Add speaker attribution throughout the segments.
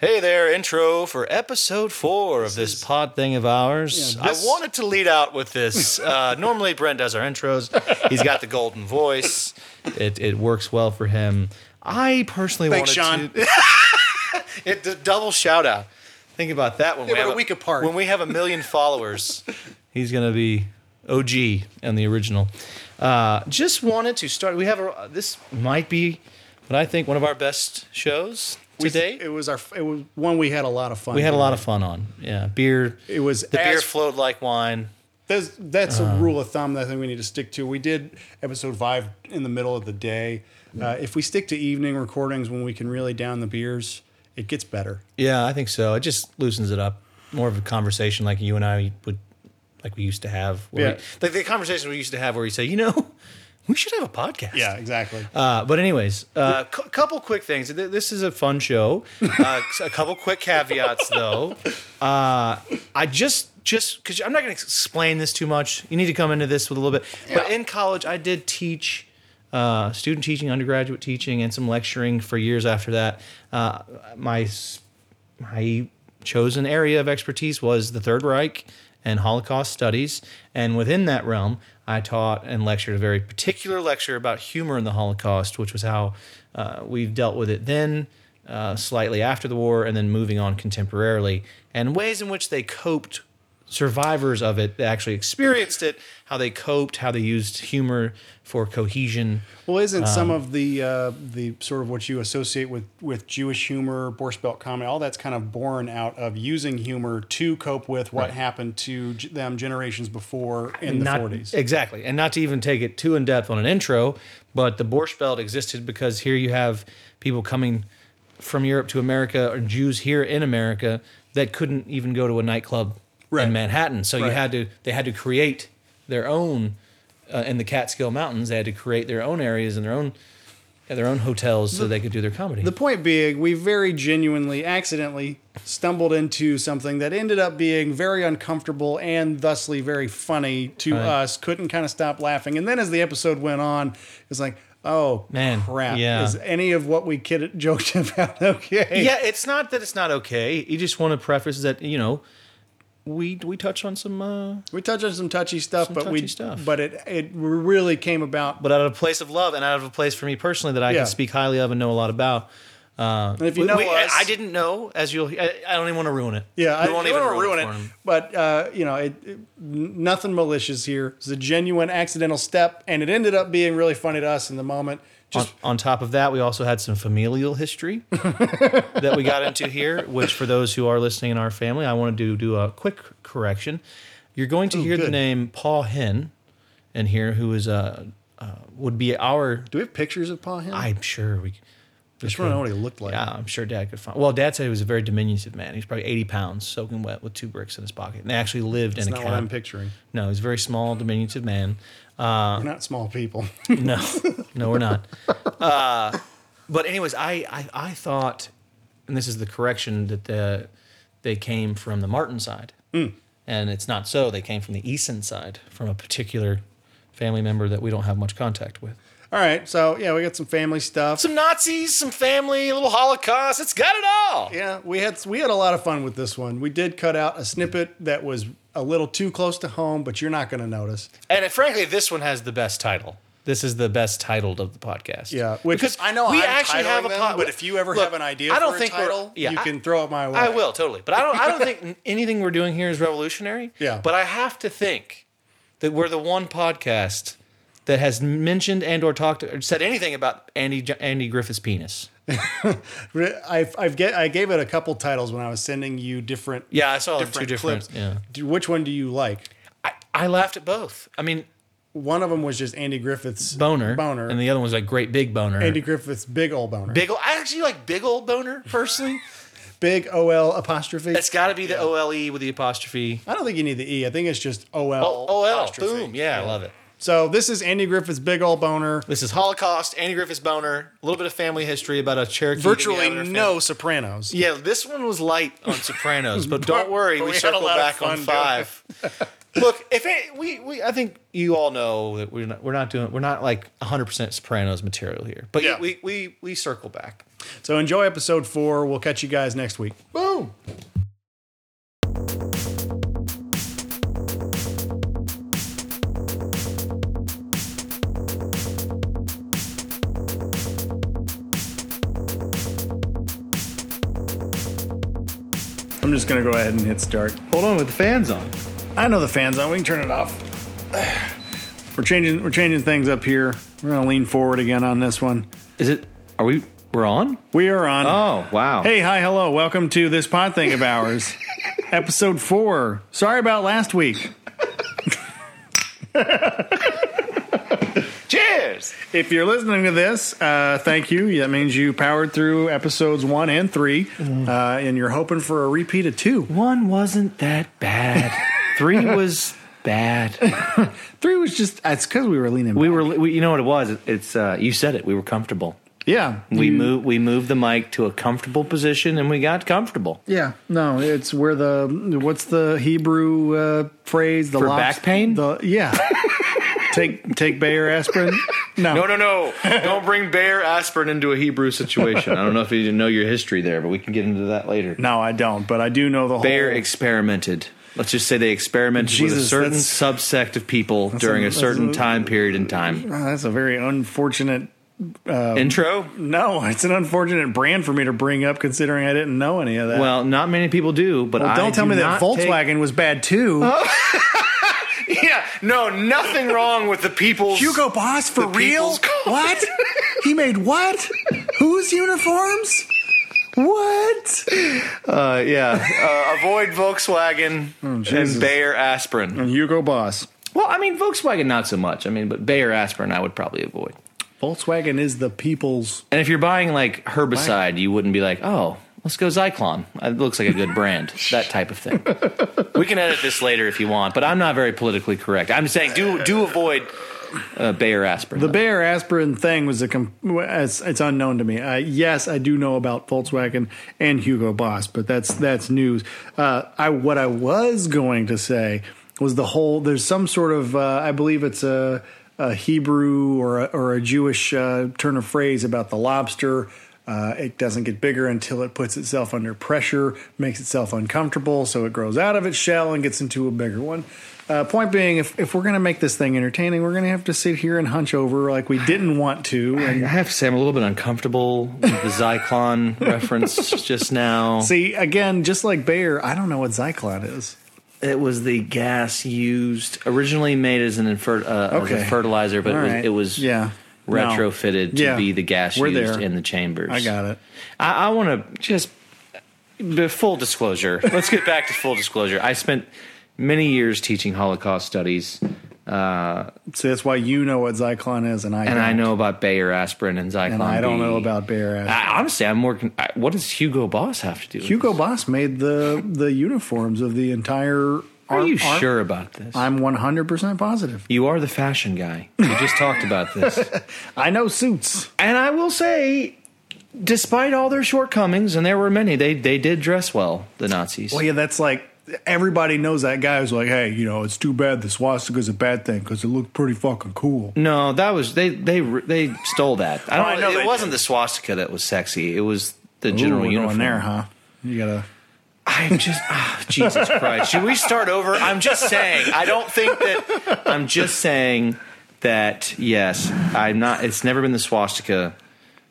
Speaker 1: Hey there, intro for episode four of this pod thing of ours.
Speaker 2: Yeah, this-
Speaker 1: I wanted to lead out with this. Uh, normally, Brent does our intros, he's got the golden voice, it, it works well for him. I personally
Speaker 2: Thanks,
Speaker 1: wanted to. it, d- double shout out. Think about that when
Speaker 2: Yeah,
Speaker 1: we
Speaker 2: we're
Speaker 1: have
Speaker 2: a week apart.
Speaker 1: When we have a million followers, he's going to be OG and the original. Uh, just wanted to start. We have a, this might be what I think one of our best shows
Speaker 2: We-
Speaker 1: today.
Speaker 2: It was our. It was one we had a lot of fun.
Speaker 1: We had a lot of fun on. Yeah, beer.
Speaker 2: It was
Speaker 1: the
Speaker 2: as-
Speaker 1: beer flowed like wine.
Speaker 2: That's, that's
Speaker 1: Uh-huh.
Speaker 2: a rule of thumb that I think we need to stick to. We did episode five in the middle of the day. Uh, if we stick to evening recordings when we can really down the beers, it gets better.
Speaker 1: Yeah, I think so. It just loosens it up. More of a conversation like you and I would, like we used to have. Where
Speaker 2: Yeah.
Speaker 1: we, like the conversation we used to have where you say, you know, we should have a podcast.
Speaker 2: Yeah, exactly.
Speaker 1: Uh, but anyways, a uh, cou- couple quick things. Th- This is a fun show. Uh, a couple quick caveats, though. Uh, I just just because I'm not going to explain this too much. You need to come into this with a little bit. But in college, I did teach. Uh, student teaching, undergraduate teaching, and some lecturing for years after that. Uh, my s- my chosen area of expertise was the Third Reich and Holocaust studies. And within that realm, I taught and lectured a very particular lecture about humor in the Holocaust, which was how uh, we've dealt with it then, uh, slightly after the war, and then moving on contemporarily, and ways in which they coped. Survivors of it that actually experienced it, how they coped, how they used humor for cohesion.
Speaker 2: Well, isn't
Speaker 1: Uh-huh.
Speaker 2: some of the uh, the sort of what you associate with with Jewish humor, Borscht Belt comedy, all that's kind of born out of using humor to cope with what happened to g- them generations before in the
Speaker 1: not,
Speaker 2: 40s.
Speaker 1: Exactly. And not to even take it too in depth on an intro, but the Borscht Belt existed because here you have people coming from Europe to America or Jews here in America that couldn't even go to a nightclub
Speaker 2: Right.
Speaker 1: in Manhattan. So you
Speaker 2: Right.
Speaker 1: had to they had to create their own uh, in the Catskill Mountains. They had to create their own areas and their own yeah, their own hotels so they could do their comedy.
Speaker 2: The point being, we very genuinely, accidentally stumbled into something that ended up being very uncomfortable and thusly very funny to us. Couldn't kind of stop laughing. And then as the episode went on, it was like, oh,
Speaker 1: Man,
Speaker 2: crap.
Speaker 1: yeah.
Speaker 2: Is any of what we kid- joked about okay?
Speaker 1: yeah, it's not that it's not okay. You just want to preface that you know we we touched on some uh,
Speaker 2: We touched on some touchy stuff, but we
Speaker 1: touchy stuff.
Speaker 2: but it it really came about.
Speaker 1: but out of a place of love and out of a place for me personally that I
Speaker 2: Yeah.
Speaker 1: can speak highly of and know a lot about. Uh,
Speaker 2: And if you know us-
Speaker 1: I didn't know, as you'll. I, I don't even want to ruin it.
Speaker 2: Yeah,
Speaker 1: we
Speaker 2: I
Speaker 1: won't
Speaker 2: I
Speaker 1: even
Speaker 2: don't wanna
Speaker 1: ruin, it. for 'em.
Speaker 2: But uh, you know, it, it- n- nothing malicious here. It's a genuine accidental step, and it ended up being really funny to us in the moment.
Speaker 1: On,
Speaker 2: Just
Speaker 1: on top of that, we also had some familial history that we got into here. Which, for those who are listening in our family, I wanted to do a quick correction. You're going to hear the
Speaker 2: good.
Speaker 1: name Paul Hen in here, who is uh, uh, would be our.
Speaker 2: do we have pictures of Pa Hen? I
Speaker 1: I'm sure we. we
Speaker 2: just want to
Speaker 1: could-
Speaker 2: know what he looked like.
Speaker 1: Yeah, I'm sure Dad could find. Well, Dad said he was a very diminutive man. He's probably 80 pounds, soaking wet, with two bricks in his pocket. And they actually lived
Speaker 2: That's
Speaker 1: in a
Speaker 2: not
Speaker 1: cabin.
Speaker 2: what I'm picturing.
Speaker 1: no, he's a very small, diminutive man. Uh,
Speaker 2: We're not small people.
Speaker 1: no, no, we're not. Uh, but anyways, I, I I thought, and this is the correction that the they came from the Martin side,
Speaker 2: Hmm.
Speaker 1: and it's not so. They came from the Eason side, from a particular family member that we don't have much contact with.
Speaker 2: All right, so yeah, we got some family stuff.
Speaker 1: Some Nazis, some family, a little Holocaust. It's got it all.
Speaker 2: yeah, we had we had a lot of fun with this one. We did cut out a snippet that was a little too close to home, but you're not going to notice.
Speaker 1: And frankly, this one has the best title. This is the best titled of the podcast.
Speaker 2: Yeah, which
Speaker 1: because
Speaker 2: I know
Speaker 1: we
Speaker 2: I'm
Speaker 1: actually
Speaker 2: titling
Speaker 1: have a
Speaker 2: them,
Speaker 1: pod.
Speaker 2: but if you ever
Speaker 1: Look,
Speaker 2: have an idea
Speaker 1: I don't
Speaker 2: for
Speaker 1: think
Speaker 2: a
Speaker 1: we're-
Speaker 2: title,
Speaker 1: yeah,
Speaker 2: you
Speaker 1: I-
Speaker 2: can throw it my way.
Speaker 1: I will totally, but I don't. I don't think n- anything we're doing here is revolutionary.
Speaker 2: Yeah.
Speaker 1: But I have to think that we're the one podcast that has mentioned and or talked or said anything about Andy J- Andy Griffith's penis.
Speaker 2: I've, I've get, I gave it a couple titles when I was sending you different
Speaker 1: Yeah, I saw
Speaker 2: different
Speaker 1: two different.
Speaker 2: clips.
Speaker 1: Yeah.
Speaker 2: Do- Which one do you like?
Speaker 1: I, I laughed at both. I mean,
Speaker 2: One of them was just Andy Griffith's
Speaker 1: boner,
Speaker 2: boner,
Speaker 1: and the other one's like great big boner.
Speaker 2: Andy Griffith's big ol' boner, big,
Speaker 1: Big ol' I actually like big old boner personally.
Speaker 2: O L apostrophe.
Speaker 1: It's got to be the O L E with the apostrophe.
Speaker 2: I don't think you need the E. I think it's just O
Speaker 1: Oh,
Speaker 2: L.
Speaker 1: oh well,
Speaker 2: apostrophe.
Speaker 1: boom. Yeah, I love it.
Speaker 2: So this is Andy Griffith's big ol' boner.
Speaker 1: This is Holocaust, Andy Griffith's boner, a little bit of family history about a Cherokee.
Speaker 2: Virtually
Speaker 1: Indiana family.
Speaker 2: no Sopranos.
Speaker 1: Yeah, this one was light on Sopranos, but don't worry,
Speaker 2: But
Speaker 1: we,
Speaker 2: we had a
Speaker 1: circle
Speaker 2: lot of
Speaker 1: back on
Speaker 2: fun doing
Speaker 1: five. Look, if it, we, we, I think you all know that we're not, we're not doing, we're not like 100% Sopranos material here, but
Speaker 2: Yeah.
Speaker 1: we, we, we circle back.
Speaker 2: So enjoy episode four. We'll catch you guys next week.
Speaker 1: Boom.
Speaker 2: I'm just gonna go ahead and hit start.
Speaker 1: Hold on with the fans on.
Speaker 2: I know the fans on. We can turn it off. We're changing. We're changing things up here. We're gonna lean forward again on this one.
Speaker 1: Is it, are we, we're on?
Speaker 2: We are on.
Speaker 1: Oh, wow.
Speaker 2: Hey, hi, hello. Welcome to this pod thing of ours, episode four. Sorry about last week.
Speaker 1: cheers.
Speaker 2: If you're listening to this, uh, thank you. That means you powered through episodes one and three, uh, and you're hoping for a repeat of two.
Speaker 1: One wasn't that bad. Three was bad.
Speaker 2: Three was just, it's because we were leaning.
Speaker 1: We were, we, you know what it was? It, it's uh, you said it. We were comfortable.
Speaker 2: yeah.
Speaker 1: We moved, we moved the mic to a comfortable position, and we got comfortable
Speaker 2: Yeah, no, it's where the what's the Hebrew uh, phrase? The
Speaker 1: for
Speaker 2: lobs-
Speaker 1: back pain.
Speaker 2: The yeah, take take Bayer aspirin. No,
Speaker 1: no, no, no! don't bring Bayer aspirin into a Hebrew situation. I don't know if you know your history there, but we can get into that later.
Speaker 2: No, I don't. But I do know the
Speaker 1: Bayer
Speaker 2: whole.
Speaker 1: experimented. Let's just say they experimented with a
Speaker 2: Jesus,
Speaker 1: certain
Speaker 2: that's-
Speaker 1: subsect of people during a,
Speaker 2: that's
Speaker 1: certain
Speaker 2: a-
Speaker 1: time period in time.
Speaker 2: Oh, that's a very unfortunate.
Speaker 1: Intro.
Speaker 2: Oh. No, it's an unfortunate brand for me to bring up, considering I didn't know any of that.
Speaker 1: Well, not many people do, but
Speaker 2: Well,
Speaker 1: I
Speaker 2: don't tell
Speaker 1: do
Speaker 2: me
Speaker 1: not
Speaker 2: that
Speaker 1: take-
Speaker 2: Volkswagen was bad too.
Speaker 1: Yeah, no, nothing wrong with the people's
Speaker 2: Hugo Boss for real?
Speaker 1: people's car.
Speaker 2: What? he made what? Whose uniforms? What?
Speaker 1: Uh, yeah, uh, avoid Volkswagen and
Speaker 2: Oh, Jesus.
Speaker 1: Bayer aspirin.
Speaker 2: Hugo Boss.
Speaker 1: Well, I mean Volkswagen not so much. I mean, but Bayer aspirin I would probably avoid.
Speaker 2: Volkswagen is the people's.
Speaker 1: And if you're buying like herbicide, you wouldn't be like, oh, let's go Zyklon. It looks like a good brand. that type of thing. we can edit this later if you want, but I'm not very politically correct. I'm saying do do avoid uh, Bayer aspirin.
Speaker 2: The Bayer aspirin thing was a. Com- it's, it's unknown to me. Uh, yes, I do know about Volkswagen and Hugo Boss, but that's that's news. Uh, I what I was going to say was the whole. There's some sort of. Uh, I believe it's a, a Hebrew or a, or a Jewish uh, turn of phrase about the lobster. Uh, it doesn't get bigger until it puts itself under pressure, makes itself uncomfortable, so it grows out of its shell and gets into a bigger one. Uh, point being, if, if we're going to make this thing entertaining, we're going to have to sit here and hunch over like we didn't want to. And
Speaker 1: I have to say I'm a little bit uncomfortable with the Zyklon reference just now.
Speaker 2: see, again, just like Bayer, I don't know what Zyklon is.
Speaker 1: It was the gas used originally made as an infer- uh, as
Speaker 2: Okay.
Speaker 1: a fertilizer, but it
Speaker 2: All
Speaker 1: was,
Speaker 2: right.
Speaker 1: it was
Speaker 2: Yeah. No.
Speaker 1: retrofitted to
Speaker 2: Yeah.
Speaker 1: be the gas
Speaker 2: We're
Speaker 1: used
Speaker 2: there.
Speaker 1: in the chambers.
Speaker 2: I got it.
Speaker 1: I, I want to just the full disclosure. Let's get back to full disclosure. I spent many years teaching Holocaust studies, uh,
Speaker 2: So that's why you know what Zyklon is, and I
Speaker 1: and
Speaker 2: don't.
Speaker 1: I know about Bayer aspirin and Zyklon.
Speaker 2: and I don't
Speaker 1: B.
Speaker 2: know about Bayer. aspirin.
Speaker 1: I, honestly, I'm more. Con- I, what does Hugo Boss have to do? with
Speaker 2: Hugo
Speaker 1: this?
Speaker 2: Boss made the the uniforms of the entire.
Speaker 1: Are you sure about this?
Speaker 2: I'm 100 percent positive.
Speaker 1: you are the fashion guy. You just talked about this.
Speaker 2: I know suits.
Speaker 1: And I will say, despite all their shortcomings, and there were many, they they did dress well. The Nazis.
Speaker 2: Well, yeah, that's like everybody knows that guy who's like, hey, you know, it's too bad the swastika's a bad thing because it looked pretty fucking cool.
Speaker 1: no, that was they they they stole that. I
Speaker 2: Oh,
Speaker 1: don't.
Speaker 2: I know
Speaker 1: it
Speaker 2: they
Speaker 1: wasn't the swastika that was sexy. It was the
Speaker 2: Ooh,
Speaker 1: general
Speaker 2: we're
Speaker 1: uniform.
Speaker 2: going there, huh? You gotta.
Speaker 1: I'm just ah, Jesus Christ. Should we start over? I'm just saying. I don't think that. I'm just saying that yes, I'm not. It's never been the swastika.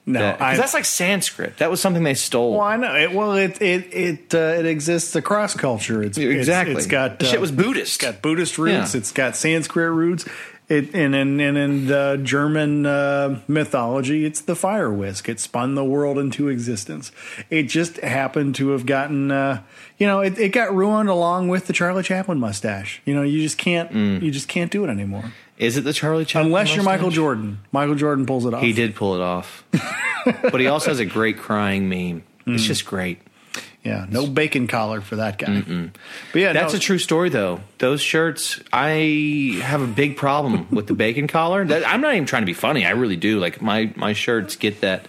Speaker 2: No,
Speaker 1: that- 'cause
Speaker 2: I,
Speaker 1: that's like Sanskrit. That was something they stole.
Speaker 2: well, I know. It, well, it it it uh, it exists across culture. It's it's-
Speaker 1: exactly.
Speaker 2: it's got
Speaker 1: The
Speaker 2: uh,
Speaker 1: shit was Buddhist.
Speaker 2: It's got Buddhist roots.
Speaker 1: Yeah.
Speaker 2: It's got Sanskrit roots. It and in and in the German uh, mythology, it's the fire whisk. It spun the world into existence. It just happened to have gotten, uh, you know, it, it got ruined along with the Charlie Chaplin mustache. You know, you just can't, you just can't do it anymore
Speaker 1: Is it Mm. the Charlie Chaplin?
Speaker 2: unless you're
Speaker 1: mustache?
Speaker 2: Michael Jordan. Michael Jordan pulls it off.
Speaker 1: He did pull it off. but he also has a great crying meme.
Speaker 2: Mm.
Speaker 1: It's just great.
Speaker 2: Yeah, no bacon collar for that guy. But yeah,
Speaker 1: That's
Speaker 2: no,
Speaker 1: a true story, though. Those shirts, I have a big problem with the bacon collar. That, I'm not even trying to be funny. I really do. Like my my shirts get that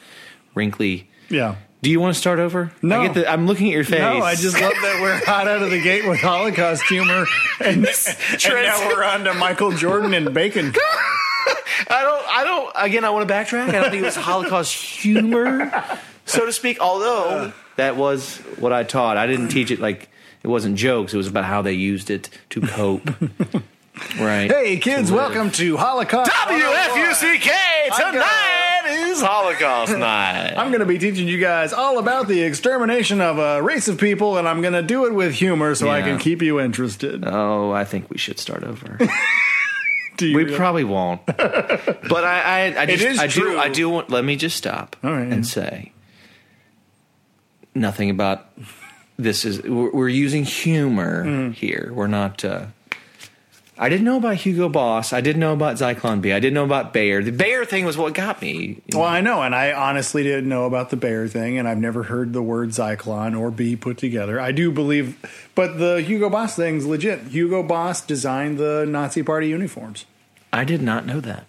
Speaker 1: wrinkly
Speaker 2: yeah.
Speaker 1: Do you want to start over?
Speaker 2: No.
Speaker 1: I get the, I'm looking at your face.
Speaker 2: No, I just love that we're hot out of the gate with Holocaust humor, and, and now we're on to Michael Jordan and bacon.
Speaker 1: I don't. I don't. Again, I want to backtrack. I don't think it was Holocaust humor, so to speak. Although that was what I taught. I didn't teach it like it wasn't jokes. It was about how they used it to cope. right.
Speaker 2: Hey kids, welcome to Holocaust.
Speaker 1: WFUCK
Speaker 2: I'm
Speaker 1: tonight is Holocaust night.
Speaker 2: I'm going to be teaching you guys all about the extermination of a race of people, and I'm going to do it with humor so I
Speaker 1: Yeah.
Speaker 2: can keep you interested.
Speaker 1: Oh, I think we should start over.
Speaker 2: Do you
Speaker 1: We
Speaker 2: real-
Speaker 1: probably won't. But I, I, I just,
Speaker 2: is
Speaker 1: I
Speaker 2: true.
Speaker 1: do, I do want. Let me just stop
Speaker 2: All right,
Speaker 1: and
Speaker 2: yeah.
Speaker 1: say nothing about this. Is we're, we're using humor
Speaker 2: Mm.
Speaker 1: here. We're not. Uh, I didn't know about Hugo Boss. I didn't know about Zyklon B. I didn't know about Bayer. The Bayer thing was what got me.
Speaker 2: Well, I know, and I honestly didn't know about the bear thing, and I've never heard the word Zyklon or bee put together. I do believe, but the Hugo Boss thing's legit. Hugo Boss designed the Nazi Party uniforms.
Speaker 1: I did not know that.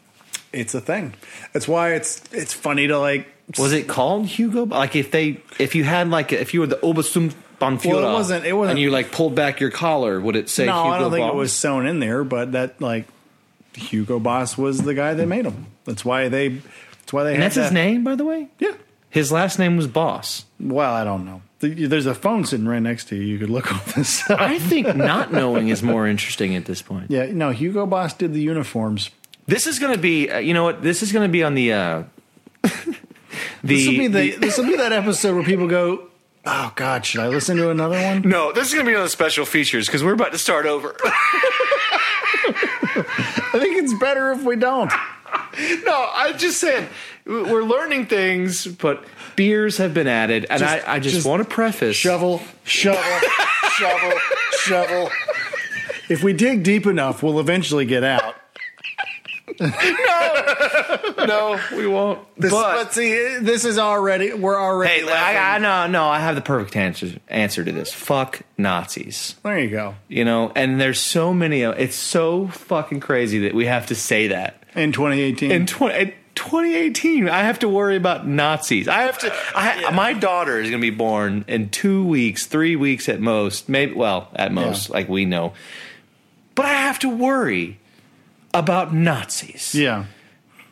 Speaker 2: It's a thing. That's why it's it's funny to like.
Speaker 1: Was it called Hugo? Bo- Like if they, if you had like, if you were the Oberstum Bonfura,
Speaker 2: Well, it wasn't- it wasn't-
Speaker 1: and you like pulled back your collar, would it say?
Speaker 2: no,
Speaker 1: Hugo
Speaker 2: I don't think
Speaker 1: Boss?
Speaker 2: it was sewn in there, but that like Hugo Boss was the guy that made them. That's why they. That's why they.
Speaker 1: And
Speaker 2: had
Speaker 1: that's his
Speaker 2: that-
Speaker 1: name, by the way.
Speaker 2: Yeah.
Speaker 1: His last name was Boss.
Speaker 2: Well, I don't know. Th- There's a phone sitting right next to you. You could look all this up.
Speaker 1: I think not knowing is more interesting at this point.
Speaker 2: Yeah, no, Hugo Boss did the uniforms.
Speaker 1: This is going to be, uh, you know what? This is going to be on the. Uh, the,
Speaker 2: This will be the, this will be that episode where people go, "Oh God, should I listen to another one?"
Speaker 1: no, this is going to be on the special features because we're about to start over.
Speaker 2: I think it's better if we don't.
Speaker 1: no, I'm just saying we're learning things, but beers have been added, and
Speaker 2: Just-
Speaker 1: I, I just,
Speaker 2: just
Speaker 1: want to preface.
Speaker 2: Shovel, shovel, shovel, shovel. If we dig deep enough, we'll eventually get out.
Speaker 1: no, we won't.
Speaker 2: This, but,
Speaker 1: but
Speaker 2: see, this is already we're already.
Speaker 1: hey,
Speaker 2: laughing.
Speaker 1: I, I no, no, I have the perfect answer answer to this. Fuck Nazis.
Speaker 2: there you go.
Speaker 1: you know and there's so many of it's so fucking crazy that we have to say that
Speaker 2: In 2018,
Speaker 1: in 20, in 2018 i have to worry about nazis i have to I, my daughter is going to be born in two weeks three weeks at most maybe well at most like we know but i have to worry about nazis
Speaker 2: yeah,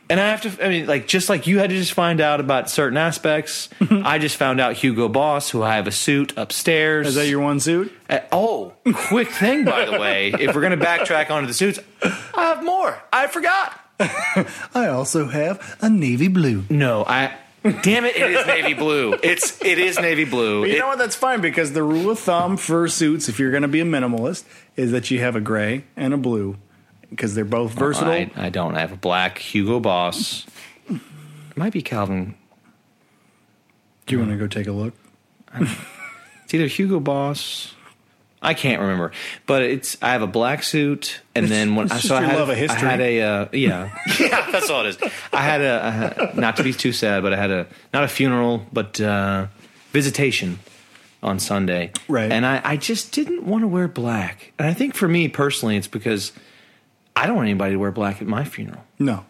Speaker 1: and i have to i mean like just like you had to just find out about certain aspects i just found out hugo boss who i have a suit upstairs
Speaker 2: is that your one suit?
Speaker 1: uh, oh, quick thing, by the way. If we're going to backtrack onto the suits, I have more. I forgot.
Speaker 2: I also have a navy blue.
Speaker 1: No, I. Damn it! It is navy blue. It's it is navy blue.
Speaker 2: You
Speaker 1: It-
Speaker 2: know what? That's fine because the rule of thumb for suits, if you're going to be a minimalist, is that you have a gray and a blue because they're both versatile.
Speaker 1: I, I don't. I have a black Hugo Boss. It might be Calvin.
Speaker 2: Do you want to go take a look?
Speaker 1: It's either Hugo Boss. I can't remember, but it's. I have a black suit, and then when
Speaker 2: it's
Speaker 1: I
Speaker 2: just
Speaker 1: so I
Speaker 2: your
Speaker 1: had,
Speaker 2: love of
Speaker 1: I
Speaker 2: history.
Speaker 1: had a uh, yeah yeah that's all it is. I had a I had, not to be too sad, but I had a not a funeral, but uh, visitation on Sunday,
Speaker 2: Right.
Speaker 1: And I I just didn't want to wear black, and I think for me personally, it's because I don't want anybody to wear black at my funeral.
Speaker 2: No.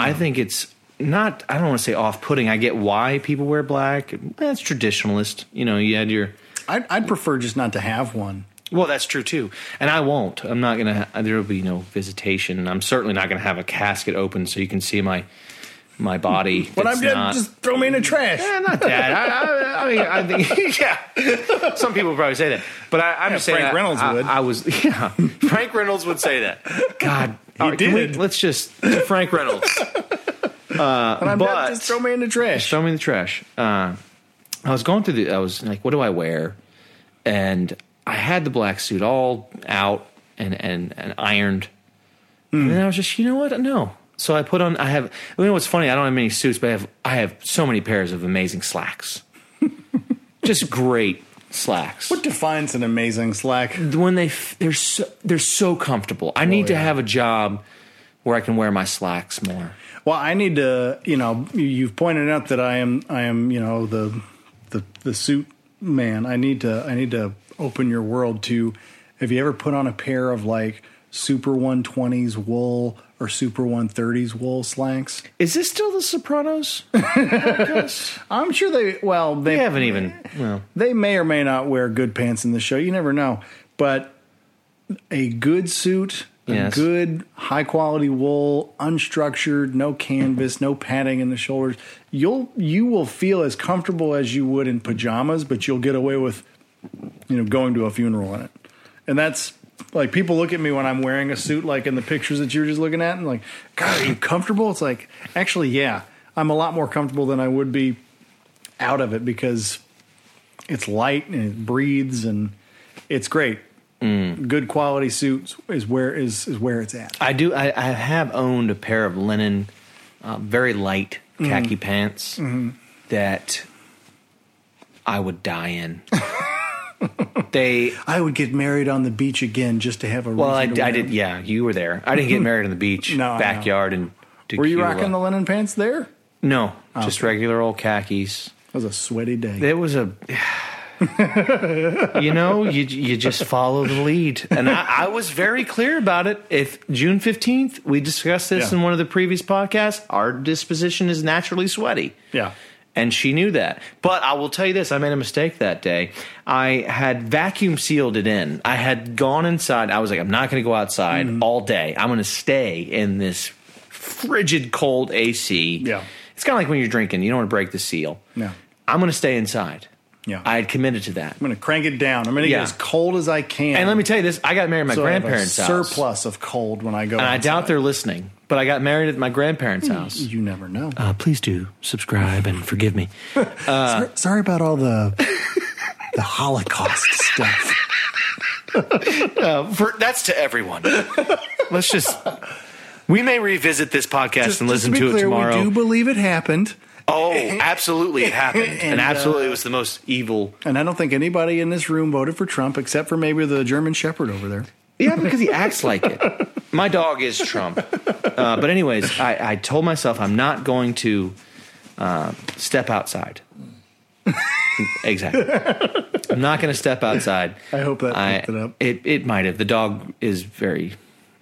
Speaker 1: I think it's not. I don't want to say off-putting. I get why people wear black. That's traditionalist. You know, you had your
Speaker 2: I'd, I'd prefer just not to have one.
Speaker 1: well, that's true too, and I won't. I'm not gonna. There will be no visitation. and I'm certainly not gonna have a casket open so you can see my my body.
Speaker 2: When
Speaker 1: That's
Speaker 2: I'm dead,
Speaker 1: not-
Speaker 2: just throw me in the trash.
Speaker 1: Eh, not that. I, I, I mean, I think yeah. Some people probably say that, but I, I'm just saying.
Speaker 2: Frank
Speaker 1: I-
Speaker 2: Reynolds
Speaker 1: I,
Speaker 2: would.
Speaker 1: I was yeah. Frank Reynolds would say that. God, he
Speaker 2: did.
Speaker 1: let's just Frank Reynolds.
Speaker 2: when I'm
Speaker 1: but-
Speaker 2: dead, just throw me in the trash.
Speaker 1: Throw me in the trash. Uh, I was going through the. I was like, what do I wear? And I had the black suit all out and and and ironed.
Speaker 3: Hmm.
Speaker 1: And then I was just, you know what? No. So I put on. I have. You know what's funny? I don't have many suits, but I have. I have so many pairs of amazing slacks. just great slacks.
Speaker 2: What defines an amazing slack?
Speaker 1: When they f- they're so they're so comfortable. I
Speaker 3: Oh,
Speaker 1: need to
Speaker 2: yeah.
Speaker 1: have a job where I can wear my slacks more.
Speaker 2: Well, I need to, you know, you- you've pointed out that I am, I am, you know, the, the, the suit man. I need to, I need to open your world to. Have you ever put on a pair of like super 120s wool or Super 130s wool slacks.
Speaker 3: Is this still The Sopranos?
Speaker 2: I'm sure they well they
Speaker 3: We haven't even. Well,
Speaker 2: they may or may not wear good pants in the show. You never know. But a good suit, a
Speaker 3: Yes.
Speaker 2: good high quality wool, unstructured, no canvas, no padding in the shoulders. You'll you will feel as comfortable as you would in pajamas, but you'll get away with you know going to a funeral in it. And that's like people look at me when I'm wearing a suit, like in the pictures that you were just looking at, and like, God, are you comfortable? It's like, actually, yeah, I'm a lot more comfortable than I would be out of it because it's light and it breathes and it's great.
Speaker 1: Mm.
Speaker 2: Good quality suits is where is is where it's at.
Speaker 1: I do. I, I have owned a pair of linen, uh, very light
Speaker 2: Mm-hmm.
Speaker 1: khaki pants that I would die in. they.
Speaker 2: I would get married on the beach again just to have a.
Speaker 1: Well, I,
Speaker 2: reason to
Speaker 1: I
Speaker 2: wear
Speaker 1: did.
Speaker 2: them.
Speaker 1: Yeah, you were there. I didn't get married on the beach,
Speaker 2: No, I know.
Speaker 1: backyard, and.
Speaker 2: Were you
Speaker 1: tequila.
Speaker 2: rocking the Oh, linen pants there?
Speaker 1: No, just regular old khakis.
Speaker 2: That was a sweaty day.
Speaker 1: It was a. you know, you you just follow the lead, and I, I was very clear about it. If June fifteenth, we discussed this
Speaker 2: Yeah.
Speaker 1: in one of the previous podcasts. Our disposition is naturally sweaty.
Speaker 2: yeah,
Speaker 1: And she knew that. But I will tell you this I made a mistake that day. I had vacuum sealed it in. I had gone inside. I was like, I'm not going to go outside
Speaker 2: Mm-hmm.
Speaker 1: all day. I'm going to stay in this frigid cold AC.
Speaker 2: Yeah.
Speaker 1: It's kind of like when you're drinking, you don't want to break the seal.
Speaker 2: No.
Speaker 1: I'm going to stay inside.
Speaker 2: Yeah.
Speaker 1: I had committed to that.
Speaker 2: I'm gonna crank it down. I'm gonna
Speaker 1: Yeah.
Speaker 2: get as cold as I can.
Speaker 1: And let me tell you this I got married at my
Speaker 2: So I have a
Speaker 1: grandparents' house.
Speaker 2: surplus of cold when I go.
Speaker 1: And I
Speaker 2: outside.
Speaker 1: doubt they're listening, but I got married at my
Speaker 2: Hmm.
Speaker 1: grandparents' house.
Speaker 2: You never know.
Speaker 1: Uh, please do subscribe and forgive me. Uh.
Speaker 2: sorry, sorry about all the the Holocaust stuff.
Speaker 1: for that's to everyone. Let's just we may revisit this podcast and listen to, it tomorrow.
Speaker 2: We do believe it happened,
Speaker 1: oh, absolutely it happened. And,
Speaker 2: And, uh,
Speaker 1: absolutely it was the most evil.
Speaker 2: and I don't think anybody in this room voted for Trump except for maybe the German Shepherd over there.
Speaker 1: Yeah, because he acts like it. My dog is Trump. Uh, but anyways, I, I told myself I'm not going to uh, step outside. exactly. I'm not going to step outside.
Speaker 2: I hope that picked it up.
Speaker 1: It, it might have. The dog is very.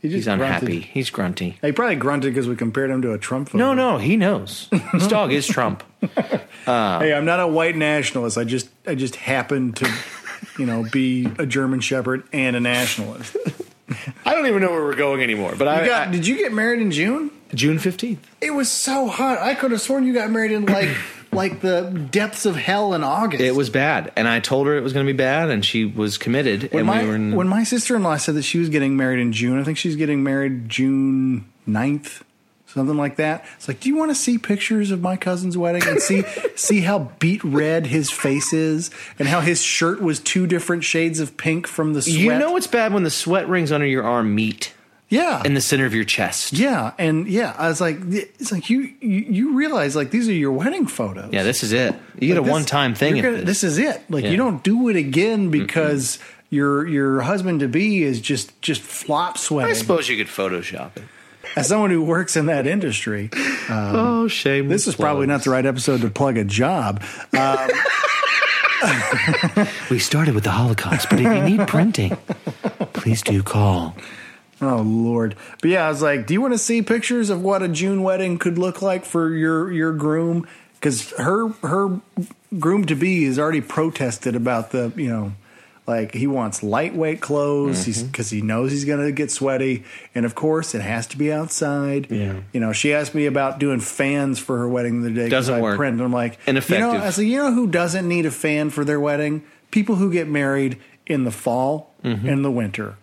Speaker 2: He just
Speaker 1: he's unhappy.
Speaker 2: grunted.
Speaker 1: He's grunty.
Speaker 2: He probably grunted because we compared him to a Trump voter.
Speaker 1: No, no, he knows. This dog is Trump.
Speaker 2: Hey, I'm not a white nationalist. I just, I just happen to, you know, be a German Shepherd and a nationalist. You
Speaker 1: I don't even know where we're going anymore. But I,
Speaker 2: got,
Speaker 1: I-
Speaker 2: did you get married in June?
Speaker 1: June fifteenth.
Speaker 2: It was so hot. I could have sworn you got married in like, like the depths of hell in August.
Speaker 1: It was bad, and I told her it was going to be bad, and she was committed.
Speaker 2: When
Speaker 1: and
Speaker 2: my,
Speaker 1: we were in,
Speaker 2: when my sister-in-law said that she was getting married in June, I think she's getting married June 9th, something like that. It's like, do you want to see pictures of my cousin's wedding and see see how beat red his face is and how his shirt was two different shades of pink from the sweat?
Speaker 1: you know it's bad when the sweat rings under your arm meet
Speaker 2: yeah.
Speaker 1: in the center of your chest.
Speaker 2: yeah, and yeah, I was like, it's like you, you you realize like these are your wedding photos.
Speaker 1: Yeah, this is it. You get
Speaker 2: Like
Speaker 1: a
Speaker 2: this-
Speaker 1: one-time thing.
Speaker 2: you're
Speaker 1: At
Speaker 2: gonna-
Speaker 1: this.
Speaker 2: this. is it. Like
Speaker 1: Yeah.
Speaker 2: you don't do it again because your your husband to be is just just flop sweating.
Speaker 1: I suppose you could Photoshop it.
Speaker 2: As someone who works in that industry,
Speaker 1: oh, shame.
Speaker 2: this is probably not the right episode to plug a job. Um,
Speaker 1: We started with the Holocaust, but if you need printing, please do call.
Speaker 2: oh Lord! But yeah, I was like, do you want to see pictures of what a June wedding could look like for your your groom? Because her her groom to be has already protested about the you know. Like he wants lightweight clothes, he's
Speaker 1: Mm-hmm.
Speaker 2: because he knows he's going to get sweaty, and of course it has to be outside.
Speaker 1: Yeah.
Speaker 2: you know. She asked me about doing fans for her wedding the other day. 'cause
Speaker 1: Doesn't
Speaker 2: I
Speaker 1: work.
Speaker 2: Print. And I'm like,
Speaker 1: Ineffective.
Speaker 2: You know, I said, you know who doesn't need a fan for their wedding? People who get married in the fall
Speaker 1: Mm-hmm.
Speaker 2: and the winter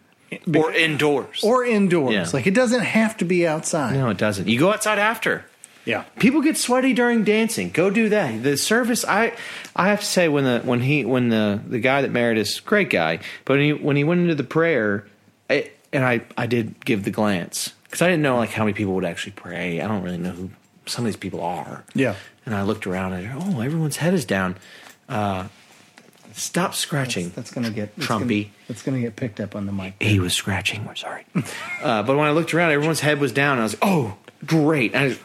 Speaker 1: Or indoors.
Speaker 2: or indoors.
Speaker 1: Yeah.
Speaker 2: Like it doesn't have to be outside.
Speaker 1: no, it doesn't. You go outside after.
Speaker 2: Yeah.
Speaker 1: People get sweaty during dancing. Go do that. The service, I, I have to say, when the when he when the the guy that married us, great guy, but when he, when he went into the prayer, I, and I I did give the glance because I didn't know like how many people would actually pray. I don't really know who some of these people are.
Speaker 2: Yeah.
Speaker 1: and I looked around and oh, everyone's head is down. Uh, stop scratching.
Speaker 2: That's gonna get that's
Speaker 1: Trumpy.
Speaker 2: Gonna, that's gonna get picked up on the mic.
Speaker 1: He was scratching. We're sorry. Uh, but when I looked around, everyone's head was down. And I was like, oh, great. And I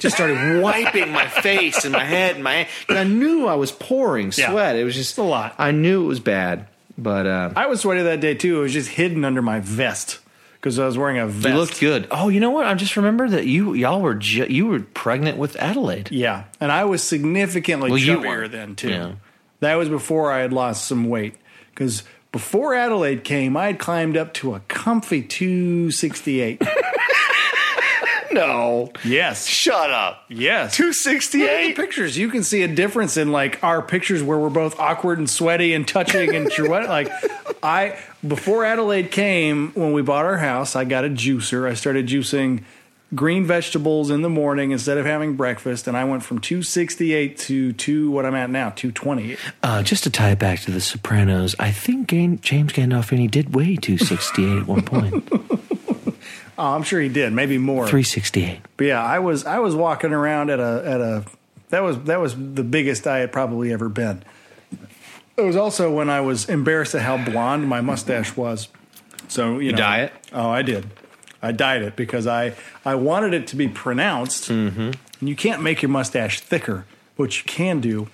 Speaker 1: just started wiping my face and my head and my because I knew I was pouring
Speaker 2: Yeah.
Speaker 1: sweat. It was just
Speaker 2: a lot.
Speaker 1: I knew it was bad, but uh,
Speaker 2: I was sweaty that day too. It was just hidden under my vest. because I was wearing a vest.
Speaker 1: You looked good. Oh, you know what? I just remembered that you y'all were ju- you were pregnant with Adelaide.
Speaker 2: Yeah, and I was significantly
Speaker 1: Well, you
Speaker 2: chubbier
Speaker 1: weren't.
Speaker 2: then too.
Speaker 1: Yeah.
Speaker 2: That was before I had lost some weight because before Adelaide came, I had climbed up to a comfy two sixty eight.
Speaker 1: No,
Speaker 2: yes,
Speaker 1: shut up.
Speaker 2: yes.
Speaker 1: Two
Speaker 2: Look at the
Speaker 1: sixty-eight.
Speaker 2: pictures. You can see a difference in like our pictures where we're both awkward and sweaty and touching and sure what. Like I before Adelaide came when we bought our house, I got a juicer. I started juicing green vegetables in the morning instead of having breakfast, and I went from two sixty eight to two what I'm at now two twenty.
Speaker 1: Uh, just to tie it back to The Sopranos, I think Gan- James Gandolfini did weigh two sixty-eight at one point.
Speaker 2: Oh, I'm sure he did, maybe more.
Speaker 1: Three sixty-eight.
Speaker 2: But yeah, I was I was walking around at a at a that was that was the biggest I had probably ever been. It was also when I was embarrassed at how blonde my mustache was. So you, know,
Speaker 4: dye it?
Speaker 2: Oh, I did. I dyed it because I I wanted it to be pronounced.
Speaker 1: Mm-hmm.
Speaker 2: And you can't make your mustache thicker. What you can do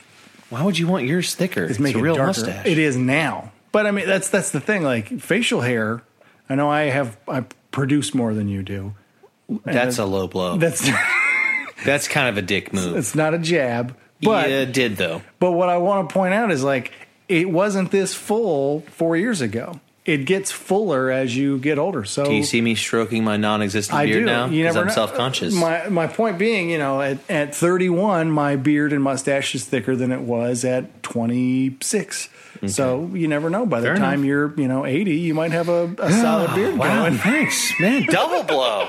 Speaker 1: Why would you want yours thicker?
Speaker 2: is make
Speaker 1: a
Speaker 2: it
Speaker 1: real
Speaker 2: darker.
Speaker 1: mustache.
Speaker 2: It is now, but I mean that's that's the thing. Like facial hair, I know I have I produce more than you do.
Speaker 1: That's a low blow.
Speaker 2: That's
Speaker 1: That's kind of a dick move.
Speaker 2: it's not a jab, but
Speaker 1: yeah, it did though.
Speaker 2: But what I want to point out is like it wasn't this full four years ago. It gets fuller as you get older. So
Speaker 1: Do you see me stroking my non-existent
Speaker 2: Oh. I
Speaker 1: beard
Speaker 2: do.
Speaker 1: now?
Speaker 2: You
Speaker 1: Because
Speaker 2: never
Speaker 1: I'm
Speaker 2: know.
Speaker 1: self-conscious.
Speaker 2: My my point being, you know, at, at 31, my beard and mustache is thicker than it was at 26. So you never know. By the
Speaker 1: Fair
Speaker 2: time
Speaker 1: enough.
Speaker 2: you're you know 80, you might have a, a solid beard
Speaker 1: Oh, wow,
Speaker 2: going.
Speaker 1: thanks, man. Double blow.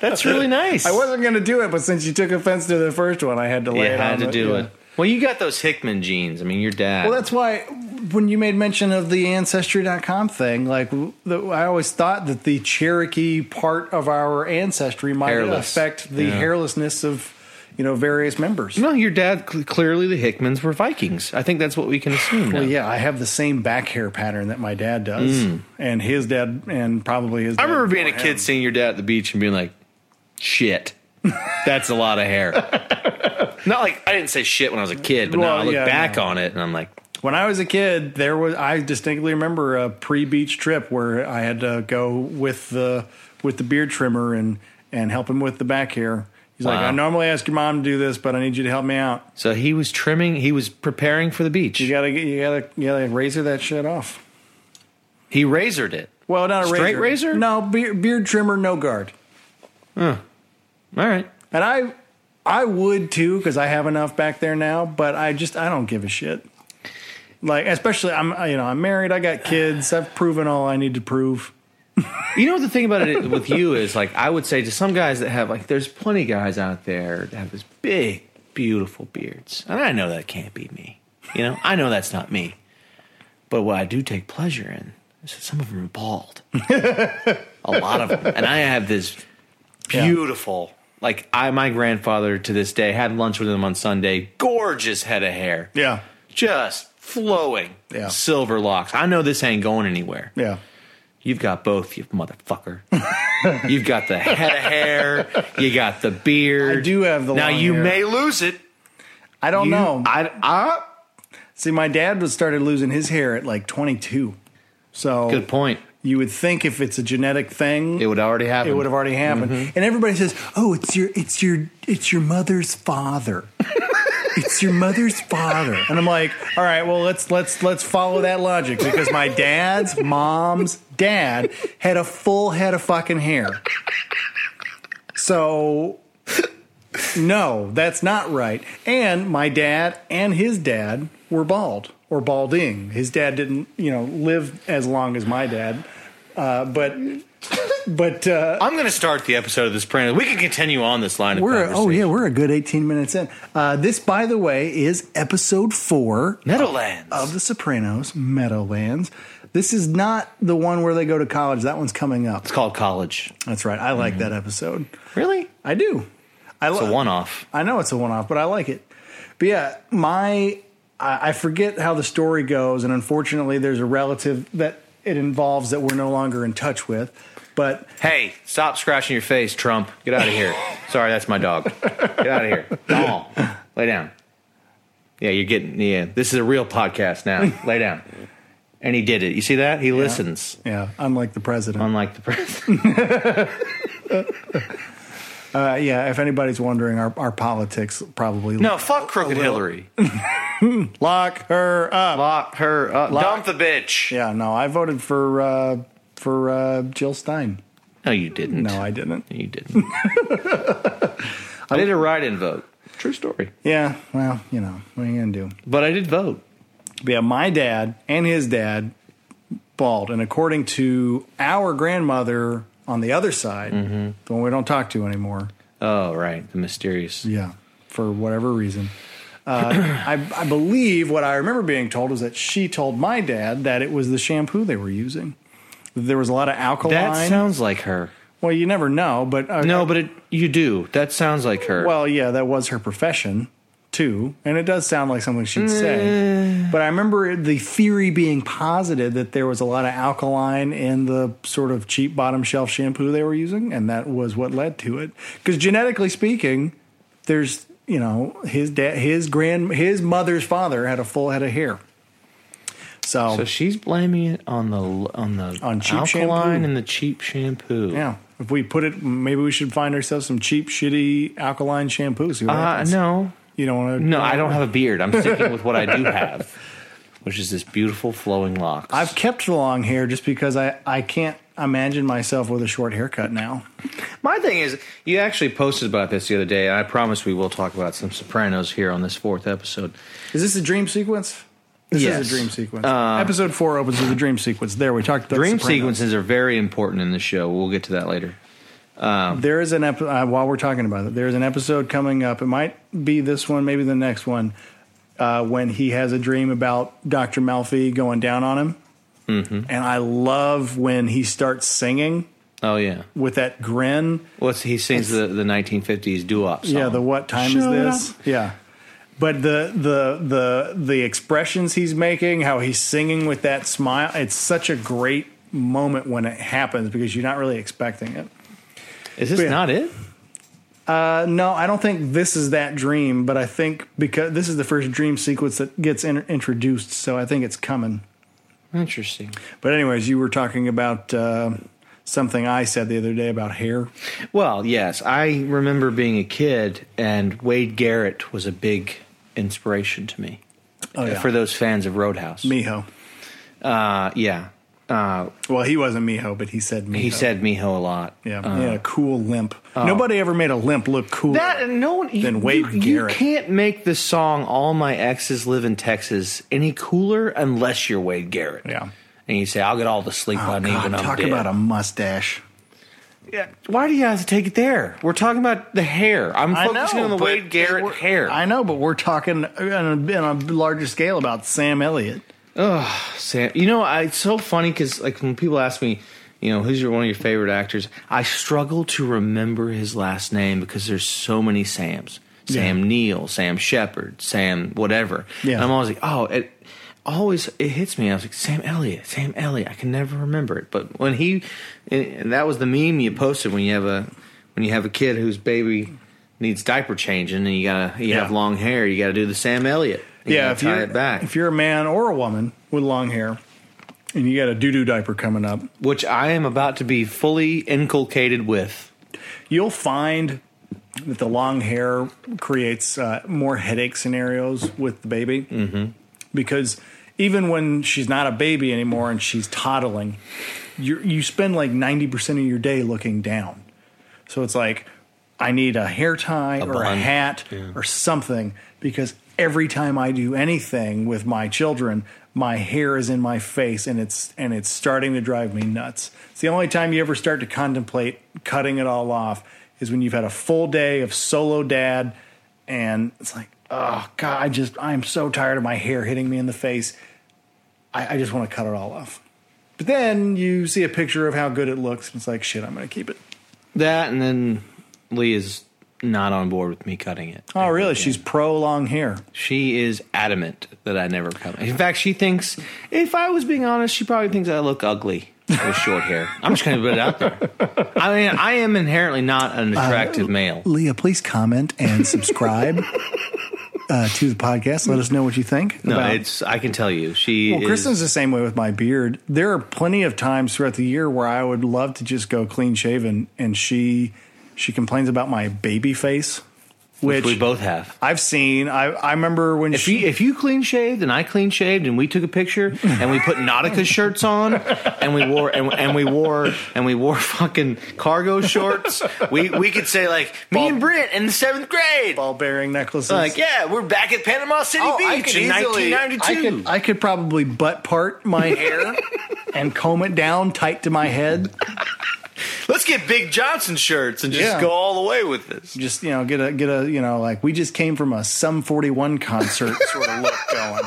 Speaker 1: That's really nice.
Speaker 2: I wasn't going to do it, but since you took offense to the first one, I had to
Speaker 1: You
Speaker 2: lay it on
Speaker 1: had to
Speaker 2: the-
Speaker 1: do
Speaker 2: yeah.
Speaker 1: it. Well, you got those Hickman jeans. I mean, your dad.
Speaker 2: Well, that's why when you made mention of the ancestry.com thing, like the, I always thought that the Cherokee part of our ancestry might
Speaker 1: Hairless.
Speaker 2: affect the
Speaker 1: Yeah.
Speaker 2: hairlessness of you know various members.
Speaker 1: no, your dad. cl- Clearly, the Hickmans were Vikings. I think that's what we can assume. now.
Speaker 2: Well, yeah, I have the same back hair pattern that my dad does,
Speaker 1: Hmm.
Speaker 2: and his dad, and probably his.
Speaker 1: I
Speaker 2: dad
Speaker 1: remember being a
Speaker 2: before
Speaker 1: kid,
Speaker 2: him.
Speaker 1: seeing your dad at the beach and being like, "Shit, that's a lot of hair." Not like I didn't say shit when I was a kid, but now
Speaker 2: Well,
Speaker 1: I look
Speaker 2: yeah,
Speaker 1: back
Speaker 2: no.
Speaker 1: on it and I'm like,
Speaker 2: When I was a kid, there was I distinctly remember a pre-beach trip where I had to go with the with the beard trimmer and and help him with the back hair. He's like,
Speaker 1: Wow.
Speaker 2: I normally ask your mom to do this, but I need you to help me out.
Speaker 1: So he was trimming. He was preparing for the beach.
Speaker 2: You gotta you gotta you gotta razor that shit off.
Speaker 1: He razored it.
Speaker 2: Well, not a
Speaker 1: Straight razor?
Speaker 2: No beard, beard trimmer, no guard.
Speaker 1: All right.
Speaker 2: And I I would too because I have enough back there now. But I just I don't give a shit. Like especially I'm you know I'm married. I got kids. I've proven all I need to prove.
Speaker 1: You know the thing about it with you is like I would say to some guys that have like there's plenty of guys out there that have this big beautiful beards, and I know that can't be me. You know I know that's not me. But what I do take pleasure in is that some of them are bald. a lot of them, and I have this beautiful. Like I, my grandfather to this day had lunch with him on Sunday. Gorgeous head of hair.
Speaker 2: Yeah.
Speaker 1: just flowing
Speaker 2: Yeah.
Speaker 1: silver locks. I know this ain't going anywhere.
Speaker 2: Yeah.
Speaker 1: You've got both, you motherfucker. You've got the head of hair. You got the beard.
Speaker 2: I do have the
Speaker 1: Now
Speaker 2: long
Speaker 1: you
Speaker 2: hair.
Speaker 1: may lose it.
Speaker 2: I don't
Speaker 1: You-
Speaker 2: know.
Speaker 1: I, I,
Speaker 2: See, my dad was started losing his hair at like 22. So
Speaker 1: good point.
Speaker 2: You would think if it's a genetic thing,
Speaker 1: It would already happen.
Speaker 2: it would have already happened. And everybody says, "Oh, it's your it's your it's your mother's father." it's your mother's father. And I'm like, "All right, well, let's let's let's follow that logic because my dad's mom's dad had a full head of fucking hair." So no, that's not right. And my dad and his dad were bald or balding. His dad didn't, you know, live as long as my dad. Uh, but but uh,
Speaker 1: I'm going to start the episode of this print. We can continue on this line.
Speaker 2: we're
Speaker 1: of
Speaker 2: oh yeah
Speaker 1: conversation.
Speaker 2: we're a good 18 minutes in uh, this by the way is episode four
Speaker 1: Meadowlands.
Speaker 2: of the sopranos meadowlands this is not the one where they go to college that one's coming up
Speaker 1: it's called college.
Speaker 2: that's right i like that episode
Speaker 1: Really?
Speaker 2: i do i
Speaker 1: Mm-hmm. It's
Speaker 2: love
Speaker 1: a one-off.
Speaker 2: I know it's a one off, but I like it. But yeah, my I, I forget how the story goes, and unfortunately, there's a relative that it involves that we're no longer in touch with. But
Speaker 1: Hey, stop scratching your face, Trump. Get out of here. Sorry, that's my dog. Get out of here. Come on. Lay down. Yeah, you're getting. Yeah, this is a real podcast now. Lay down. and he did it. You see that? He listens,
Speaker 2: Yeah, unlike the president.
Speaker 1: unlike the president.
Speaker 2: Uh, yeah, if anybody's wondering, our, our politics probably
Speaker 1: no, fuck crooked Hillary.
Speaker 2: lock her up.
Speaker 1: Lock her up.
Speaker 2: Lock-
Speaker 1: Dump the bitch.
Speaker 2: Yeah, no, I voted for uh, for uh, Jill Stein.
Speaker 1: No, you didn't.
Speaker 2: No, I didn't.
Speaker 1: You didn't. I did a write-in vote. True story.
Speaker 2: Yeah, well, you know, what are you gonna do?
Speaker 1: But I did vote.
Speaker 2: But yeah, my dad and his dad bald, and according to our grandmother on the other side,
Speaker 1: Mm-hmm.
Speaker 2: the one we don't talk to anymore.
Speaker 1: Oh, right. The mysterious.
Speaker 2: Yeah, for whatever reason. Uh, I, I believe what I remember being told was that she told my dad that it was the shampoo they were using. There was a lot of
Speaker 1: That
Speaker 2: alkaline.
Speaker 1: sounds like her.
Speaker 2: well, you never know, but uh,
Speaker 1: No, but it, you do. That sounds like her.
Speaker 2: Well, yeah, that was her profession too, and it does sound like something she'd
Speaker 1: Mm.
Speaker 2: say. But I remember the theory being posited that there was a lot of alkaline in the sort of cheap bottom shelf shampoo they were using, and that was what led to it. Because genetically speaking, there's you know his dad, his grand, his mother's father had a full head of hair. So,
Speaker 1: so she's blaming it on the Oh. on the
Speaker 2: On cheap
Speaker 1: alkaline
Speaker 2: shampoo.
Speaker 1: and the cheap shampoo.
Speaker 2: yeah, if we put it, maybe we should find ourselves some cheap, shitty alkaline shampoo. See what
Speaker 1: Uh,
Speaker 2: happens.
Speaker 1: no,
Speaker 2: you don't want to.
Speaker 1: no, I don't have a beard. I'm sticking with what I do have, which is this beautiful flowing locks.
Speaker 2: I've kept the long hair just because I, I can't imagine myself with a short haircut now.
Speaker 1: My thing is, you actually posted about this the other day, and I promise we will talk about some Sopranos here on this fourth episode.
Speaker 2: Is this a dream sequence? This
Speaker 1: Yes. Uh,
Speaker 2: is a dream sequence. Episode four opens with a dream sequence. There, we talked about
Speaker 1: Dream
Speaker 2: Sopranos.
Speaker 1: sequences are very important in the show. We'll get to that later.
Speaker 2: There is an ep- uh, while we're talking about it. There is an episode coming up. It might be this one, maybe the next one, uh, when he has a dream about Doctor Malfi going down on him.
Speaker 1: Mm-hmm.
Speaker 2: And I love when he starts singing
Speaker 1: Oh yeah,
Speaker 2: with that grin.
Speaker 1: what's he sings the the 1950s doo-wop song?
Speaker 2: Yeah, the what time
Speaker 1: Shut
Speaker 2: is this? Yeah. But the the the the expressions he's making, how he's singing with that smile, it's such a great moment when it happens because you're not really expecting it.
Speaker 1: Is this
Speaker 2: Yeah.
Speaker 1: not it?
Speaker 2: Uh, no, I don't think this is that dream, but I think because this is the first dream sequence that gets in, introduced, so I think it's coming.
Speaker 1: Interesting.
Speaker 2: But anyways, you were talking about uh, something I said the other day about hair.
Speaker 1: Well, yes, I remember being a kid, and Wade Garrett was a big inspiration to me.
Speaker 2: Oh, yeah.
Speaker 1: For those fans of Roadhouse,
Speaker 2: Miho.
Speaker 1: Uh, yeah,
Speaker 2: Well, he wasn't Miho, but he said Miho.
Speaker 1: he said uh, Miho a lot.
Speaker 2: Yeah, he had a cool limp. Nobody ever made a limp look cool.
Speaker 1: That and no one.
Speaker 2: Then
Speaker 1: you,
Speaker 2: Wade
Speaker 1: you, you
Speaker 2: Garrett.
Speaker 1: can't make the song "All My Exes Live in Texas" any cooler unless you're Wade Garrett.
Speaker 2: Yeah. Oh,
Speaker 1: and you say, "I'll get all the sleep I need when I'm
Speaker 2: talk
Speaker 1: dead."
Speaker 2: about a mustache.
Speaker 1: Yeah. Why do you have to take it there? We're talking about the hair. I'm
Speaker 2: I
Speaker 1: focusing
Speaker 2: know,
Speaker 1: on the
Speaker 2: but
Speaker 1: Wade Garrett
Speaker 2: we're-
Speaker 1: hair.
Speaker 2: I know, but we're talking on a, on a larger scale about Sam Elliott.
Speaker 1: Sam, you know, I, it's so funny because like when people ask me, you know, who's your one of your favorite actors, I struggle to remember his last name because there's so many Sams. Sam Neill, Sam Shepard, Sam whatever.
Speaker 2: Yeah.
Speaker 1: And I'm always like, oh, it always it hits me. I was like, Sam Elliott, Sam Elliott. I can never remember it. But when he, and- and that was the meme you posted when you have a when you have a kid whose baby needs diaper changing and you gotta you
Speaker 2: Yeah.
Speaker 1: have long hair, you gotta do the Sam Elliott. You
Speaker 2: yeah,
Speaker 1: gotta
Speaker 2: if
Speaker 1: tie
Speaker 2: you're
Speaker 1: it back.
Speaker 2: if you're a man or a woman with long hair, and you got a doo doo diaper coming up,
Speaker 1: which I am about to be fully inculcated with.
Speaker 2: you'll find that the long hair creates uh, more headache scenarios with the baby
Speaker 1: Mm-hmm.
Speaker 2: because even when she's not a baby anymore and she's toddling you you spend like 90% of your day looking down so it's like i need a hair tie or a
Speaker 1: bun.
Speaker 2: hat or something because every time i do anything with my children my hair is in my face and it's and it's starting to drive me nuts it's the only time you ever start to contemplate cutting it all off is when you've had a full day of solo dad and it's like oh god i just i'm so tired of my hair hitting me in the face i, I just want to cut it all off but then you see a picture of how good it looks and it's like shit i'm gonna keep it
Speaker 1: That and then Lee is not on board with me cutting it.
Speaker 2: Oh, really? She's pro long hair.
Speaker 1: She is adamant that I never cut it. In fact, she thinks, if I was being honest, she probably thinks I look ugly with short hair. I'm just going to put it out there. I mean, I
Speaker 2: Uh,
Speaker 1: am inherently not an attractive male.
Speaker 2: Leah, please comment and subscribe. uh, to the podcast. Let us know what you think.
Speaker 1: No,
Speaker 2: about-
Speaker 1: it's I can tell you she
Speaker 2: Well,
Speaker 1: is
Speaker 2: Kristen's the same way with my beard. There are plenty of times throughout the year where I would love to just go clean shaven, and she she complains about my baby face, which,
Speaker 1: which we both have.
Speaker 2: I've seen. I I remember when
Speaker 1: If
Speaker 2: she
Speaker 1: you, if you clean shaved and I clean shaved and we took a picture and we put Nautica shirts on and we wore and, and we wore and we wore fucking cargo shorts, we we could say like me and Brent in the seventh grade.
Speaker 2: ball bearing necklaces.
Speaker 1: Like yeah, we're back at Panama City
Speaker 2: Oh, I
Speaker 1: Beach
Speaker 2: could
Speaker 1: in
Speaker 2: easily-
Speaker 1: 1992.
Speaker 2: I could, I could probably butt part my hair and comb it down tight to my head.
Speaker 1: Let's get Big Johnson shirts and just
Speaker 2: Yeah.
Speaker 1: go all the way with this.
Speaker 2: Just you know, get a get a you know, like we just came from a Sum Forty One concert sort of look going.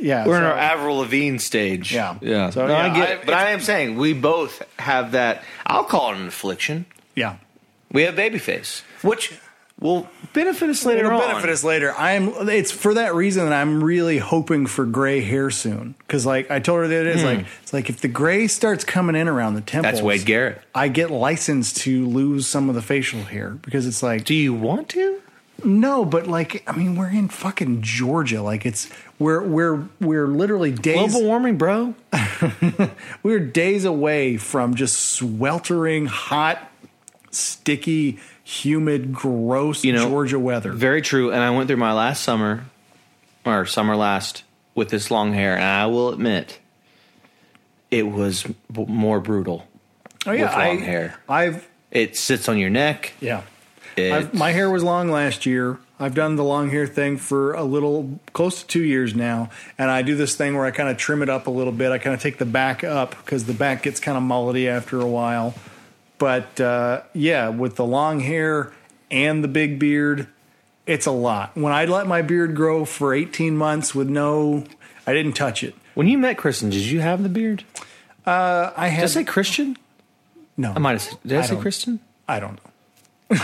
Speaker 2: Yeah,
Speaker 1: We're in
Speaker 2: so-
Speaker 1: our Avril Lavigne stage.
Speaker 2: Yeah.
Speaker 1: yeah.
Speaker 2: So,
Speaker 1: No,
Speaker 2: yeah,
Speaker 1: I get
Speaker 2: I-
Speaker 1: it, but I am saying we both have that. I'll call it an affliction.
Speaker 2: yeah.
Speaker 1: We have babyface, which will benefit us later
Speaker 2: It'll
Speaker 1: on.
Speaker 2: benefit us later. I'm. It's for that reason that I'm really hoping for gray hair soon. Because like I told her that it is like it's like if the gray starts coming in around the temples,
Speaker 1: Hmm. Wade Garrett.
Speaker 2: I get licensed to lose some of the facial hair because it's like
Speaker 1: Do you want to?
Speaker 2: no, but like I mean we're in fucking Georgia. Like it's we're we're we're literally days
Speaker 1: Global warming, bro.
Speaker 2: we're days away from just sweltering hot, sticky, humid, gross
Speaker 1: You know,
Speaker 2: Georgia weather.
Speaker 1: Very true. And I went through my last summer, or summer last, with this long hair, and I will admit, it was b- more brutal.
Speaker 2: oh
Speaker 1: with long hair.
Speaker 2: I've
Speaker 1: It sits on your neck.
Speaker 2: yeah. I've,
Speaker 1: It,
Speaker 2: my hair was long last year. I've done the long hair thing for a little, close to two years now, and I do this thing where I kind of trim it up a little bit. I kind of take the back up because the back gets kind of mullety after a while. But uh, yeah, with the long hair and the big beard, it's a lot. When I let my beard grow for eighteen months with no, I didn't touch it.
Speaker 1: when you met Kristen, did you have the beard? Did
Speaker 2: I had
Speaker 1: I say Christian?
Speaker 2: no.
Speaker 1: I might have. said- Did I,
Speaker 2: I
Speaker 1: say
Speaker 2: don't-
Speaker 1: Kristen?
Speaker 2: I don't know.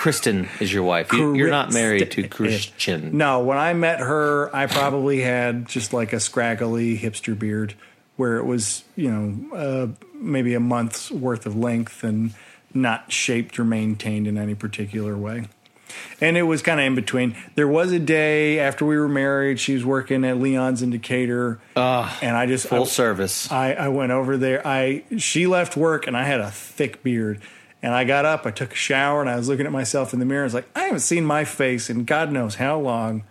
Speaker 1: Kristen is your wife. You, you're not married to
Speaker 2: Kristen.
Speaker 1: Christian.
Speaker 2: No, when I met her, I probably had just like a scraggly hipster beard where it was, you know, uh, maybe a month's worth of length and not shaped or maintained in any particular way. And it was kind of in between. There was a day after we were married, she was working at Leon's in Decatur. and I just
Speaker 1: Full
Speaker 2: I-
Speaker 1: service.
Speaker 2: I, I went over there. I she left work and I had a thick beard. And I got up, I took a shower, and I was looking at myself in the mirror. I was like, I haven't seen my face in God knows how long.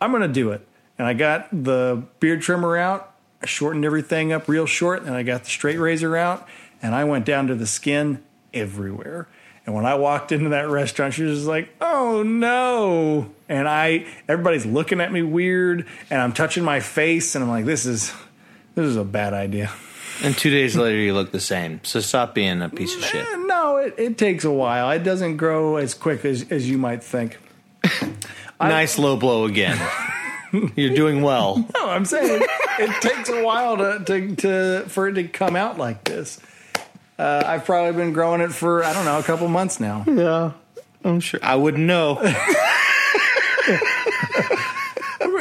Speaker 2: I'm gonna do it. And I got the beard trimmer out, I shortened everything up real short, and I got the straight razor out, and I went down to the skin everywhere. And when I walked into that restaurant, she was just like, "Oh no!" And I, everybody's looking at me weird, and I'm touching my face, and I'm like, "This is, this is a bad idea."
Speaker 1: And two days later, you look the same. So stop being a piece of shit.
Speaker 2: Eh, No, it, it takes a while. It doesn't grow as quick as, as you might think.
Speaker 1: nice low blow again. You're doing well.
Speaker 2: No, I'm saying it takes a while to, to, to for it to come out like this. Uh, I've probably been growing it for I don't know a couple months now.
Speaker 1: Yeah, I'm Oh, sure. I wouldn't know.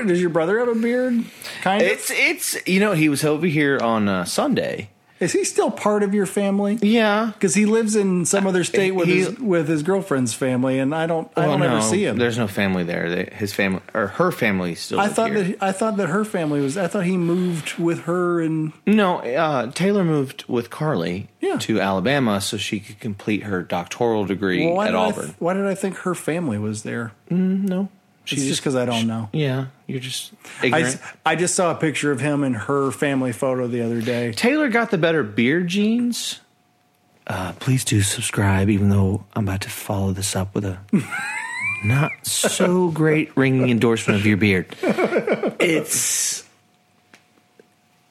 Speaker 2: Does your brother have a beard? Kind of.
Speaker 1: It's it's you know he was over here on uh, Sunday.
Speaker 2: Is he still part of your family?
Speaker 1: Yeah,
Speaker 2: Because he lives in some other state with
Speaker 1: He-
Speaker 2: his with his girlfriend's family, and I don't I don't ever see him.
Speaker 1: There's Oh, no family there. They, his family or her family still.
Speaker 2: I
Speaker 1: live
Speaker 2: thought
Speaker 1: here.
Speaker 2: that I thought that her family was. I thought he moved with her, and
Speaker 1: no. Uh, Taylor moved with Carly
Speaker 2: Yeah.
Speaker 1: to Alabama so she could complete her doctoral degree
Speaker 2: well, why
Speaker 1: at
Speaker 2: did I
Speaker 1: Auburn.
Speaker 2: th- why did I think her family was there?
Speaker 1: no,
Speaker 2: It's just because I don't know.
Speaker 1: yeah. You're just
Speaker 2: I,
Speaker 1: ignorant.
Speaker 2: s- I just saw a picture of him and her family photo the other day.
Speaker 1: Taylor got the better beard jeans. Uh, please do subscribe, even though I'm about to follow this up with a not so great ringing endorsement of your beard. It's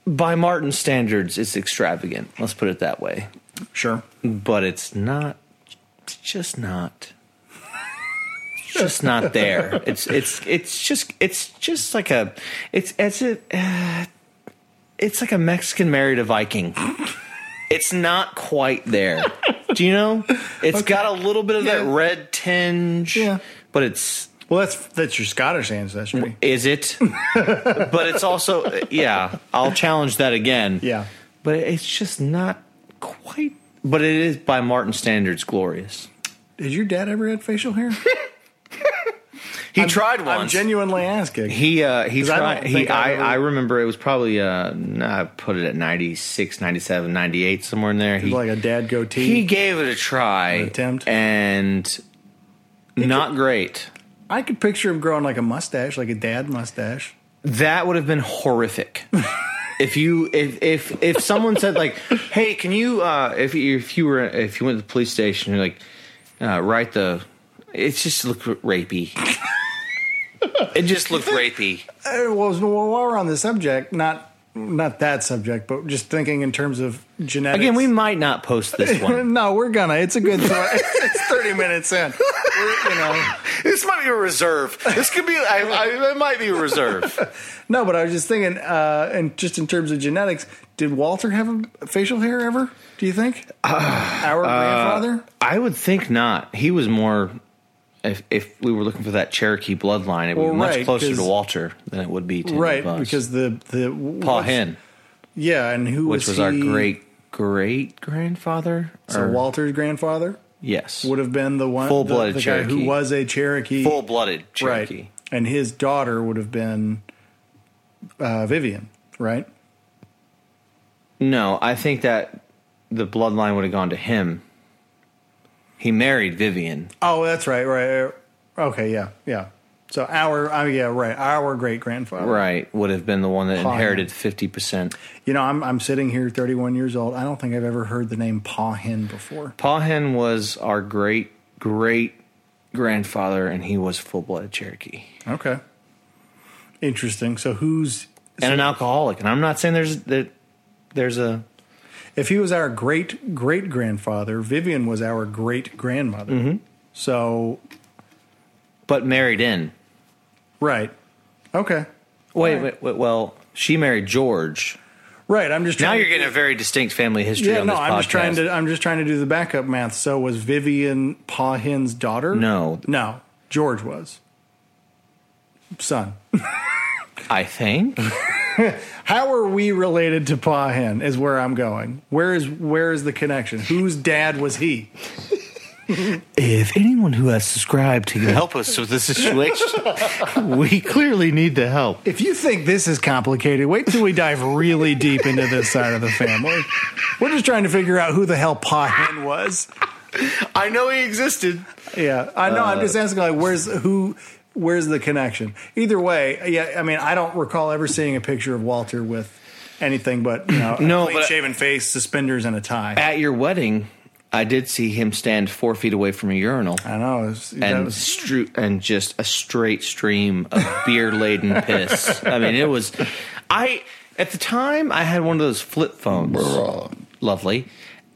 Speaker 1: by Martin standards, it's extravagant. Let's put it that way.
Speaker 2: Sure.
Speaker 1: But it's not. It's just not. It's just not there. It's it's it's just it's just like a it's as it uh, it's like a Mexican married a Viking. It's not quite there. Do you know? It's got a little bit of that
Speaker 2: Yeah.
Speaker 1: red tinge.
Speaker 2: Yeah.
Speaker 1: But it's
Speaker 2: Well, that's that's your Scottish ancestry.
Speaker 1: is it? but it's also yeah. I'll challenge that again.
Speaker 2: Yeah.
Speaker 1: But it's just not quite. But it is by Martin standards glorious.
Speaker 2: Did your dad ever have facial hair?
Speaker 1: He tried
Speaker 2: I'm
Speaker 1: once.
Speaker 2: genuinely asking.
Speaker 1: he uh, he
Speaker 2: 'Cause I
Speaker 1: tried.
Speaker 2: don't
Speaker 1: he
Speaker 2: think I
Speaker 1: I,
Speaker 2: ever-
Speaker 1: I remember it was probably uh I put it at 96, 97, 98, somewhere in there. He
Speaker 2: like a dad goatee.
Speaker 1: he gave it a try
Speaker 2: attempt.
Speaker 1: and not great.
Speaker 2: I could picture him growing like a mustache, like a dad mustache.
Speaker 1: That would have been horrific. if you if if if someone said like, "Hey, can you uh if you if you were if you went to the police station you're like uh write the it's just look rapey." it just looked rapey.
Speaker 2: Uh, well, so while we're on the subject, not not that subject, but just thinking in terms of genetics.
Speaker 1: Again, we might not post this one.
Speaker 2: no, we're gonna. It's a good. it's thirty minutes in. We're, you know.
Speaker 1: this might be a reserve. This could be I, I it might be a reserve.
Speaker 2: No, but I was just thinking, uh, and just in terms of genetics, did Walter have a facial hair ever? Do you think
Speaker 1: Ah, uh,
Speaker 2: our grandfather?
Speaker 1: I would think not. He was more. If if we were looking for that Cherokee bloodline, it would
Speaker 2: Well,
Speaker 1: be much
Speaker 2: right,
Speaker 1: closer to
Speaker 2: 'cause-
Speaker 1: Walter than it would be to
Speaker 2: Right,
Speaker 1: Buzz.
Speaker 2: because the the
Speaker 1: Paul
Speaker 2: what's-
Speaker 1: Hen,
Speaker 2: yeah, and who
Speaker 1: which was
Speaker 2: was
Speaker 1: our
Speaker 2: he?
Speaker 1: great great grandfather.
Speaker 2: So Walter's grandfather
Speaker 1: yes,
Speaker 2: would have been the one the,
Speaker 1: Full-blooded
Speaker 2: the guy who
Speaker 1: Cherokee.
Speaker 2: was a Cherokee,
Speaker 1: full blooded
Speaker 2: right?
Speaker 1: Cherokee.
Speaker 2: And his daughter would have been uh, Vivian, right?
Speaker 1: No, I think that the bloodline would have gone to him. He married Vivian.
Speaker 2: Oh, that's right, right. Okay, yeah, yeah. So our, oh yeah, right. Our great grandfather,
Speaker 1: Right, would have been the one that
Speaker 2: Paul Hen.
Speaker 1: inherited fifty percent.
Speaker 2: You know, I'm I'm sitting here, 31 years old. I don't think I've ever heard the name Paw Hen before.
Speaker 1: Paul Hen was our great great grandfather, and he was full blooded Cherokee.
Speaker 2: Okay, interesting. So who's
Speaker 1: and an alcoholic. And I'm not saying there's that there's a
Speaker 2: if he was our great great grandfather? Vivian was our great grandmother.
Speaker 1: Mm-hmm.
Speaker 2: So
Speaker 1: but married in.
Speaker 2: right, okay,
Speaker 1: Wait, wait, wait well, she married George.
Speaker 2: right. I'm just
Speaker 1: Now
Speaker 2: trying
Speaker 1: you're getting a very distinct family history.
Speaker 2: yeah,
Speaker 1: on
Speaker 2: no,
Speaker 1: this
Speaker 2: I'm just
Speaker 1: podcast.
Speaker 2: trying to I'm just trying to do the backup math. So was Vivian Paw Hen's daughter?
Speaker 1: No,
Speaker 2: no, George was son.
Speaker 1: I think
Speaker 2: How are we related to Pa Hen? Is where I'm going. Where is where is the connection? Whose dad was he?
Speaker 1: if anyone who has subscribed to help us with this situation, we clearly need the help.
Speaker 2: If you think this is complicated, wait till we dive really deep into this side of the family. We're just trying to figure out who the hell Pa Hen was.
Speaker 1: I know he existed.
Speaker 2: Yeah, I know. I'm just asking, like, where's who? Where's the connection? Either way, yeah. I mean, I don't recall ever seeing a picture of Walter with anything but you know,
Speaker 1: No,
Speaker 2: a clean shaven face, suspenders, and a tie.
Speaker 1: At your wedding, I did see him stand four feet away from a urinal.
Speaker 2: I know. It was, that
Speaker 1: and
Speaker 2: was-
Speaker 1: stru- and just a straight stream of beer laden piss. I mean, it was. I at the time I had one of those flip phones, lovely,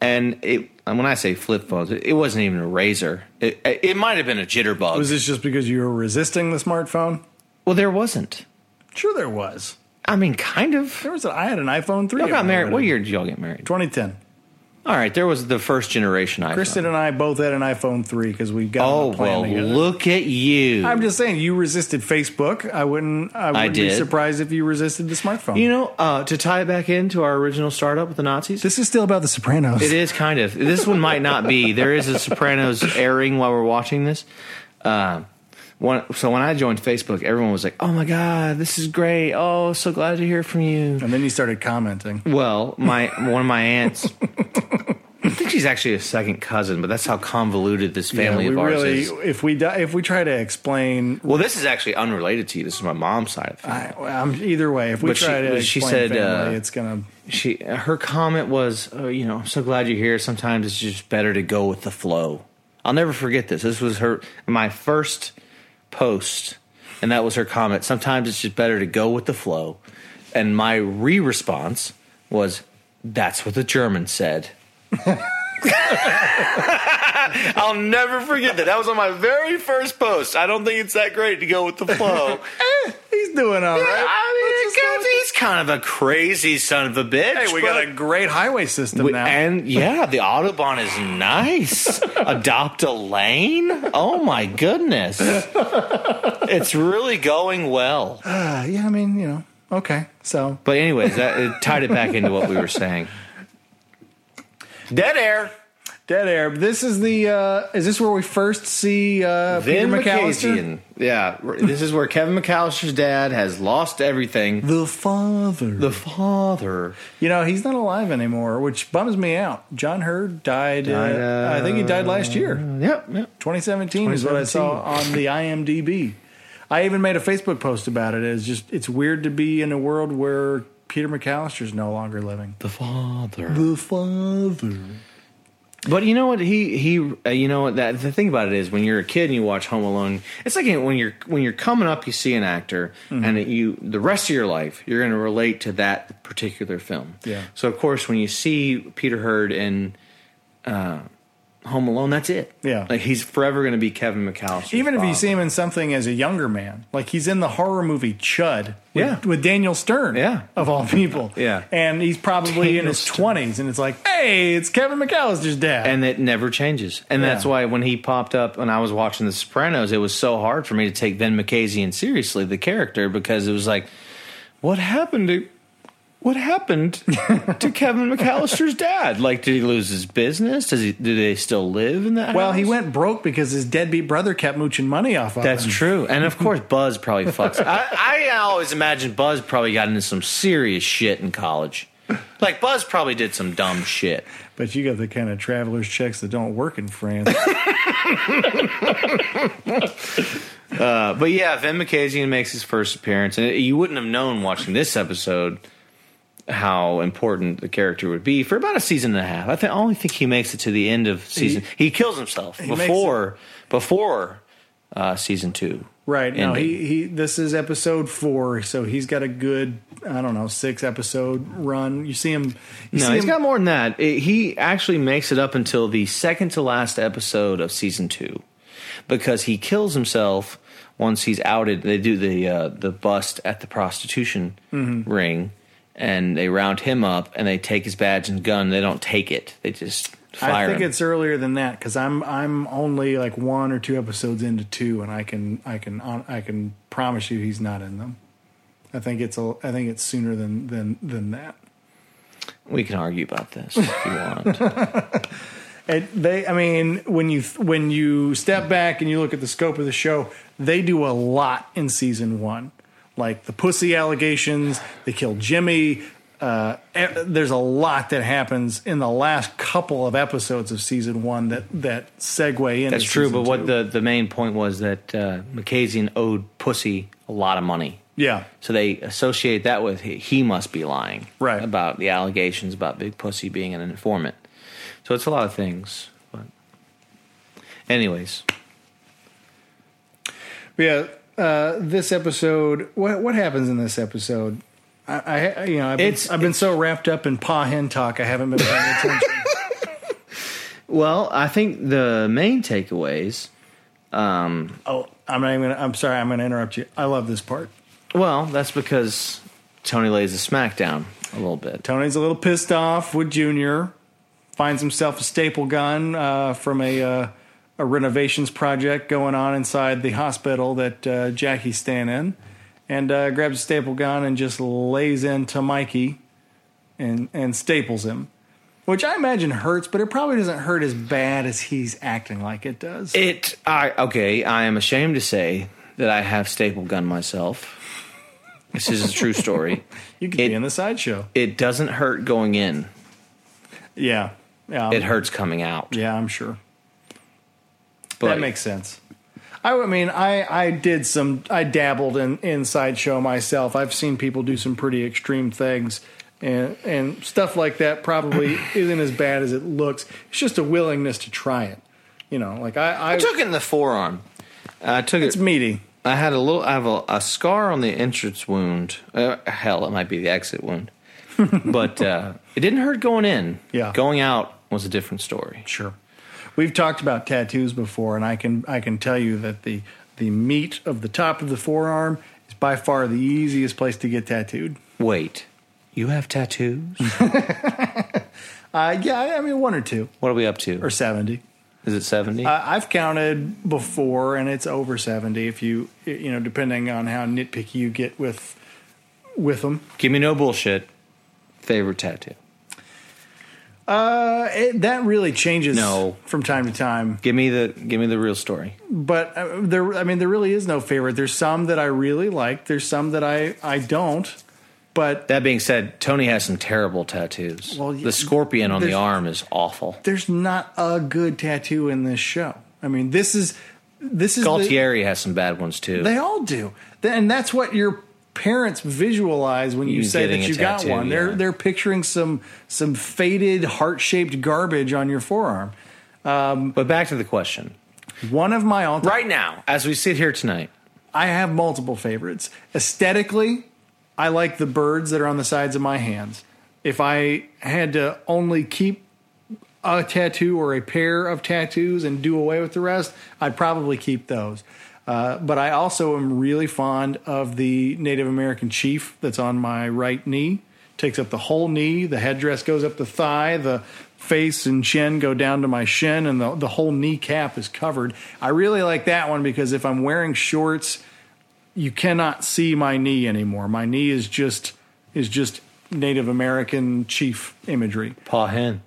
Speaker 1: and it. and When I say flip phones, it it wasn't even a razor. It, it might have been a jitterbug.
Speaker 2: was this just because you were resisting the smartphone?
Speaker 1: well, there wasn't.
Speaker 2: Sure, there was.
Speaker 1: I mean, kind of.
Speaker 2: There was. A, I had an iPhone three.
Speaker 1: Y'all got married. What year did y'all get married?
Speaker 2: 2010.
Speaker 1: All right, there was the first generation iPhone.
Speaker 2: Kristen and I both had an iPhone three because we got on
Speaker 1: oh
Speaker 2: a plan
Speaker 1: well,
Speaker 2: together.
Speaker 1: look at you.
Speaker 2: I'm just saying, you resisted Facebook. I wouldn't. I wouldn't be
Speaker 1: did.
Speaker 2: surprised if you resisted the smartphone.
Speaker 1: you know, uh, to tie it back into our original startup with the Nazis.
Speaker 2: this is still about the Sopranos.
Speaker 1: It is kind of. This one might not be. There is a Sopranos airing while we're watching this. Um, one, so when I joined Facebook, everyone was like, "Oh my god, this is great! Oh, so glad to hear from you."
Speaker 2: And then you started commenting.
Speaker 1: Well, my one of my aunts. I think she's actually a second cousin, but that's how convoluted this family
Speaker 2: we
Speaker 1: of ours
Speaker 2: really,
Speaker 1: is.
Speaker 2: if we di- if we try to explain,
Speaker 1: Well, this is actually unrelated to you. This is my mom's side. Of
Speaker 2: I, I'm, either way, if we
Speaker 1: But she-
Speaker 2: try to explain
Speaker 1: she said,
Speaker 2: family,
Speaker 1: uh,
Speaker 2: it's gonna.
Speaker 1: she her comment was, oh, you know, I'm so glad you're here. Sometimes it's just better to go with the flow. I'll never forget this. This was her my first post, and that was her comment. Sometimes it's just better to go with the flow. And my re response was, "That's what the German said." I'll never forget that. That was on my very first post. I don't think it's that great to go with the flow.
Speaker 2: He's doing all right.
Speaker 1: I mean, God, he's kind of a crazy son of a bitch.
Speaker 2: hey, we got a great highway system
Speaker 1: We-
Speaker 2: now.
Speaker 1: And yeah, the Autobahn is nice. Adopt a lane? Oh my goodness. It's really going well.
Speaker 2: Uh, yeah, I mean, you know, okay. So
Speaker 1: But, anyways, that it tied it back into what we were saying. Dead air.
Speaker 2: Dead air. This is the. Uh, is this where we first see uh, Peter
Speaker 1: Then
Speaker 2: McAllister?
Speaker 1: McCasian. Yeah, r- this is where Kevin McAllister's dad has lost everything.
Speaker 2: The father.
Speaker 1: The father.
Speaker 2: you know he's not alive anymore, which bums me out. John Hurd died. uh, I think he died last year.
Speaker 1: Yep, yep.
Speaker 2: 2017 is what I saw on the IMDb. I even made a Facebook post about it. It's just it's weird to be in a world where Peter McAllister's no longer living.
Speaker 1: The father.
Speaker 2: The father.
Speaker 1: But you know what he he uh, you know what that the thing about it is when you're a kid and you watch Home Alone, it's like when you're when you're coming up, you see an actor
Speaker 2: Mm-hmm.
Speaker 1: and it, you the rest of your life you're going to relate to that particular film.
Speaker 2: Yeah.
Speaker 1: So of course when you see Peter Hurd in uh, Home Alone, that's it.
Speaker 2: Yeah.
Speaker 1: Like he's forever going to be Kevin McAllister.
Speaker 2: Even if you see him in something as a younger man, like he's in the horror movie Chud, with,
Speaker 1: Yeah.
Speaker 2: with Daniel Stern,
Speaker 1: Yeah.
Speaker 2: of all people,
Speaker 1: Yeah.
Speaker 2: and he's probably in
Speaker 1: Daniel
Speaker 2: his
Speaker 1: Stern.
Speaker 2: twenties, and it's like, hey, it's Kevin McAllister's dad,
Speaker 1: and it never changes. And that's
Speaker 2: Yeah.
Speaker 1: why when he popped up when I was watching The Sopranos, it was so hard for me to take Ben McCasian seriously, the character, because it was like, what happened to what happened to Kevin McAllister's dad? Like, did he lose his business? Does he? Do they still live in that?
Speaker 2: well, he
Speaker 1: house?
Speaker 2: went broke because his deadbeat brother kept mooching money off of
Speaker 1: That's
Speaker 2: him.
Speaker 1: true, and of course, Buzz probably fucks. I, I always imagine Buzz probably got into some serious shit in college. Like Buzz probably did some dumb shit.
Speaker 2: But you got the kind of traveler's checks that don't work in France.
Speaker 1: Uh, But yeah, Vin McCasian makes his first appearance, and you wouldn't have known watching this episode how important the character would be for about a season and a half. I, think, I only think he makes it to the end of season. He, kills himself
Speaker 2: makes
Speaker 1: before before uh, season two.
Speaker 2: Right. No,
Speaker 1: ending.
Speaker 2: he, he this is episode four, so he's got a good I don't know, six episode run. You see him you
Speaker 1: no,
Speaker 2: see
Speaker 1: he's
Speaker 2: him,
Speaker 1: got more than that. It- he actually makes it up until the second to last episode of season two, because he kills himself once he's outed. They do the uh, the bust at the prostitution ring, and they round him up and they take his badge and gun. They don't take it. They just fire
Speaker 2: I think
Speaker 1: him.
Speaker 2: it's earlier than that because I'm I'm only like one or two episodes into two, and I can I can I can promise you he's not in them. I think it's a I think it's sooner than than than that.
Speaker 1: we can argue about this if you want.
Speaker 2: And they, I mean, when you when you step back and you look at the scope of the show, they do a lot in season one, like the pussy allegations. They kill Jimmy. Uh, e- there's a lot that happens in the last couple of episodes of season one that that segue in.
Speaker 1: That's true. But what the the main point was that uh, McCasian owed Pussy a lot of money.
Speaker 2: yeah,
Speaker 1: So they associate that with he, he must be lying
Speaker 2: Right.
Speaker 1: about the allegations about Big Pussy being an informant. So it's a lot of things. But anyways,
Speaker 2: yeah. Uh, this episode, what what happens in this episode? I, I I- you know, I've been,
Speaker 1: It's-
Speaker 2: I've been so wrapped up in Pa Hen talk, I haven't been paying attention.
Speaker 1: well, I think the main takeaways.
Speaker 2: oh, I'm not even. Gonna, I'm sorry, I'm going to interrupt you. I love this part.
Speaker 1: Well, that's because Tony lays a smackdown a little bit.
Speaker 2: Tony's a little pissed off with Junior. Finds himself a staple gun uh, from a uh, a renovations project going on inside the hospital that uh, Jackie's staying in, and uh, grabs a staple gun and just lays into Mikey, and and staples him, which I imagine hurts, but it probably doesn't hurt as bad as he's acting like it does.
Speaker 1: It. I okay. I am ashamed to say that I have staple gun myself. This is a true story.
Speaker 2: you could
Speaker 1: it-
Speaker 2: be in the sideshow.
Speaker 1: It doesn't hurt going in.
Speaker 2: Yeah, yeah,
Speaker 1: It hurts coming out.
Speaker 2: yeah. I'm sure.
Speaker 1: But
Speaker 2: that makes sense. I would- I mean, I, I did some, I dabbled in, in sideshow myself. I've seen people do some pretty extreme things, and and stuff like that probably isn't as bad as it looks. It's just a willingness to try it. You know, like I, I,
Speaker 1: I took it in the forearm. I took
Speaker 2: it's
Speaker 1: it.
Speaker 2: meaty.
Speaker 1: I had a little. I have a, a scar on the entrance wound. Uh, hell, it might be the exit wound. but uh, it didn't hurt going in.
Speaker 2: Yeah.
Speaker 1: Going out was a different story.
Speaker 2: Sure. We've talked about tattoos before, and I can I can tell you that the the meat of the top of the forearm is by far the easiest place to get tattooed.
Speaker 1: Wait, you have tattoos?
Speaker 2: Uh, yeah, I mean one or two
Speaker 1: what are we up to?
Speaker 2: or seventy.
Speaker 1: Is it seventy?
Speaker 2: Uh, I've counted before, and it's over seventy. If you you know, depending on how nitpicky you get with with them.
Speaker 1: Give me no bullshit. Favorite tattoo?
Speaker 2: Uh, it, that really changes
Speaker 1: No.
Speaker 2: from time to time.
Speaker 1: Give me the give me the real story.
Speaker 2: But uh, there, I mean, there really is no favorite. There's some that I really like. There's some that I I don't. But
Speaker 1: That being said, Tony has some terrible tattoos.
Speaker 2: Well, y-
Speaker 1: the scorpion on the
Speaker 2: there's-
Speaker 1: arm is awful.
Speaker 2: there's not a good tattoo in this show. I mean, this is this is the-
Speaker 1: Galtieri has some bad ones too.
Speaker 2: They all do. Th- And that's what your parents visualize when you,
Speaker 1: You
Speaker 2: say
Speaker 1: getting
Speaker 2: that
Speaker 1: a
Speaker 2: you
Speaker 1: tattoo,
Speaker 2: got one. They're
Speaker 1: yeah.
Speaker 2: they're picturing some some faded heart-shaped garbage on your forearm.
Speaker 1: but back to the question.
Speaker 2: One of my all
Speaker 1: Right now, as we sit here tonight,
Speaker 2: I have multiple favorites. Aesthetically, I like the birds that are on the sides of my hands. If I had to only keep a tattoo or a pair of tattoos and do away with the rest, I'd probably keep those. Uh, but I also am really fond of the Native American chief that's on my right knee. Takes up the whole knee. The headdress goes up the thigh. The face and chin go down to my shin, and the, the whole kneecap is covered. I really like that one because if I'm wearing shorts, you cannot see my knee anymore. My knee is just is just Native American chief imagery.
Speaker 1: paw hen.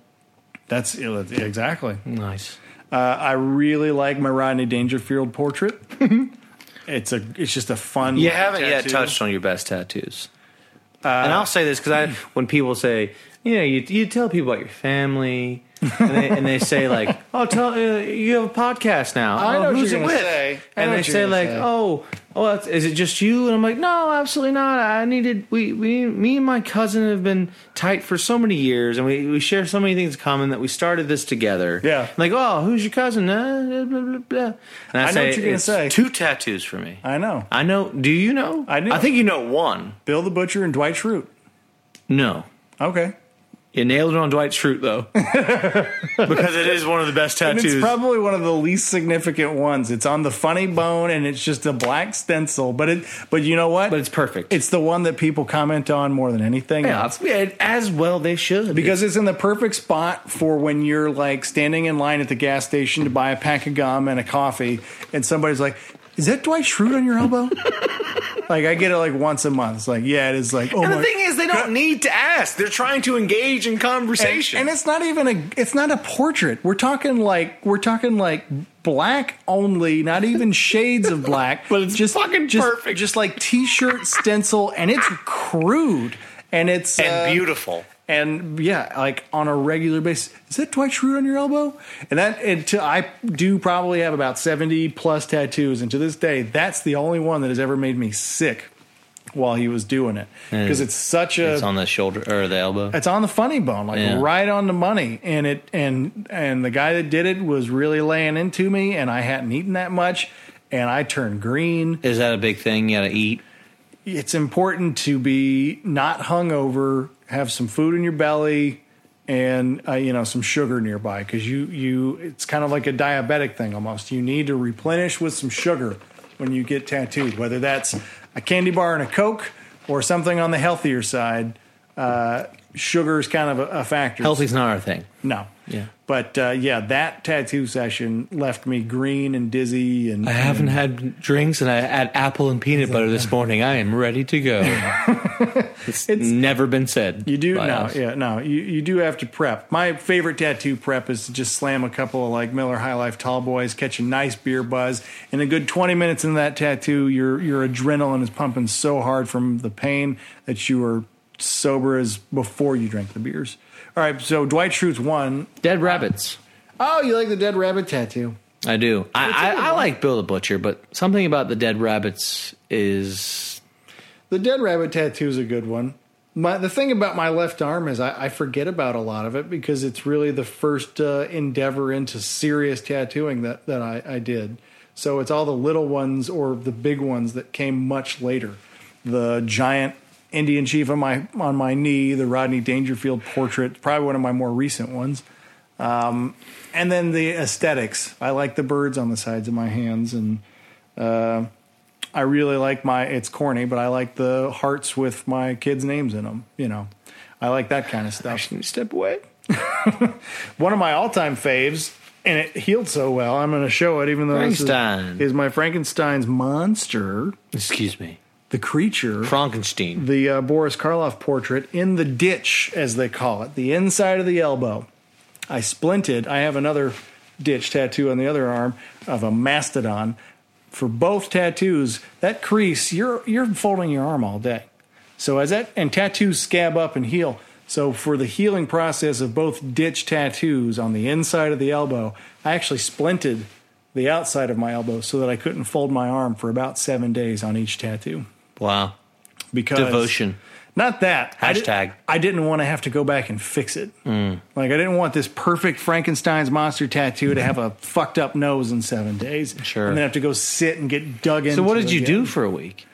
Speaker 2: That's exactly.
Speaker 1: Nice.
Speaker 2: Uh, I really like my Rodney Dangerfield portrait. it's a it's just a fun.
Speaker 1: You
Speaker 2: little
Speaker 1: haven't yet
Speaker 2: tattoo. Uh,
Speaker 1: touched on your best tattoos. and I'll say this because I, when people say, you know, you, you tell people about your family, and they, and they say like, oh, tell uh, you have a podcast now.
Speaker 2: I know
Speaker 1: oh,
Speaker 2: what
Speaker 1: who's
Speaker 2: you're
Speaker 1: it
Speaker 2: gonna
Speaker 1: with?
Speaker 2: say. I know
Speaker 1: And they
Speaker 2: what you're
Speaker 1: say
Speaker 2: gonna
Speaker 1: like,
Speaker 2: say.
Speaker 1: oh, well, it's- is it just you? And I'm like, no, absolutely not. I needed we we me and my cousin have been tight for so many years, and we we share so many things in common that we started this together.
Speaker 2: Yeah.
Speaker 1: Like, oh, who's your cousin? Uh, blah, blah, blah, blah. And I,
Speaker 2: I know
Speaker 1: say,
Speaker 2: what you're gonna
Speaker 1: it's
Speaker 2: say.
Speaker 1: Two tattoos for me.
Speaker 2: I know
Speaker 1: I know. Do you know?
Speaker 2: I do.
Speaker 1: I think you know one.
Speaker 2: Bill the Butcher and Dwight Schrute.
Speaker 1: No.
Speaker 2: Okay,
Speaker 1: You nailed it on Dwight Schrute though, because it is one of the best
Speaker 2: and
Speaker 1: tattoos.
Speaker 2: it's probably one of the least significant ones. It's on the funny bone, and it's just a black stencil. But it but you know what?
Speaker 1: but it's perfect.
Speaker 2: it's the one that people comment on more than anything
Speaker 1: yeah,
Speaker 2: else.
Speaker 1: it's- yeah, it- as well they should
Speaker 2: because it's in the perfect spot for when you're like standing in line at the gas station to buy a pack of gum and a coffee, and somebody's like, "Is that Dwight Schrute on your elbow?" like I get it like once a month. It's like, yeah, it is like. Oh
Speaker 1: And
Speaker 2: my.
Speaker 1: the thing is, they don't need to ask. They're trying to engage in
Speaker 2: and,
Speaker 1: conversation.
Speaker 2: and it's not even a it's not a portrait. We're talking like we're talking like black only, not even shades of black.
Speaker 1: But it's
Speaker 2: just
Speaker 1: fucking
Speaker 2: just,
Speaker 1: perfect.
Speaker 2: Just like t-shirt stencil, and it's crude and it's uh,
Speaker 1: beautiful.
Speaker 2: and yeah, like on a regular basis. Is that Dwight Schrute on your elbow? And that and to, I do probably have about seventy plus tattoos, and to this day, that's the only one that has ever made me sick while he was doing it because it's such a
Speaker 1: It's on the shoulder or the elbow.
Speaker 2: it's on the funny bone, like
Speaker 1: Yeah.
Speaker 2: right on the money. And it and and the guy that did it was really laying into me, and I hadn't eaten that much, and I turned green.
Speaker 1: Is that a big thing? You got to eat.
Speaker 2: It's important to be not hungover, have some food in your belly, and uh, you know some sugar nearby because you you it's kind of like a diabetic thing almost. You need to replenish with some sugar when you get tattooed, whether that's a candy bar and a coke or something on the healthier side. Uh, sugar is kind of a, a factor.
Speaker 1: Healthy's not our thing.
Speaker 2: No.
Speaker 1: Yeah.
Speaker 2: But uh, yeah, that tattoo session left me green and dizzy, and
Speaker 1: I haven't had drinks, and I had apple and peanut butter this morning. I am ready to go. it's, never been said.
Speaker 2: you do no,
Speaker 1: by us.
Speaker 2: yeah, no, you you do have to prep. My favorite tattoo prep is to just slam a couple of like Miller High Life Tall Boys, catch a nice beer buzz, and a good twenty minutes into that tattoo, your your adrenaline is pumping so hard from the pain that you are sober as before you drank the beers. All right, so Dwight Schrute's one.
Speaker 1: Dead rabbits.
Speaker 2: Oh, you like the dead rabbit tattoo?
Speaker 1: I do. I,
Speaker 2: a good
Speaker 1: I, I
Speaker 2: one.
Speaker 1: like Bill the Butcher, but something about the dead rabbits is
Speaker 2: The dead rabbit tattoo is a good one. My, the thing about my left arm is I, I forget about a lot of it because it's really the first uh, endeavor into serious tattooing that, that I, I did. So it's all the little ones or the big ones that came much later. The giant Indian chief on my on my knee, the Rodney Dangerfield portrait, probably one of my more recent ones. Um, and then the aesthetics. I like the birds on the sides of my hands and uh, I really like my. It's corny, but I like the hearts with my kids' names in them. You know, I like that kind of stuff.
Speaker 1: step away.
Speaker 2: One of my all-time faves, and it healed so well. I'm going to show it, even though this is-
Speaker 1: Frankenstein.
Speaker 2: is my Frankenstein's monster.
Speaker 1: Excuse me.
Speaker 2: the creature
Speaker 1: Frankenstein.
Speaker 2: the uh, Boris Karloff portrait in the ditch, as they call it, the inside of the elbow. I splinted. I have another ditch tattoo on the other arm of a mastodon. For both tattoos, that crease, you're you're folding your arm all day. So as that and tattoos scab up and heal. So for the healing process of both ditch tattoos on the inside of the elbow, I actually splinted the outside of my elbow so that I couldn't fold my arm for about seven days on each tattoo
Speaker 1: Wow.
Speaker 2: because
Speaker 1: Devotion.
Speaker 2: not that I didn't-
Speaker 1: Hashtag. Mm.
Speaker 2: I, didn't want to have to go back and fix it. Like I didn't want this perfect Frankenstein's monster tattoo to have a fucked up nose in seven days.
Speaker 1: Sure.
Speaker 2: and then have to go sit and get dug into.
Speaker 1: So what did you
Speaker 2: again.
Speaker 1: do for a week?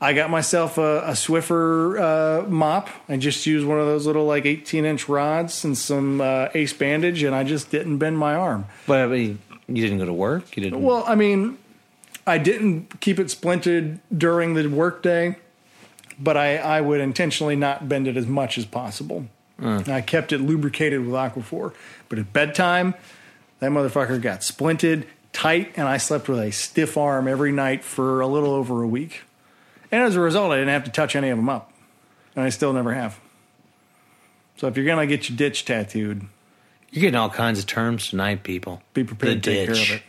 Speaker 2: I got myself a, a Swiffer uh, mop. I just used one of those little like eighteen inch rods and some uh, ace bandage, and I just didn't bend my arm.
Speaker 1: But I mean, you didn't go to work. You didn't.
Speaker 2: Well, I mean, I didn't keep it splinted during the workday, but I, I would intentionally not bend it as much as possible. I kept it lubricated with Aquaphor. But at bedtime, that motherfucker got splinted tight, and I slept with a stiff arm every night for a little over a week. And as a result, I didn't have to touch any of them up, and I still never have. So if you're gonna get your ditch tattooed,
Speaker 1: You're getting all kinds of terms tonight, people.
Speaker 2: be prepared
Speaker 1: The
Speaker 2: to take
Speaker 1: ditch.
Speaker 2: care of it.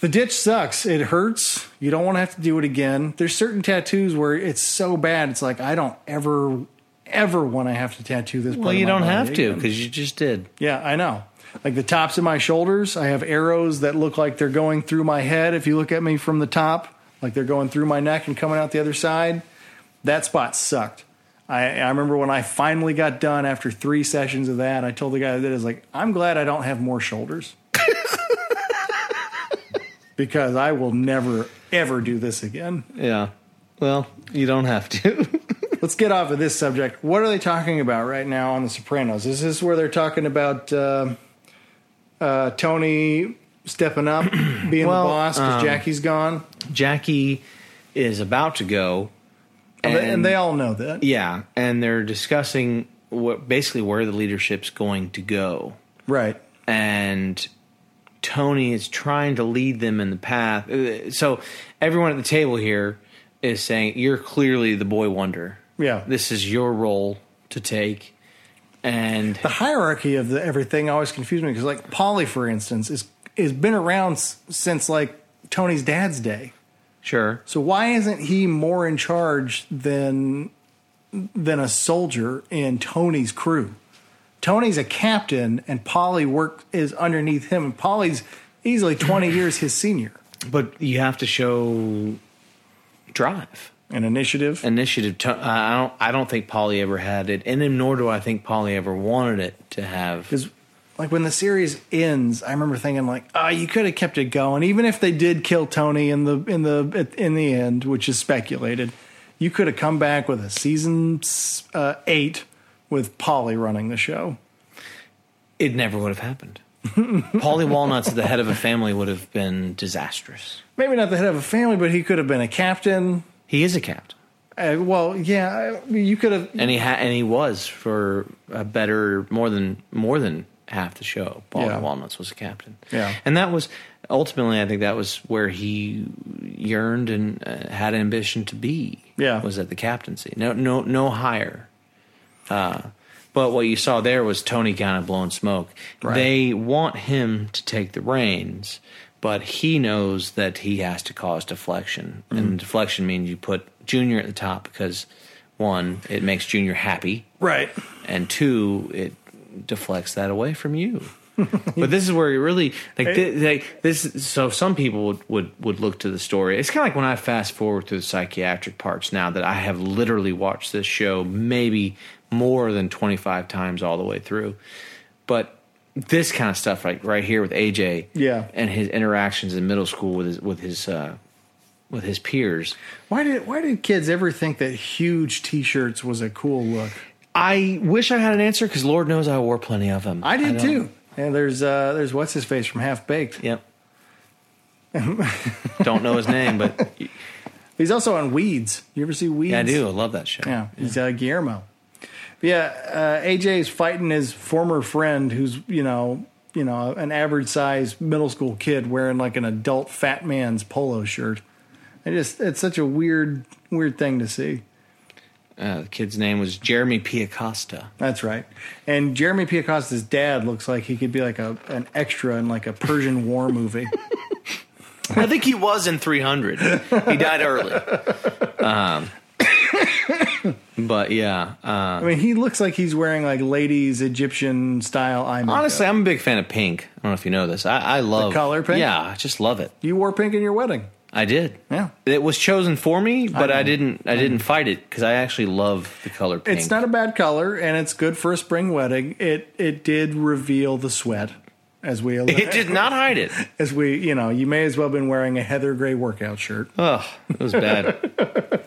Speaker 2: The ditch sucks. It hurts. You don't want to have to do it again. There's certain tattoos where it's so bad. It's like I don't ever, ever want to have to tattoo this.
Speaker 1: Well, you don't have to because you just did.
Speaker 2: yeah, I know. Like the tops of my shoulders, I have arrows that look like they're going through my head. If you look at me from the top, like they're going through my neck and coming out the other side. That spot sucked. I, I remember when I finally got done after three sessions of that, I told the guy that is like, I'm glad I don't have more shoulders because I will never ever do this again.
Speaker 1: Yeah. Well, you don't have to.
Speaker 2: Let's get off of this subject. What are they talking about right now on The Sopranos? Is this where they're talking about uh, uh, Tony stepping up, being
Speaker 1: Well, um,
Speaker 2: the boss because Jackie's gone?
Speaker 1: Jackie is about to go,
Speaker 2: And, they, and they all know that,
Speaker 1: yeah, and they're discussing what basically where the leadership's going to go.
Speaker 2: right?
Speaker 1: and Tony is trying to lead them in the path. Uh, So everyone at the table here is saying, "You're clearly the boy wonder.
Speaker 2: Yeah.
Speaker 1: this is your role to take." And
Speaker 2: The hierarchy of the everything always confused me because, like, Polly, for instance, is has been around s- since like Tony's dad's day.
Speaker 1: sure,
Speaker 2: So why isn't he more in charge than than a soldier in Tony's crew? Tony's a captain, and Polly work is underneath him, and Polly's easily twenty years his senior.
Speaker 1: but you have to show drive.
Speaker 2: An initiative.
Speaker 1: initiative. To, I don't. I don't think Polly ever had it in him, nor do I think Polly ever wanted it to have.
Speaker 2: Because like when the series ends, I remember thinking like, oh, you could have kept it going, even if they did kill Tony in the in the at- in the end, which is speculated. You could have come back with a season s- uh, eight with Polly running the show.
Speaker 1: It never would have happened. Polly Walnuts at the head of a family would have been disastrous.
Speaker 2: Maybe not the head of a family, but he could have been a captain.
Speaker 1: He is a captain.
Speaker 2: Uh, well, yeah, I- you could have.
Speaker 1: and he ha- and he was for a better more than more than half the show. Paul
Speaker 2: Yeah.
Speaker 1: Walnuts was a captain.
Speaker 2: Yeah.
Speaker 1: and that was ultimately I think that was where he yearned and uh, had ambition to be.
Speaker 2: Yeah.
Speaker 1: was at the captaincy. No, no, no higher. Uh, but what you saw there was Tony kind of blowing smoke. They want him to take the reins, but he knows that he has to cause deflection. And deflection means you put Junior at the top because one, it makes Junior happy,
Speaker 2: Right.
Speaker 1: and two, it deflects that away from you. but this is where you really like this, like this. So some people would, would would look to the story. It's kind of like when I fast forward through the psychiatric parts now that I have literally watched this show maybe more than twenty five times all the way through. But this kind of stuff, like right here with AJ,
Speaker 2: Yeah.
Speaker 1: and his interactions in middle school with his with his uh, with his peers,
Speaker 2: Why did Why did kids ever think that huge T-shirts was a cool look?
Speaker 1: I wish I had an answer because Lord knows I wore plenty of them.
Speaker 2: I did
Speaker 1: don't-
Speaker 2: too. And there's uh, there's what's his face from Half Baked.
Speaker 1: Yep. Don't know his name, but
Speaker 2: He's also on Weeds. You ever see Weeds?
Speaker 1: yeah, I do. I love that show.
Speaker 2: Yeah, he's uh, Guillermo. But yeah, uh, AJ is fighting his former friend, who's you know you know an average sized middle school kid wearing like an adult fat man's polo shirt. I just it's such a weird weird thing to see.
Speaker 1: Uh, the kid's name was Jeremy Piacosta.
Speaker 2: That's right. And Jeremy Piacosta's dad looks like he could be like a an extra in like a Persian war movie.
Speaker 1: I think he was in 300. He died early. Um, but yeah, uh,
Speaker 2: I mean, he looks like he's wearing like ladies Egyptian style eye makeup.
Speaker 1: honestly, I'm a big fan of pink. I don't know if you know this. I, I love
Speaker 2: color pink?
Speaker 1: Yeah, I just love it.
Speaker 2: you wore pink in your wedding.
Speaker 1: I did.
Speaker 2: Yeah.
Speaker 1: it was chosen for me, but I,
Speaker 2: know.
Speaker 1: didn't. I didn't fight it because I actually love the color pink.
Speaker 2: It's not a bad color, and it's good for a spring wedding. It it did reveal the sweat, as we
Speaker 1: It did not hide it.
Speaker 2: as we you know you may as well have been wearing a heather gray workout shirt.
Speaker 1: Oh, it was bad.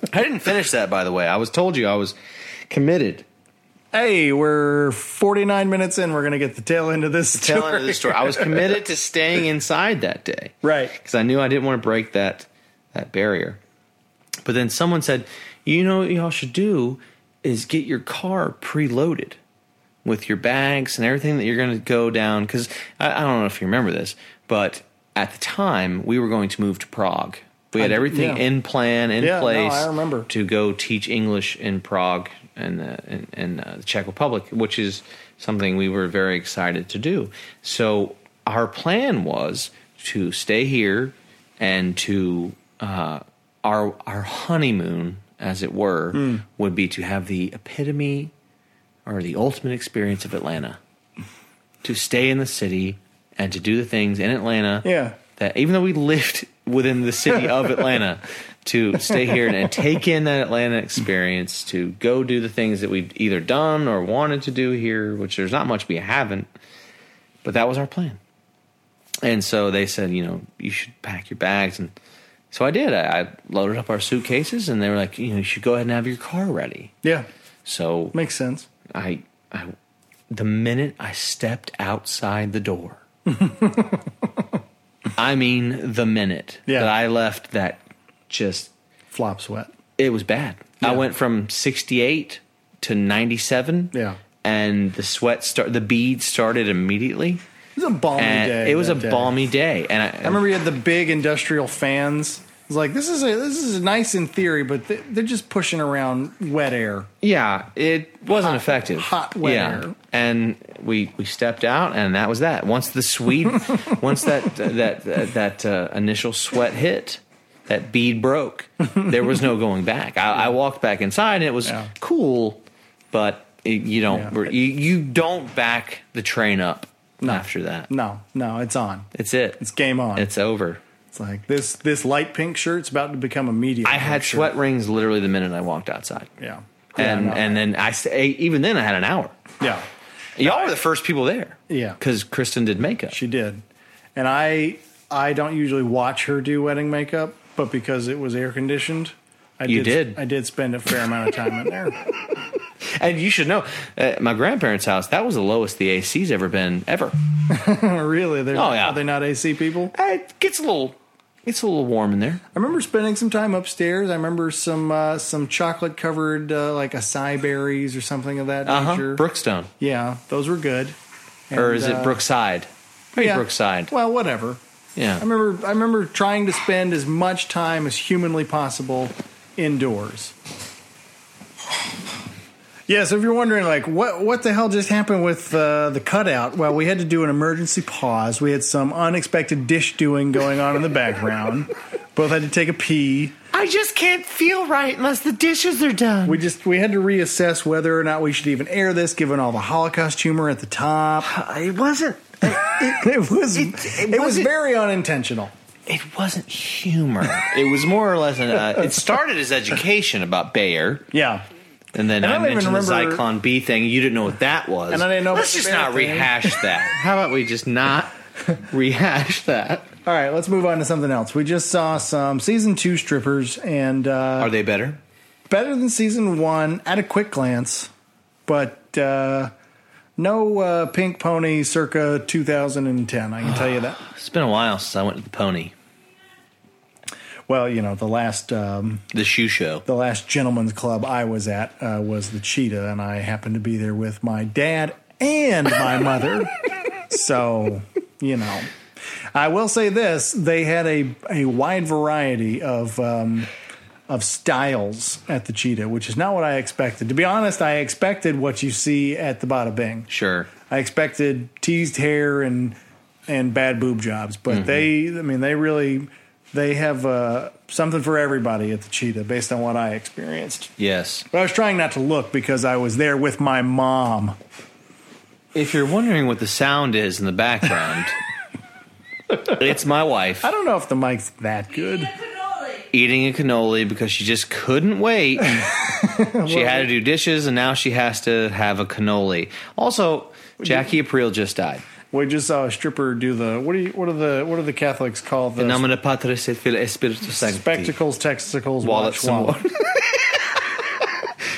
Speaker 1: I didn't finish that, by the way. I was told you I was committed.
Speaker 2: Hey, we're forty nine minutes in. We're gonna get the tail end of this.
Speaker 1: Tail
Speaker 2: story.
Speaker 1: end of the story. I was committed to staying inside that day.
Speaker 2: Right.
Speaker 1: Because I knew I didn't want to break that that barrier. But then someone said, you know what y'all should do is get your car preloaded with your bags and everything that you're going to go down. Because I, I don't know if you remember this, but at the time we were going to move to Prague. We had
Speaker 2: I-
Speaker 1: everything
Speaker 2: yeah.
Speaker 1: in plan, in
Speaker 2: Yeah, no,
Speaker 1: place.
Speaker 2: I remember.
Speaker 1: to go teach English in Prague and uh, and, and uh, the Czech Republic, which is something we were very excited to do. So our plan was to stay here and to uh, our our honeymoon, as it were,
Speaker 2: Hmm.
Speaker 1: would be to have the epitome or the ultimate experience of Atlanta. To stay in the city and to do the things in Atlanta
Speaker 2: Yeah.
Speaker 1: that even though we lived within the city of Atlanta, to stay here and, and take in that Atlanta experience, to go do the things that we've either done or wanted to do here, which there's not much we haven't, but that was our plan. And so they said, you know, you should pack your bags. And so I did. I, I loaded up our suitcases and they were like, you know, you should go ahead and have your car ready.
Speaker 2: Yeah,
Speaker 1: So
Speaker 2: makes sense.
Speaker 1: I, I, the minute I stepped outside the door, I mean, the minute
Speaker 2: Yeah.
Speaker 1: that I left that, just
Speaker 2: Flop sweat.
Speaker 1: it was bad. I went from sixty-eight to ninety-seven.
Speaker 2: Yeah.
Speaker 1: and the sweat start, the beads started immediately.
Speaker 2: It was a balmy
Speaker 1: And
Speaker 2: day.
Speaker 1: it was a
Speaker 2: that day.
Speaker 1: balmy day, and I,
Speaker 2: I remember you had the big industrial fans. It was like this is a, this is nice in theory, but they, they're just pushing around wet air.
Speaker 1: Yeah, it wasn't effective.
Speaker 2: hot weather.
Speaker 1: and we we stepped out, and that was that. Once the Swede, once that that that, that uh, initial sweat hit, that bead broke. There was no going back. I, I walked back inside, and it was
Speaker 2: Yeah.
Speaker 1: cool, but it, you don't
Speaker 2: Yeah.
Speaker 1: you, you don't back the train up after that.
Speaker 2: No, no, it's on.
Speaker 1: It's it.
Speaker 2: It's game on.
Speaker 1: It's over.
Speaker 2: It's like this this light pink shirt's about to become a medium.
Speaker 1: I
Speaker 2: pink
Speaker 1: had
Speaker 2: shirt.
Speaker 1: sweat rings literally the minute I walked outside.
Speaker 2: Yeah.
Speaker 1: And
Speaker 2: yeah, no.
Speaker 1: and then I s- even then I had an hour.
Speaker 2: yeah,
Speaker 1: Y'all were the first people there.
Speaker 2: Yeah.
Speaker 1: Because Kristen did makeup.
Speaker 2: she did. And I I don't usually watch her do wedding makeup, but because it was air conditioned, I
Speaker 1: You did.
Speaker 2: I did spend a fair amount of time in there.
Speaker 1: and you should know, at my grandparents' house, that was the lowest the AC's ever been, ever.
Speaker 2: really? They're,
Speaker 1: Oh, yeah.
Speaker 2: Are they not AC people?
Speaker 1: It gets a little. It's a little warm in there.
Speaker 2: I remember spending some time upstairs. I remember some uh, some chocolate covered uh, like acai berries or something of that
Speaker 1: Uh huh.
Speaker 2: nature.
Speaker 1: Brookstone,
Speaker 2: yeah, those were good.
Speaker 1: or
Speaker 2: And,
Speaker 1: is it
Speaker 2: uh,
Speaker 1: Brookside? Maybe Brookside.
Speaker 2: Well, whatever.
Speaker 1: yeah.
Speaker 2: I remember I remember trying to spend as much time as humanly possible indoors. Yeah, so if you're wondering, like, what what the hell just happened with uh, the cutout? Well, we had to do an emergency pause. We had some unexpected dish doing going on in the background. Both had to take a pee.
Speaker 1: I just can't feel right unless the dishes are done.
Speaker 2: We just we had to reassess whether or not we should even air this, given all the Holocaust humor at the top.
Speaker 1: Uh, It wasn't. uh,
Speaker 2: It was it,
Speaker 1: it
Speaker 2: was
Speaker 1: wasn't-
Speaker 2: very unintentional.
Speaker 1: It wasn't humor. it was more or less. An, uh, it started as education about Bayer.
Speaker 2: Yeah,
Speaker 1: And then
Speaker 2: And
Speaker 1: I,
Speaker 2: I don't even
Speaker 1: mentioned the
Speaker 2: remember-
Speaker 1: Zyklon B thing. You didn't know what that was.
Speaker 2: And I didn't know
Speaker 1: Let's
Speaker 2: about
Speaker 1: just
Speaker 2: the bear
Speaker 1: not
Speaker 2: thing.
Speaker 1: rehash that. How about we just not rehash that?
Speaker 2: All right, let's move on to something else. We just saw some season two strippers, and uh,
Speaker 1: Are they better?
Speaker 2: better than season one at a quick glance, but uh, no uh, pink pony circa 2010. I can tell you that.
Speaker 1: It's been a while since I went to the pony,
Speaker 2: Well, you know the last um,
Speaker 1: the shoe show.
Speaker 2: the last gentleman's club I was at uh, was the Cheetah, and I happened to be there with my dad and my mother. so you know, I will say this: they had a a wide variety of. Um, of styles at the cheetah, which is not what I expected. To be honest, I expected what you see at the Bada Bing.
Speaker 1: Sure.
Speaker 2: I expected teased hair and and bad boob jobs, but
Speaker 1: Mm-hmm.
Speaker 2: they, I mean, they really they have uh, something for everybody at the cheetah, based on what I experienced.
Speaker 1: Yes.
Speaker 2: But I was trying not to look because I was there with my mom.
Speaker 1: If you're wondering what the sound is in the background, it's my wife
Speaker 2: I don't know if the mic's that good.
Speaker 1: eating a cannoli because she just couldn't wait. she had to do dishes and now she has to have a cannoli. Also, Jackie Aprile just died.
Speaker 2: We just saw a stripper do the what do you what are the what do the Catholics call the
Speaker 1: In nomine Patris et Filii et Spiritus Sancti.
Speaker 2: spectacles, testicles,
Speaker 1: Wallet
Speaker 2: watch,
Speaker 1: some
Speaker 2: wallet.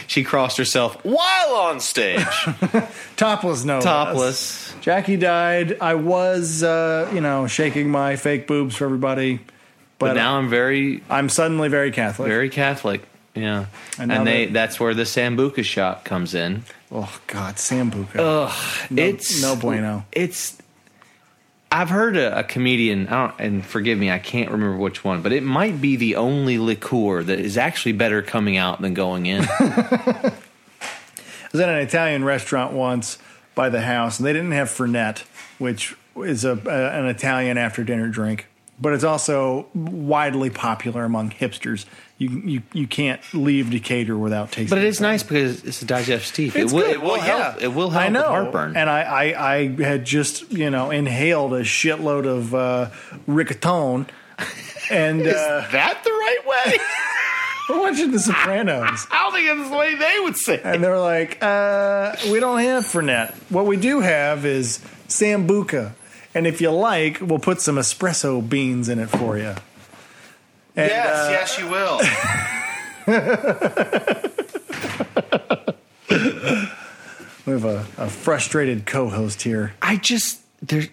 Speaker 1: She crossed herself while on stage.
Speaker 2: topless, no less.
Speaker 1: Topless.
Speaker 2: Jackie died. I was uh, you know shaking my fake boobs for everybody, but, uh,
Speaker 1: But now I'm very,
Speaker 2: I'm suddenly very Catholic.
Speaker 1: very Catholic. Yeah. And,
Speaker 2: And now
Speaker 1: they
Speaker 2: that-
Speaker 1: that's where the Sambuca shot comes in.
Speaker 2: oh God, Sambuca.
Speaker 1: No, it's
Speaker 2: no bueno.
Speaker 1: It's I've heard a, a comedian, I don't, and forgive me, I can't remember which one, but it might be the only liqueur that is actually better coming out than going in.
Speaker 2: I was at an Italian restaurant once by the house, and they didn't have Fernet, which is a, a an Italian after dinner drink, but it's also widely popular among hipsters. You you you can't leave Decatur without tasting.
Speaker 1: but it is
Speaker 2: not.
Speaker 1: nice because it's a digestive.
Speaker 2: It's
Speaker 1: it will,
Speaker 2: good.
Speaker 1: it will
Speaker 2: Well,
Speaker 1: help.
Speaker 2: yeah.
Speaker 1: It will help
Speaker 2: I know.
Speaker 1: with heartburn.
Speaker 2: And I, I, I had just you know inhaled a shitload of uh, rigatone, and uh,
Speaker 1: that the right way?
Speaker 2: we're watching The Sopranos.
Speaker 1: I don't think that's the way they would say.
Speaker 2: and they're like, uh, we don't have Fernet. What we do have is Sambuca. And if you like, we'll put some espresso beans in it for you. And, uh,
Speaker 5: yes, you will.
Speaker 2: we have a, a frustrated co host here.
Speaker 1: I just there.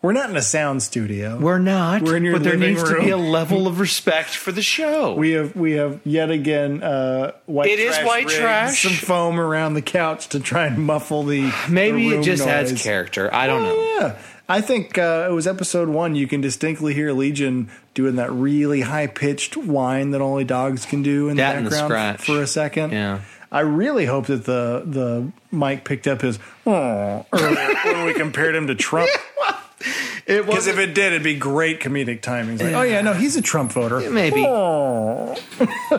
Speaker 2: We're not in a sound studio.
Speaker 1: We're not.
Speaker 2: We're in your
Speaker 1: but there
Speaker 2: living
Speaker 1: needs to be a
Speaker 2: room.
Speaker 1: level of respect for the show.
Speaker 2: we have we have yet again uh, white.
Speaker 1: It is
Speaker 2: trash
Speaker 1: white
Speaker 2: rigs,
Speaker 1: trash.
Speaker 2: Some foam around the couch to try and muffle the
Speaker 1: Maybe
Speaker 2: the room
Speaker 1: it just adds
Speaker 2: noise.
Speaker 1: character. I don't know.
Speaker 2: Yeah, I think uh, it was episode one. You can distinctly hear Legion doing that really high pitched whine that only dogs can do in
Speaker 1: That
Speaker 2: the
Speaker 1: and the
Speaker 2: background
Speaker 1: scratch.
Speaker 2: for a second.
Speaker 1: Yeah.
Speaker 2: I really hope that the the mic picked up his "Aw," earlier when we compared him to Trump.
Speaker 1: It
Speaker 2: Because if it did, it'd be great comedic timing. It's like, oh yeah, no, he's a Trump voter.
Speaker 1: Maybe.
Speaker 2: Aw.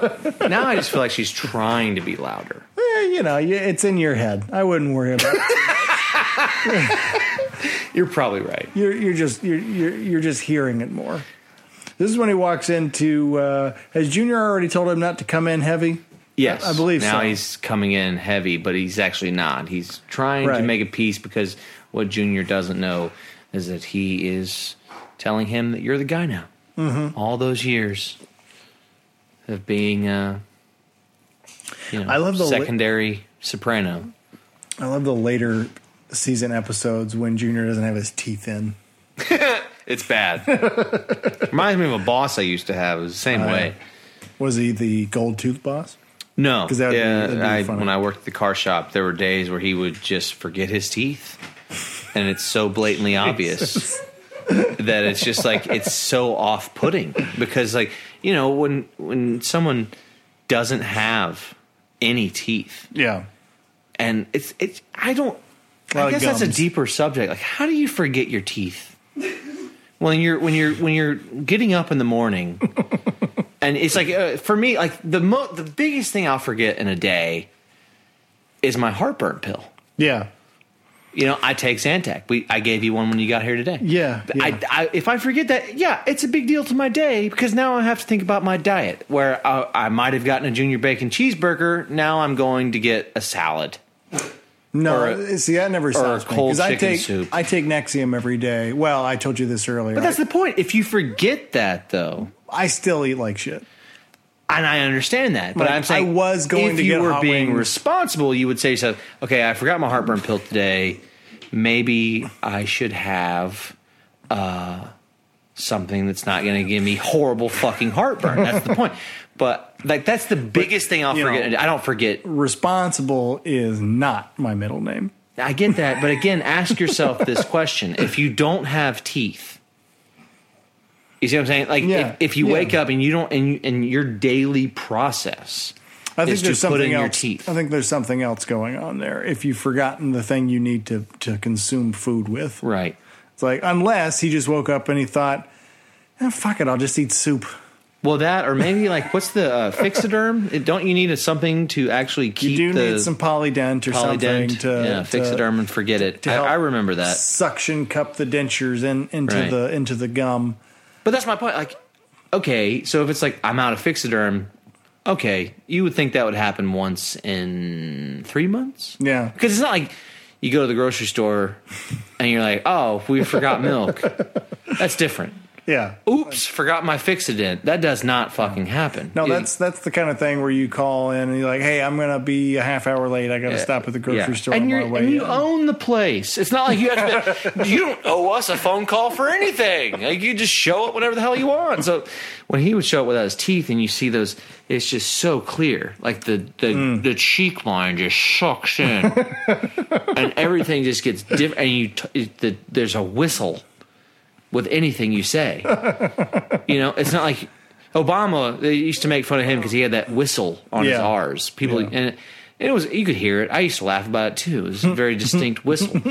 Speaker 1: now I just feel like she's trying to be louder.
Speaker 2: Eh, you know, you- it's in your head. I wouldn't worry about it.
Speaker 1: You're probably right.
Speaker 2: You're, you're just you're, you're you're just hearing it more. This is when he walks into. Uh, has Junior already told him not to come in heavy?
Speaker 1: Yes,
Speaker 2: I believe
Speaker 1: now
Speaker 2: so.
Speaker 1: he's coming in heavy, but he's actually not. He's trying
Speaker 2: Right.
Speaker 1: to make a peace because what Junior doesn't know is that he is telling him that you're the guy now. Mm-hmm. All those years of being, uh, you know,
Speaker 2: I love the li-
Speaker 1: secondary soprano.
Speaker 2: I love the later season episodes when Junior doesn't have his teeth in.
Speaker 1: It's bad. Reminds me of a boss I used to have. It was the same way.
Speaker 2: Was he the gold tooth boss?
Speaker 1: No,
Speaker 2: 'Cause that would be-
Speaker 1: yeah,
Speaker 2: that'd be
Speaker 1: I,
Speaker 2: funny.
Speaker 1: when I worked at the car shop, there were days where he would just forget his teeth, and it's so blatantly obvious that it's just like it's so off-putting because, like, you know, when when someone doesn't have any teeth,
Speaker 2: Yeah.
Speaker 1: and it's it's I don't.
Speaker 2: Lot
Speaker 1: I
Speaker 2: of
Speaker 1: guess that's a
Speaker 2: gums.
Speaker 1: deeper subject. Like, how do you forget your teeth when you're when you're when you're getting up in the morning? and it's like uh, for me, like the mo- the biggest thing I'll forget in a day is my heartburn pill.
Speaker 2: Yeah.
Speaker 1: You know, I take Zantac. We I gave you one when you got here today.
Speaker 2: Yeah,
Speaker 1: But
Speaker 2: yeah.
Speaker 1: I, I, if I forget that, yeah, it's a big deal to my day because now I have to think about my diet. Where I, I might have gotten a junior bacon cheeseburger, now I'm going to get a salad.
Speaker 2: No,
Speaker 1: Or a-
Speaker 2: see that never stops me
Speaker 1: cold
Speaker 2: because I
Speaker 1: chicken
Speaker 2: take
Speaker 1: soup.
Speaker 2: I take Nexium every day. Well, I told you this earlier.
Speaker 1: But that's the point. If you forget that, though,
Speaker 2: I still eat like shit.
Speaker 1: and I understand that, but
Speaker 2: Like,
Speaker 1: I'm saying
Speaker 2: I was going
Speaker 1: if
Speaker 2: to
Speaker 1: you
Speaker 2: get
Speaker 1: were
Speaker 2: hot
Speaker 1: being
Speaker 2: wings.
Speaker 1: responsible, you would say to yourself, "Okay, I forgot my heartburn pill today. Maybe I should have uh, something that's not going to give me horrible fucking heartburn." That's the point. But like, that's the biggest thing I'll
Speaker 2: you
Speaker 1: forget.
Speaker 2: know-
Speaker 1: I don't forget.
Speaker 2: Responsible is not my middle name.
Speaker 1: I get that, but again, ask yourself this question: If you don't have teeth, You see what I'm saying? Like
Speaker 2: Yeah.
Speaker 1: if, if you
Speaker 2: Yeah.
Speaker 1: wake up and you don't and you, and your daily process
Speaker 2: I think
Speaker 1: is
Speaker 2: there's
Speaker 1: to put in
Speaker 2: something else.
Speaker 1: your teeth.
Speaker 2: I think there's something else going on there. If you've forgotten the thing you need to to consume food with,
Speaker 1: Right.
Speaker 2: it's like unless he just woke up and he thought, "Eh, "Fuck it, I'll just eat soup."
Speaker 1: Well, that or maybe like what's the uh, fixiderm? It- Don't you need a, something to actually
Speaker 2: You
Speaker 1: keep
Speaker 2: do
Speaker 1: the
Speaker 2: need some polydent or something
Speaker 1: polydent?
Speaker 2: to
Speaker 1: yeah,
Speaker 2: to-
Speaker 1: fixiderm and forget it.
Speaker 2: to
Speaker 1: I,
Speaker 2: help
Speaker 1: I remember that.
Speaker 2: suction cup the dentures in, into
Speaker 1: Right.
Speaker 2: the into the gum.
Speaker 1: But that's my point. Like, okay, so if it's like I'm out of fixiderm, okay, you would think that would happen once in three months.
Speaker 2: Yeah.
Speaker 1: because it's not like you go to the grocery store and you're like, oh, we forgot milk. that's different.
Speaker 2: Yeah.
Speaker 1: Oops, forgot my fixident. That does not fucking happen.
Speaker 2: No,
Speaker 1: You-
Speaker 2: that's that's the kind of thing where you call in and you're like, "Hey, I'm gonna be a half hour late. I gotta stop at the
Speaker 1: yeah.
Speaker 2: grocery store
Speaker 1: and,
Speaker 2: on
Speaker 1: you're,
Speaker 2: my way."
Speaker 1: and you
Speaker 2: in."
Speaker 1: own the place. It's not like you have to. you don't owe us a phone call for anything. Like you just show up whenever the hell you want. So when he would show up without his teeth, and you see those, it's just so clear. Like the the
Speaker 2: Hmm.
Speaker 1: the cheek line just sucks in, and everything just gets different. And you t- it, the, there's a whistle with anything you say. You know, it's not like Obama. They used to make fun of him because he had that whistle on his
Speaker 2: Yeah.
Speaker 1: R's. People and it was you could hear it. I used to laugh about it too. It was a very distinct whistle.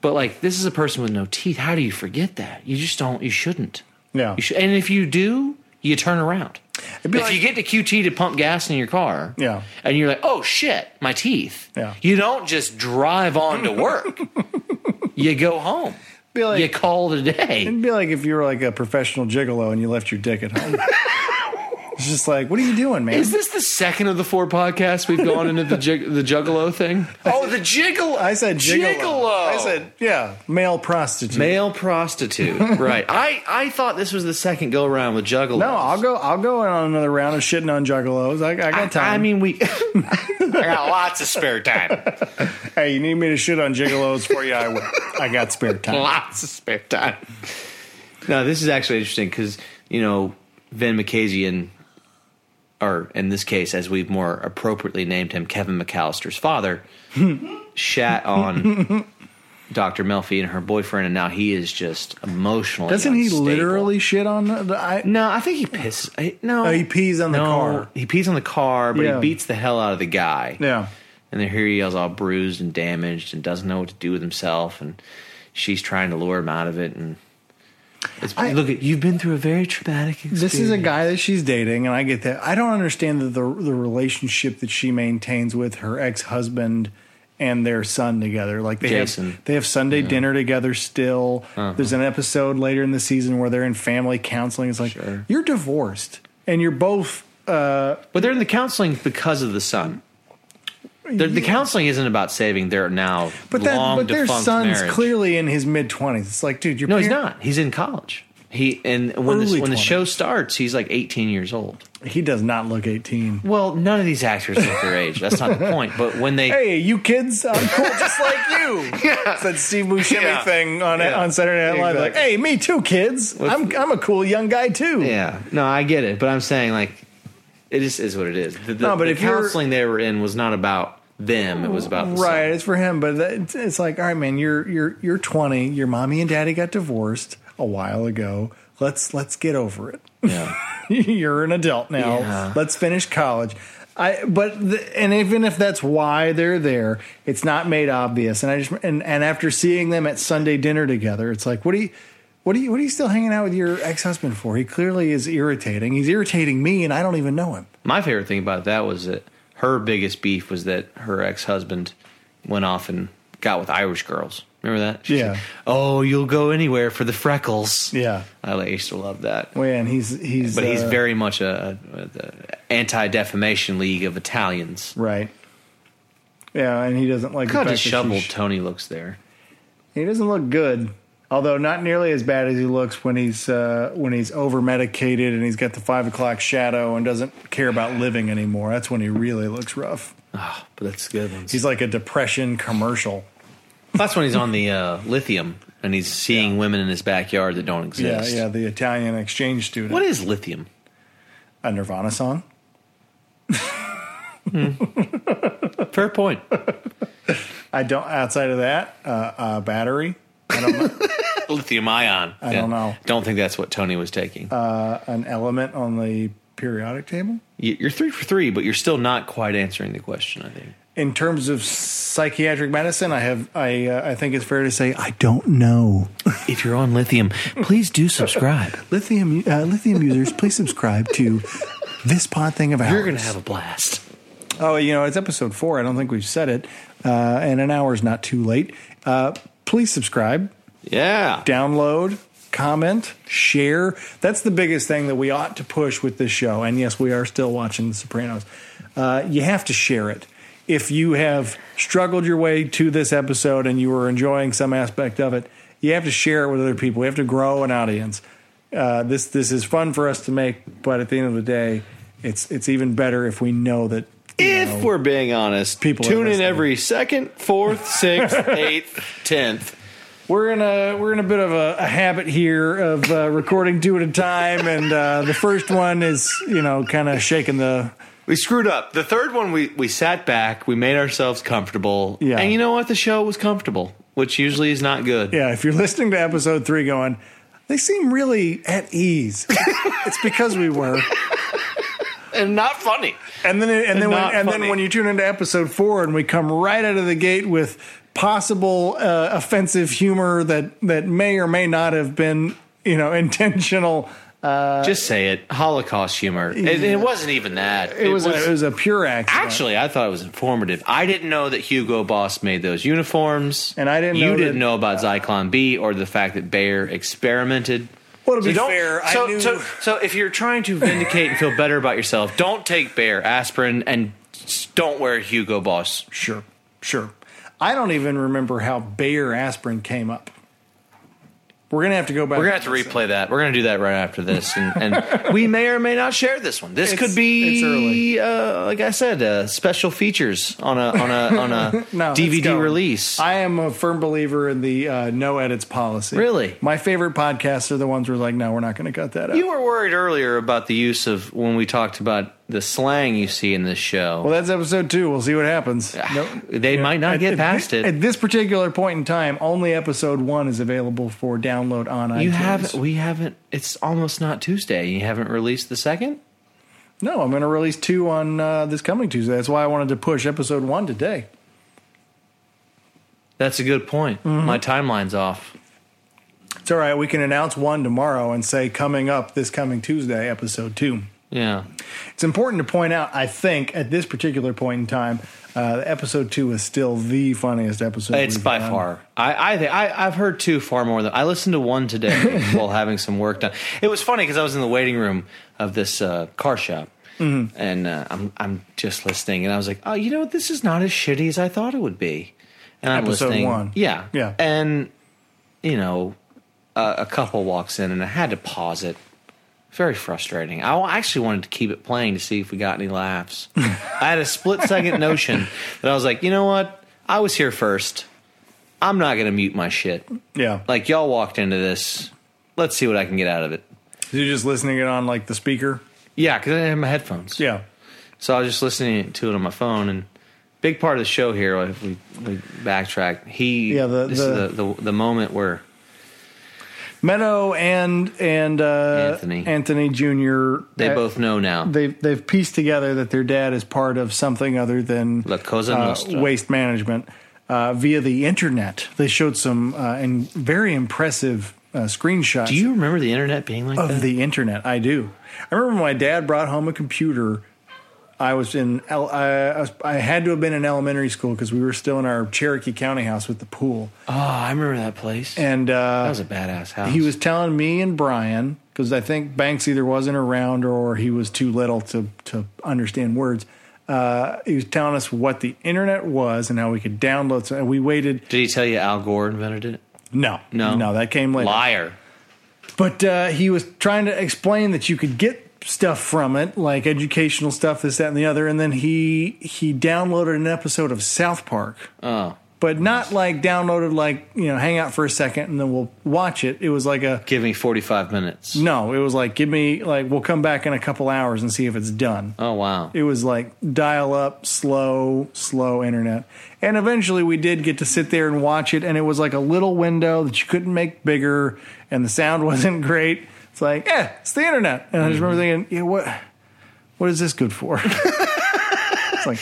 Speaker 1: But like this is a person with no teeth. How do you forget that? You just don't. You shouldn't.
Speaker 2: Yeah.
Speaker 1: You should, and if you do, you turn around. If
Speaker 2: be like-
Speaker 1: you get to QT to pump gas in your car,
Speaker 2: Yeah.
Speaker 1: and you're like, "Oh shit, my teeth,"
Speaker 2: Yeah.
Speaker 1: you don't just drive on to work. you go home.
Speaker 2: Be like-
Speaker 1: you call it a day.
Speaker 2: It'd be like if you were like a professional gigolo and you left your dick at home. it's just like, what are you doing, man?
Speaker 1: Is this the second of the four podcasts we've gone into the jig- the Juggalo thing? Oh, the Jiggle.
Speaker 2: I said gigolo. I said, yeah, male prostitute.
Speaker 1: male prostitute. right. I I thought this was the second go around with Juggalo.
Speaker 2: no, I'll go. I'll go on another round of shitting on juggalos. I, I got time.
Speaker 1: I mean, we. I got lots of spare time.
Speaker 2: hey, you need me to shit on gigolos for you? I will. I got spare time.
Speaker 1: lots of spare time. No, this is actually interesting because you know Vin McKazian, or in this case, as we've more appropriately named him, Kevin McAllister's father, shat on Dr. Melfi and her boyfriend, and now he is just emotionally.
Speaker 2: Doesn't he
Speaker 1: unstable.
Speaker 2: literally shit on the? the I,
Speaker 1: No, I think he pisses. I- No,
Speaker 2: Oh, he pees on the
Speaker 1: No,
Speaker 2: car.
Speaker 1: He pees on the car, but
Speaker 2: Yeah.
Speaker 1: he beats the hell out of the guy.
Speaker 2: yeah.
Speaker 1: And then here he is all bruised and damaged and doesn't know what to do with himself. And she's trying to lure him out of it. And it's,
Speaker 2: I-
Speaker 1: look, you've been through a very traumatic experience.
Speaker 2: This is a guy that she's dating, and I get that. I don't understand the the, the relationship that she maintains with her ex husband and their son together. Like they
Speaker 1: Jason. Uh-huh.
Speaker 2: have they have Sunday dinner together still. There's an episode later in the season where they're in family counseling. It's like
Speaker 1: Sure.
Speaker 2: you're divorced, and you're both. Uh,
Speaker 1: But they're in the counseling because of the son. They're- The counseling isn't about saving their now
Speaker 2: but that
Speaker 1: long
Speaker 2: but their
Speaker 1: defunct
Speaker 2: son's
Speaker 1: marriage.
Speaker 2: clearly in his mid twenties. It's like, dude, you're
Speaker 1: No, he's not. He's in college. He and when this,
Speaker 2: Early
Speaker 1: when the
Speaker 2: 20s.
Speaker 1: show starts, he's like 18 years old.
Speaker 2: He does not look eighteen.
Speaker 1: Well, none of these actors look their age. That's not the point. But when they
Speaker 2: Hey, you kids, I'm cool just like you. It's that Steve Buscemi
Speaker 1: Yeah.
Speaker 2: thing on
Speaker 1: Yeah.
Speaker 2: on Saturday Night Live. Like,
Speaker 1: Exactly.
Speaker 2: hey, me too, kids. I'm I'm a cool young guy too.
Speaker 1: Yeah, no, I get it, but I'm saying like it just is what it is. The, the,
Speaker 2: No, but
Speaker 1: the
Speaker 2: if you're-
Speaker 1: counseling they were in was not about them; it was about the
Speaker 2: Right, it's for him, but that- it's, it's like, all right, man, you're you're you're 20. Your mommy and daddy got divorced a while ago. Let's let's get over it.
Speaker 1: son. Yeah.
Speaker 2: you're an adult now.
Speaker 1: Yeah.
Speaker 2: Let's finish college. I but the, and even if that's why they're there, it's not made obvious. And I just and, and after seeing them at Sunday dinner together, it's like, what are you, what are you, what are you still hanging out with your ex husband for? He clearly is irritating. He's irritating me, and I don't even know him.
Speaker 1: My favorite thing about that was that her biggest beef was that her ex husband went off and got with Irish girls. Remember that? She
Speaker 2: Yeah.
Speaker 1: said, oh, you'll go anywhere for the freckles.
Speaker 2: Yeah.
Speaker 1: I like, used to love that.
Speaker 2: Well, yeah, and he's he's
Speaker 1: But he's
Speaker 2: uh,
Speaker 1: very much a, a, a anti defamation league of Italians.
Speaker 2: right. Yeah, and he doesn't like
Speaker 1: Look how
Speaker 2: the fact that she
Speaker 1: disheveled
Speaker 2: sh-
Speaker 1: Tony looks there.
Speaker 2: He doesn't look good, although not nearly as bad as he looks when he's uh, when he's over medicated and he's got the five o'clock shadow and doesn't care about living anymore. That's when he really looks rough.
Speaker 1: Oh, but that's good. ones.
Speaker 2: He's like a depression commercial.
Speaker 1: That's when he's on the uh, lithium and he's seeing women in his backyard that don't exist.
Speaker 2: Yeah, yeah, the Italian exchange student.
Speaker 1: What is lithium?
Speaker 2: a Nirvana song?
Speaker 1: Fair point.
Speaker 2: I don't. Outside of that, uh, uh, battery. I don't know.
Speaker 1: lithium ion. I
Speaker 2: don't know. Uh,
Speaker 1: Don't think that's what Tony was taking.
Speaker 2: an element on the periodic table.
Speaker 1: You- you're three for three, but you're still not quite answering the question. I think.
Speaker 2: In terms of psychiatric medicine, I have I uh, I think it's fair to say I don't know.
Speaker 1: If you're on lithium, please do subscribe.
Speaker 2: Lithium uh, lithium users, please subscribe to this pod thing of ours.
Speaker 1: you're gonna have a blast.
Speaker 2: Oh, you know, it's episode four. I don't think we've said it. Uh, and an hour is not too late. Uh, please subscribe,
Speaker 1: Yeah.
Speaker 2: download, comment, share. That's the biggest thing that we ought to push with this show. And yes, we are still watching The Sopranos. Uh, you have to share it. If you have struggled your way to this episode and you are enjoying some aspect of it, you have to share it with other people. We have to grow an audience. Uh, this this is fun for us to make, but at the end of the day, it's it's even better if we know that you know,
Speaker 1: If we're being honest,
Speaker 2: People
Speaker 1: people
Speaker 2: are
Speaker 1: tune in
Speaker 2: listening.
Speaker 1: every second, fourth, sixth, eighth, tenth.
Speaker 2: We're in a we're in a bit of a, a habit here of uh, recording two at a time, and uh, the first one is you know kind of shaking the
Speaker 1: We screwed up. The third one, we we sat back, we made ourselves comfortable,
Speaker 2: Yeah.
Speaker 1: and you know what? The show was comfortable, which usually is not good.
Speaker 2: yeah. If you're listening to episode three, going they seem really at ease. it's because we were,
Speaker 1: and not funny.
Speaker 2: and then it- and then when,
Speaker 1: Not
Speaker 2: and then
Speaker 1: funny.
Speaker 2: when you tune into episode four, and we come right out of the gate with possible uh, offensive humor that that may or may not have been you know intentional.
Speaker 1: Uh, Just say it. Holocaust humor. It, it wasn't even that.
Speaker 2: It, was, a, it was a pure accident.
Speaker 1: Actually, I thought it was informative. I didn't know that Hugo Boss made those uniforms,
Speaker 2: And I didn't
Speaker 1: You
Speaker 2: know
Speaker 1: didn't
Speaker 2: that-
Speaker 1: know about Zyklon B or the fact that Bayer experimented.
Speaker 2: Well, to be
Speaker 1: don't-
Speaker 2: fair, I
Speaker 1: so,
Speaker 2: knew-
Speaker 1: so, so if you're trying to vindicate and feel better about yourself, don't take Bayer aspirin and s- don't wear Hugo Boss.
Speaker 2: Sure, sure. I don't even remember how Bayer aspirin came up. We're gonna have to go back.
Speaker 1: We're gonna have to replay that. We're gonna do that right after this, and, and we may or may not share this one. This
Speaker 2: It's-
Speaker 1: could be,
Speaker 2: it's early.
Speaker 1: Uh, like I said, uh, special features on a on a on a
Speaker 2: No, it's
Speaker 1: DVD
Speaker 2: going.
Speaker 1: release.
Speaker 2: I am a firm believer in the uh, no edits policy.
Speaker 1: Really?
Speaker 2: my favorite podcasts are the ones where like, no, we're not gonna cut that out.
Speaker 1: You were worried earlier about the use of when we talked about the slang you see in this show.
Speaker 2: well, that's episode two. We'll see what happens. Nope.
Speaker 1: they might not get
Speaker 2: At-
Speaker 1: past
Speaker 2: at,
Speaker 1: it.
Speaker 2: At this particular point in time, only episode one is available for download on iTunes.
Speaker 1: You haven't. We haven't. It's almost not Tuesday. You haven't released the second.
Speaker 2: No, I'm gonna release two on uh, this coming Tuesday. That's why I wanted to push episode one today.
Speaker 1: That's a good point.
Speaker 2: Mm-hmm.
Speaker 1: My timeline's off.
Speaker 2: It's all right. We can announce one tomorrow and say coming up this coming Tuesday, episode two.
Speaker 1: Yeah.
Speaker 2: It's important to point out, I think, at this particular point in time, uh, episode two is still the funniest episode.
Speaker 1: It's
Speaker 2: we've
Speaker 1: by
Speaker 2: done.
Speaker 1: far. I I, think, I I've heard two far more than I listened to one today while having some work done. It was funny because I was in the waiting room of this uh, car shop,
Speaker 2: Mm-hmm.
Speaker 1: and uh, I'm I'm just listening, and I was like, oh, you know what? This is not as shitty as I thought it would be. And I'm
Speaker 2: Episode
Speaker 1: listening.
Speaker 2: one.
Speaker 1: Yeah,
Speaker 2: Yeah.
Speaker 1: and you know, a, a couple walks in, and I had to pause it. Very frustrating. I wa- actually wanted to keep it playing to see if we got any laughs. I had a split second notion that I was like, you know what? I was here first. I'm not going to mute my shit.
Speaker 2: Yeah, like
Speaker 1: Like, y'all walked into this. Let's see what I can get out of it.
Speaker 2: you're just listening it on like the speaker.
Speaker 1: Yeah, because I didn't have my headphones.
Speaker 2: Yeah,
Speaker 1: So I was just listening to it on my phone. And big part of the show here, if we, we backtrack, he,
Speaker 2: Yeah, the-
Speaker 1: this
Speaker 2: the-
Speaker 1: is the, the, the moment where
Speaker 2: Meadow and and uh,
Speaker 1: Anthony.
Speaker 2: Anthony Jr.
Speaker 1: they
Speaker 2: uh,
Speaker 1: both know now.
Speaker 2: they've they've pieced together that their dad is part of something other than
Speaker 1: La Cosa
Speaker 2: uh,
Speaker 1: Nostra.
Speaker 2: waste management uh, via the internet. They showed some uh, and very impressive uh, screenshots
Speaker 1: Do you remember the internet being like that?
Speaker 2: of the internet. I do. I remember my dad brought home a computer. I was in el- I, I, was, I had to have been in elementary school because we were still in our Cherokee County house with the pool,
Speaker 1: oh, I remember that place.
Speaker 2: and uh,
Speaker 1: that was a badass house.
Speaker 2: he was telling me and Brian because I think Banks either wasn't around or he was too little to to understand words. Uh, he was telling us what the internet was and how we could download. Some, and we waited.
Speaker 1: Did he tell you Al Gore invented it?
Speaker 2: No,
Speaker 1: No.
Speaker 2: no, that came later.
Speaker 1: Liar.
Speaker 2: But uh, he was trying to explain that you could get stuff from it, like educational stuff, this, that, and the other. And then he he downloaded an episode of South Park.
Speaker 1: Oh.
Speaker 2: but not like downloaded, like, you know, hang out for a second and then we'll watch it. It was like a,
Speaker 1: Give me 45 minutes.
Speaker 2: no, it was like, give me, like, we'll come back in a couple hours and see if it's done.
Speaker 1: Oh, wow.
Speaker 2: It was like dial up, slow, slow internet. And eventually we did get to sit there and watch it. And it was like a little window that you couldn't make bigger. And the sound wasn't great. It's like, eh, it's the internet. And I just remember thinking, yeah, what, what is this good for? it's like,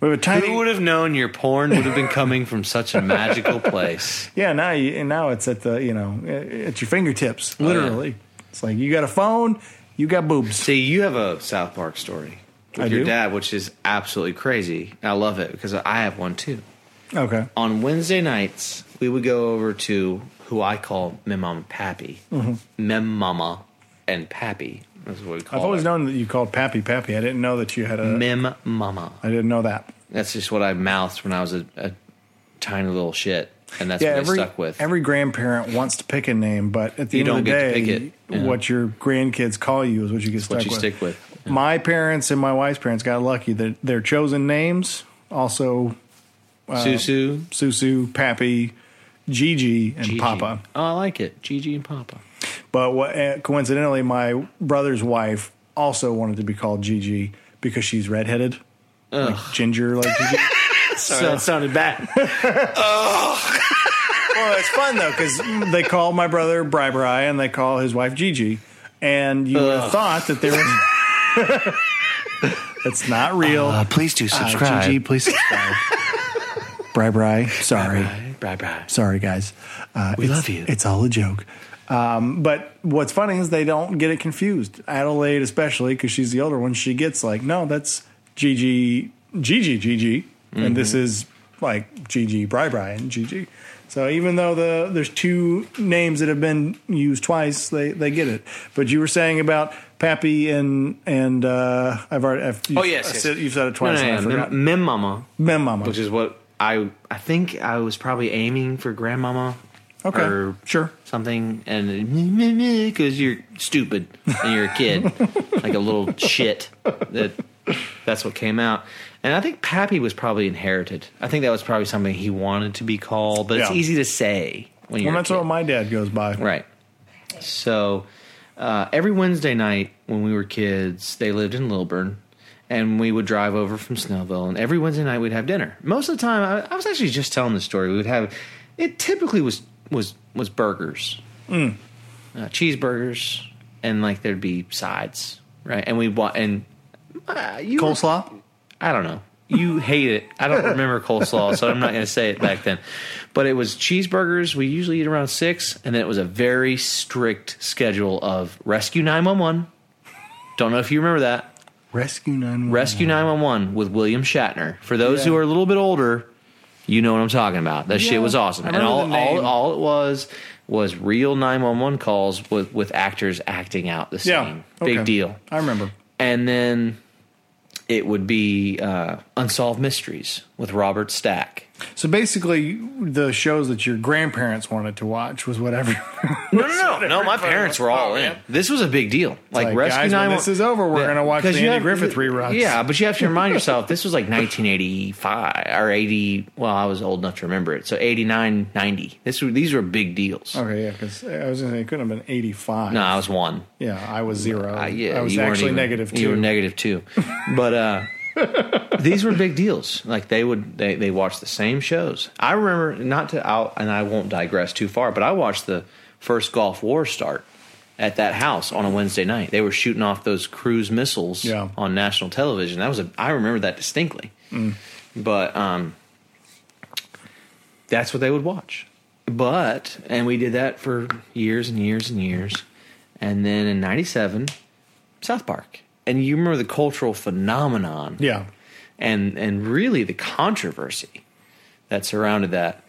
Speaker 2: we have a tiny.
Speaker 1: Who would have known your porn would have been coming from such a magical place?
Speaker 2: Yeah, now you, and now it's at the, you know, at your fingertips,
Speaker 1: yeah.
Speaker 2: literally. It's like, you got a phone, you got boobs.
Speaker 1: See, you have a South Park story with
Speaker 2: I
Speaker 1: your
Speaker 2: do?
Speaker 1: dad, which is absolutely crazy. I love it because I have one too.
Speaker 2: Okay.
Speaker 1: on Wednesday nights, we would go over to who I call Mem Mama Pappy. Mem Mama and Pappy. That's what we call
Speaker 2: Mm-hmm. I've always
Speaker 1: her.
Speaker 2: known that you called Pappy Pappy. I didn't know that you had a.
Speaker 1: Mem Mama.
Speaker 2: I didn't know that.
Speaker 1: That's just what I mouthed when I was a, a tiny little shit. And that's what
Speaker 2: every,
Speaker 1: I stuck with.
Speaker 2: Every grandparent wants to pick a name, but at the
Speaker 1: You
Speaker 2: end
Speaker 1: don't
Speaker 2: of the
Speaker 1: get to
Speaker 2: day,
Speaker 1: pick it, yeah.
Speaker 2: what your grandkids call you is what you get stuck
Speaker 1: what you
Speaker 2: with.
Speaker 1: stick with, yeah.
Speaker 2: My parents and my wife's parents got lucky that their chosen names also uh,
Speaker 1: Susu,
Speaker 2: Susu, Pappy, Gigi, and
Speaker 1: Gigi.
Speaker 2: Papa.
Speaker 1: Oh, I like it. Gigi and Papa.
Speaker 2: But what, uh, coincidentally, my brother's wife also wanted to be called Gigi because she's redheaded, like ginger, like Gigi.
Speaker 1: Sorry, that sounded bad.
Speaker 2: Well, it's fun though because they call my brother Bri Bri and they call his wife Gigi, and you would have thought that they were. it's not real.
Speaker 1: please do
Speaker 2: Uh, Gigi, please subscribe. Bri Bri, sorry,
Speaker 1: Bye bye.
Speaker 2: sorry guys. Uh, we
Speaker 1: love you.
Speaker 2: It's all a joke. Um, but what's funny is they don't get it confused. Adelaide, especially because she's the older one, she gets like, no, that's Gigi, Gigi, Gigi,
Speaker 1: Mm-hmm.
Speaker 2: and this is like Gigi, Bri Bri, and Gigi. So even though the there's two names that have been used twice, they, they get it. But you were saying about Pappy and and uh, I've already I've,
Speaker 1: Oh,
Speaker 2: you've-
Speaker 1: yes,
Speaker 2: I
Speaker 1: yes.
Speaker 2: said, you've said it
Speaker 1: No,
Speaker 2: twice.
Speaker 1: no,
Speaker 2: and I
Speaker 1: no,
Speaker 2: forgot.
Speaker 1: Mem, Mem Mama,
Speaker 2: Mem Mama.
Speaker 1: which is what I I think I was probably aiming for grandmama.
Speaker 2: Okay,
Speaker 1: or
Speaker 2: sure.
Speaker 1: something, and because you're stupid and you're a kid, like a little shit. That that's what came out, and I think Pappy was probably inherited. I think that was probably something he wanted to be called, but it's
Speaker 2: Yeah.
Speaker 1: easy to say when you're a
Speaker 2: Well, that's
Speaker 1: kid.
Speaker 2: what my dad goes by.
Speaker 1: Right. So uh, every Wednesday night when we were kids, they lived in Lilburn, and we would drive over from Snowville. And every Wednesday night we'd have dinner. Most of the time, I, I was actually just telling the story. We would have it typically was was was burgers, uh, cheeseburgers, and like there'd be sides, right? And we bought and uh, you were-
Speaker 2: Coleslaw.
Speaker 1: I don't know. You hate it. I don't remember coleslaw, so I'm not going to say it back then. But it was cheeseburgers. We usually eat around six, and then it was a very strict schedule of Rescue 911. Don't know if you remember that.
Speaker 2: Rescue 911.
Speaker 1: Rescue 911 with William Shatner. For those who
Speaker 2: Mm. Yeah.
Speaker 1: are a little bit older, you know what I'm talking about. That
Speaker 2: Yeah,
Speaker 1: shit was awesome.
Speaker 2: I
Speaker 1: And
Speaker 2: remember
Speaker 1: all,
Speaker 2: the name.
Speaker 1: all all it was was real 911 calls with with actors acting out the scene.
Speaker 2: Yeah.
Speaker 1: Big
Speaker 2: okay.
Speaker 1: deal
Speaker 2: I remember.
Speaker 1: and then it would be uh, Unsolved Mysteries with Robert Stack.
Speaker 2: So basically, the shows that your grandparents wanted to watch was whatever.
Speaker 1: No, no, no, no. My parents were all in. This was a big deal. Like,
Speaker 2: like,
Speaker 1: Rescue
Speaker 2: guys, when
Speaker 1: 911.
Speaker 2: this is over, we're gonna watch
Speaker 1: 'Cause
Speaker 2: the
Speaker 1: you
Speaker 2: Andy
Speaker 1: have-
Speaker 2: Griffith reruns.
Speaker 1: Yeah, but you have to remind yourself this was like 1985 or 80. Well, I was old enough to remember it. So 89, 90. This were, these were big deals.
Speaker 2: okay, yeah, because I was going to say it couldn't have been 85.
Speaker 1: No, I was one.
Speaker 2: Yeah, I was zero.
Speaker 1: Uh, yeah,
Speaker 2: I was
Speaker 1: you weren't
Speaker 2: actually
Speaker 1: even-
Speaker 2: negative two.
Speaker 1: You were negative two, but uh, these were big deals. Like they would, they they watched the same shows. I remember not to out, and I won't digress too far, but I watched the first Gulf War start at that house on a Wednesday night. They were shooting off those cruise missiles
Speaker 2: Yeah.
Speaker 1: on national television. That was a I remember that distinctly.
Speaker 2: Mm.
Speaker 1: But um, that's what they would watch. But and we did that for years and years and years. And then in 97 South Park. And you remember the cultural phenomenon
Speaker 2: yeah.
Speaker 1: and and really the controversy that surrounded that,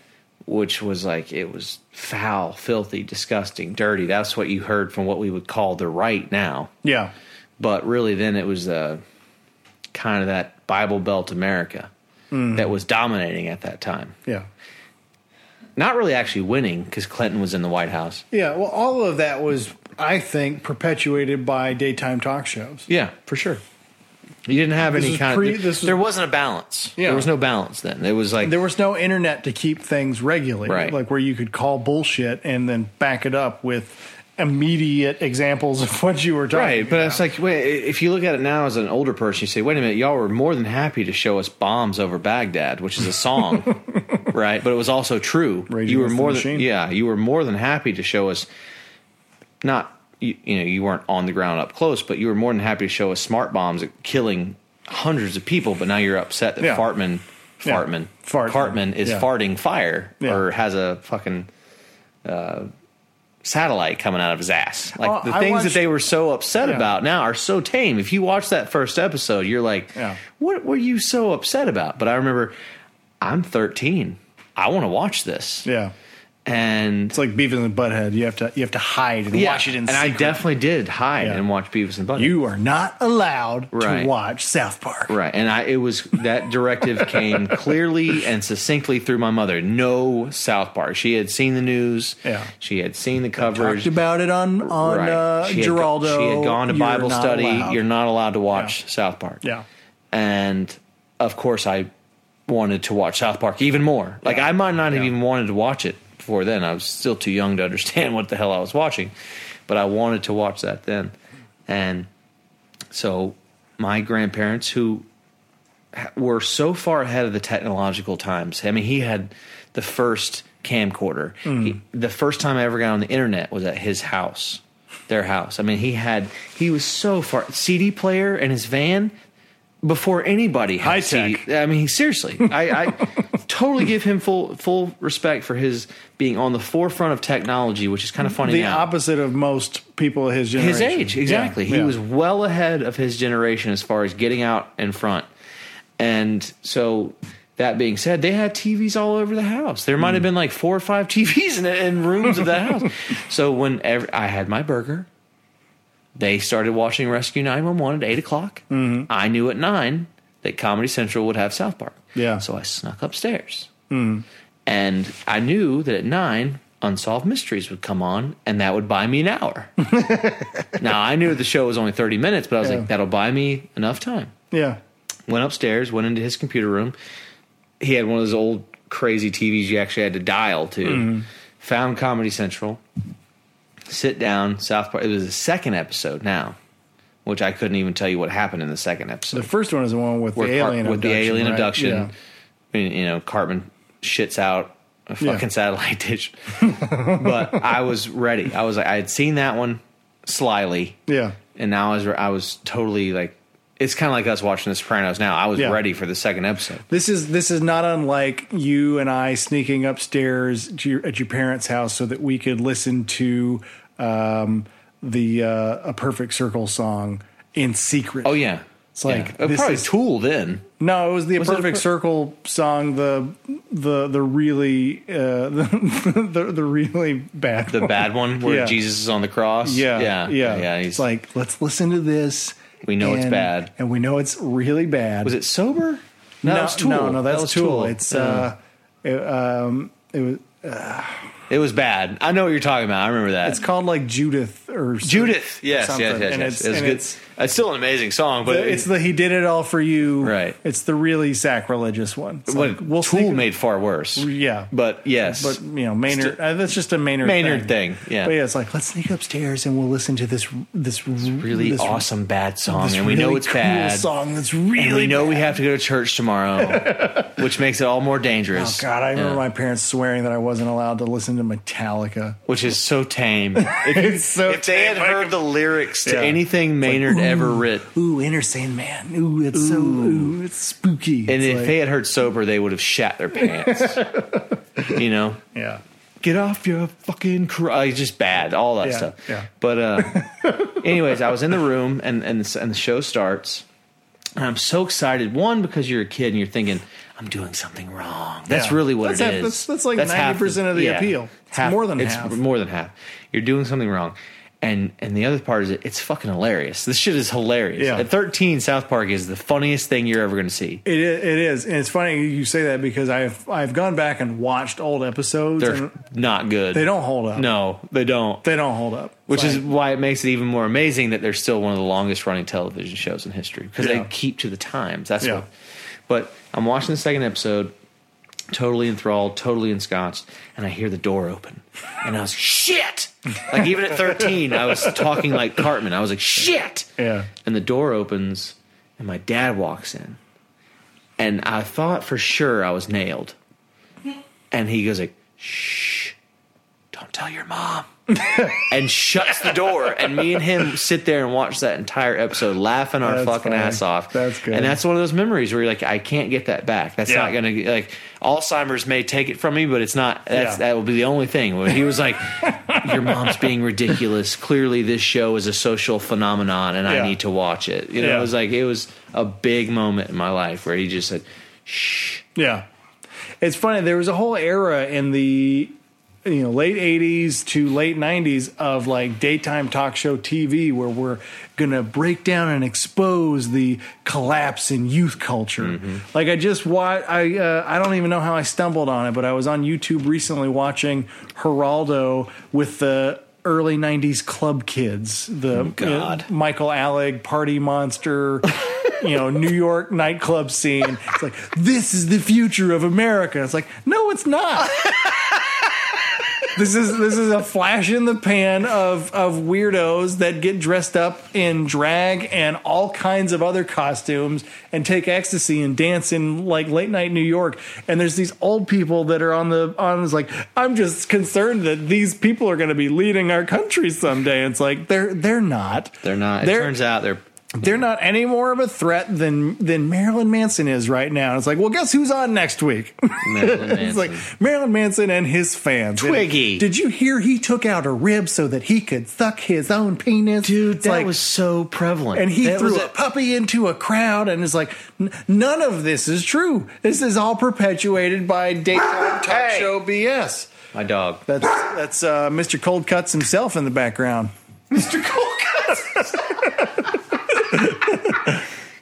Speaker 1: which was like it was foul, filthy, disgusting, dirty. That's what you heard from what we would call the right now.
Speaker 2: Yeah.
Speaker 1: But really, then it was uh, kind of that Bible Belt America that was dominating at that time.
Speaker 2: Yeah.
Speaker 1: Not really actually winning because Clinton was in the White House.
Speaker 2: Yeah. Well, all of that was, I think, perpetuated by daytime talk shows.
Speaker 1: Yeah, for sure. You didn't have
Speaker 2: This
Speaker 1: any
Speaker 2: was
Speaker 1: kind
Speaker 2: pre-
Speaker 1: of.
Speaker 2: this was-
Speaker 1: there wasn't a balance.
Speaker 2: Yeah.
Speaker 1: There was no balance then. It was like
Speaker 2: There was no internet to keep things regulated,
Speaker 1: Right.
Speaker 2: like where you could call bullshit and then back it up with immediate examples of what you were talking
Speaker 1: right, but
Speaker 2: about.
Speaker 1: it's like wait, if you look at it now as an older person, you say, "Wait a minute, y'all were more than happy to show us bombs over Baghdad," which is a song, right? But it was also true.
Speaker 2: Rage
Speaker 1: you were
Speaker 2: Against the
Speaker 1: more than
Speaker 2: Machine.
Speaker 1: yeah, you were more than happy to show us not you, you know you weren't on the ground up close, but you were more than happy to show us smart bombs killing hundreds of people. But now you're upset that
Speaker 2: Yeah.
Speaker 1: Fartman.
Speaker 2: Yeah.
Speaker 1: Fartman,
Speaker 2: Fartman.
Speaker 1: Cartman is
Speaker 2: Yeah.
Speaker 1: farting fire
Speaker 2: Yeah.
Speaker 1: or has a fucking uh, satellite coming out of his ass. Like
Speaker 2: Oh,
Speaker 1: the
Speaker 2: I
Speaker 1: things that
Speaker 2: watched-
Speaker 1: they were so upset
Speaker 2: Yeah.
Speaker 1: about now are so tame. If you watch that first episode, you're like,
Speaker 2: Yeah.
Speaker 1: what were you so upset about? But I remember I'm 13. I want to watch this.
Speaker 2: yeah,
Speaker 1: And
Speaker 2: it's like Beavis and Butthead. You have to you have to hide and
Speaker 1: yeah,
Speaker 2: watch it in
Speaker 1: and I
Speaker 2: secret.
Speaker 1: definitely did hide
Speaker 2: Yeah.
Speaker 1: and watch Beavis and Butthead.
Speaker 2: you are not allowed
Speaker 1: Right.
Speaker 2: to watch South Park.
Speaker 1: Right. And I it was that directive came clearly and succinctly through my mother. No South Park. She had seen the news.
Speaker 2: Yeah.
Speaker 1: She had seen the
Speaker 2: Talked
Speaker 1: coverage.
Speaker 2: about it on on
Speaker 1: Right.
Speaker 2: uh,
Speaker 1: she had go-
Speaker 2: Geraldo.
Speaker 1: she had gone to
Speaker 2: You're
Speaker 1: Bible
Speaker 2: not
Speaker 1: study.
Speaker 2: allowed.
Speaker 1: You're not allowed to watch South Park.
Speaker 2: Yeah.
Speaker 1: And of course, I wanted to watch South Park even more. Like, I might not have even wanted to watch it before then. I was still too young to understand what the hell I was watching, but I wanted to watch that then. And so, my grandparents, who ha- were so far ahead of the technological times. I mean, he had the first camcorder.
Speaker 2: Hmm.
Speaker 1: He, the first time I ever got on the internet was at his house, their house. I mean, he had he was so far CD player in his van before anybody had
Speaker 2: High
Speaker 1: CD.
Speaker 2: tech.
Speaker 1: I mean, seriously, I, I totally give him full full respect for his being on the forefront of technology, which is kind of funny.
Speaker 2: the
Speaker 1: now
Speaker 2: opposite of most people of his
Speaker 1: his
Speaker 2: generation.
Speaker 1: age exactly
Speaker 2: Yeah.
Speaker 1: he
Speaker 2: Yeah.
Speaker 1: was well ahead of his generation as far as getting out in front and so that being said they had tvs all over the house there might have
Speaker 2: Hmm.
Speaker 1: been like four or five tvs in, in rooms of that house so when ev- i had my burger they started watching rescue 911 at 8 o'clock
Speaker 2: Mm-hmm.
Speaker 1: i knew at 9 that comedy central would have south park
Speaker 2: Yeah. Mm-hmm.
Speaker 1: so i snuck upstairs and I knew that at nine, Unsolved Mysteries would come on, and that would buy me an hour. now I knew the show was only thirty minutes, but I was
Speaker 2: Yeah.
Speaker 1: like, that'll buy me enough time.
Speaker 2: yeah.
Speaker 1: Went upstairs, went into his computer room. He had one of those old crazy TVs you actually had to dial to.
Speaker 2: Mm-hmm.
Speaker 1: Found Comedy Central. Sit down, South Park. It was the second episode now, which I couldn't even tell you what happened in the second episode
Speaker 2: The first one is the one with the
Speaker 1: where Car-
Speaker 2: alien
Speaker 1: with the
Speaker 2: abduction,
Speaker 1: alien
Speaker 2: right?
Speaker 1: abduction,
Speaker 2: Yeah.
Speaker 1: I mean, you know, Cartman shits out a
Speaker 2: Yeah.
Speaker 1: fucking satellite dish. but I was ready. I was like, I had seen that one slyly,
Speaker 2: Yeah.
Speaker 1: and now I was, I was totally like, it's kind of like us watching The Sopranos now. I was
Speaker 2: Yeah.
Speaker 1: ready for the second episode.
Speaker 2: This is this is not unlike you and I sneaking upstairs to your, at your parents' house so that we could listen to um, the uh, a perfect circle song in secret.
Speaker 1: Oh yeah,
Speaker 2: It's like,
Speaker 1: yeah.
Speaker 2: this
Speaker 1: probably
Speaker 2: is-
Speaker 1: Tool then.
Speaker 2: No, it was the
Speaker 1: it a
Speaker 2: perfect
Speaker 1: per-
Speaker 2: circle song. The the the really uh, the, the the really bad
Speaker 1: The bad one where
Speaker 2: Yeah.
Speaker 1: Jesus is on the cross.
Speaker 2: Yeah,
Speaker 1: yeah,
Speaker 2: yeah.
Speaker 1: yeah. He's
Speaker 2: it's like let's listen to this.
Speaker 1: We know it's bad.
Speaker 2: and we know it's really bad.
Speaker 1: was it sober?
Speaker 2: No,
Speaker 1: that
Speaker 2: no,
Speaker 1: was Tool.
Speaker 2: no,
Speaker 1: That
Speaker 2: that's
Speaker 1: was
Speaker 2: Tool. It's
Speaker 1: Yeah.
Speaker 2: uh, it, um, it was.
Speaker 1: it was bad. I know what you're talking about. I remember that.
Speaker 2: It's called like Judith or
Speaker 1: Judith. Yes,
Speaker 2: something.
Speaker 1: yes, yes,
Speaker 2: And
Speaker 1: yes.
Speaker 2: it's-
Speaker 1: It was
Speaker 2: and
Speaker 1: good.
Speaker 2: it's-
Speaker 1: It's, still an amazing song, but
Speaker 2: It's the he did it all for you.
Speaker 1: Right.
Speaker 2: It's the really sacrilegious one. It's
Speaker 1: what
Speaker 2: like, we'll
Speaker 1: Tool
Speaker 2: sneak-
Speaker 1: made far worse.
Speaker 2: Yeah.
Speaker 1: but yes,
Speaker 2: But you know, Maynard.
Speaker 1: Still-
Speaker 2: uh, that's just a Maynard.
Speaker 1: Maynard thing, yeah.
Speaker 2: But yeah, it's like let's sneak upstairs and we'll listen to this this
Speaker 1: really
Speaker 2: this,
Speaker 1: awesome bad song,
Speaker 2: This
Speaker 1: and we know
Speaker 2: really
Speaker 1: it's
Speaker 2: cool
Speaker 1: bad.
Speaker 2: song that's really.
Speaker 1: and we know we
Speaker 2: bad.
Speaker 1: have to go to church tomorrow, which makes it all more
Speaker 2: Oh
Speaker 1: dangerous.
Speaker 2: God! I remember
Speaker 1: Yeah.
Speaker 2: my parents swearing that I wasn't allowed to listen to Metallica.
Speaker 1: Which is so tame. If,
Speaker 2: It's so
Speaker 1: if they had heard the lyrics to
Speaker 2: Yeah.
Speaker 1: anything Maynard ever writ,
Speaker 2: ooh, Inner Sandman. Ooh, it's so ooh, it's spooky.
Speaker 1: and
Speaker 2: It's
Speaker 1: if
Speaker 2: like-
Speaker 1: they had heard sober, they would have shat their pants. you know,
Speaker 2: yeah,
Speaker 1: get off your fucking cr-. uh, just bad all that
Speaker 2: Yeah,
Speaker 1: stuff
Speaker 2: yeah.
Speaker 1: but uh anyways i was in the room and and the, and the show starts and i'm so excited one because you're a kid and you're thinking i'm doing something wrong that's
Speaker 2: Yeah.
Speaker 1: really what
Speaker 2: That's
Speaker 1: it
Speaker 2: half-
Speaker 1: is
Speaker 2: that's- that's like
Speaker 1: half
Speaker 2: 90% of the appeal. It's more than
Speaker 1: it's
Speaker 2: half.
Speaker 1: more than half you're doing something wrong And and the other part is it, it's fucking hilarious. This shit is hilarious.
Speaker 2: Yeah.
Speaker 1: At 13, South Park is the funniest thing you're ever going to see.
Speaker 2: It is, it is, and it's funny you say that because I've I've gone back and watched old episodes.
Speaker 1: They're
Speaker 2: and
Speaker 1: not good.
Speaker 2: they don't hold up.
Speaker 1: No, they don't.
Speaker 2: they don't hold up.
Speaker 1: Which is why it makes it even more amazing that they're still one of the longest running television shows in history because
Speaker 2: Yeah.
Speaker 1: they keep to the times. That's
Speaker 2: Yeah.
Speaker 1: what. But I'm watching the second episode, totally enthralled, totally ensconced, and I hear the door open, and I was shit. Like even at 13, I was talking like Cartman. I was like shit.
Speaker 2: Yeah.
Speaker 1: And the door opens, and my dad walks in, and I thought for sure I was nailed, and he goes like shh, don't tell your mom and shuts the door. And me and him sit there and watch that entire episode, laughing our
Speaker 2: That's
Speaker 1: fucking
Speaker 2: funny.
Speaker 1: ass off.
Speaker 2: That's good.
Speaker 1: And that's one of those memories where you're like, I can't get that back. That's
Speaker 2: Yeah.
Speaker 1: not gonna like Alzheimer's may take it from me, but it's not. That's
Speaker 2: Yeah.
Speaker 1: that will be the only thing. When he was like, "Your mom's being ridiculous. Clearly, this show is a social phenomenon, and
Speaker 2: Yeah.
Speaker 1: I need to watch it." You know,
Speaker 2: Yeah.
Speaker 1: it was like it was a big moment in my life where he just said, "Shh."
Speaker 2: Yeah. It's funny. There was a whole era in the you know late 80s to late 90s of like daytime talk show TV where we're going to break down and expose the collapse in youth culture. Like I just watch I uh, I don't even know how I stumbled on it, but I was on YouTube recently watching Geraldo with the early 90s club kids, the
Speaker 1: God.
Speaker 2: uh, Michael Alec party monster, you know, New York nightclub scene. It's like this is the future of America. It's like no, it's not. this is this is a flash in the pan of of weirdos that get dressed up in drag and all kinds of other costumes and take ecstasy and dance in like late night New York. And there's these old people that are on the on it's like I'm just concerned that these people are going to be leading our country someday. It's like they're they're not.
Speaker 1: They're not. It
Speaker 2: They're-
Speaker 1: turns out they're
Speaker 2: They're not any more of a threat than than Marilyn Manson is right now. It's like, well, guess who's on next week?
Speaker 1: Marilyn Manson.
Speaker 2: it's like Marilyn Manson and his fans. And
Speaker 1: Twiggy.
Speaker 2: did you hear he took out a rib so that he could suck his own penis?
Speaker 1: Dude,
Speaker 2: It's
Speaker 1: that
Speaker 2: like-
Speaker 1: was so prevalent.
Speaker 2: and he
Speaker 1: That
Speaker 2: threw
Speaker 1: was
Speaker 2: a puppy into a crowd and is like, "N- none of this is true. This is all perpetuated by daytime talk
Speaker 1: Hey.
Speaker 2: show BS.
Speaker 1: my dog.
Speaker 2: That's that's uh, Mr. Cold Cuts himself in the background.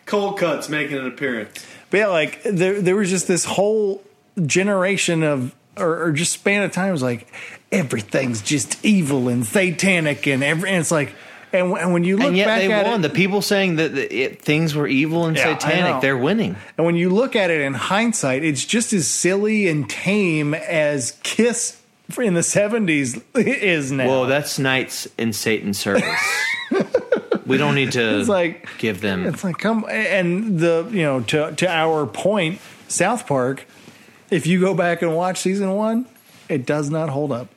Speaker 1: Cold Cuts making an appearance.
Speaker 2: But yeah, like there there was just this whole generation of or, or just span of time was like everything's just evil and satanic and every and it's like and, when- and when you look
Speaker 1: And yet
Speaker 2: back
Speaker 1: they
Speaker 2: at
Speaker 1: won.
Speaker 2: it
Speaker 1: The people saying that the- it, things were evil and
Speaker 2: Yeah, I know.
Speaker 1: satanic, they're winning.
Speaker 2: and when you look at it in hindsight, it's just as silly and tame as Kiss in the seventies is now.
Speaker 1: Whoa, that's knights in Satan's service. we don't need to
Speaker 2: It's like-
Speaker 1: give them.
Speaker 2: It's like come and the you know to to our point, South Park. If you go back and watch season one, it does not hold up.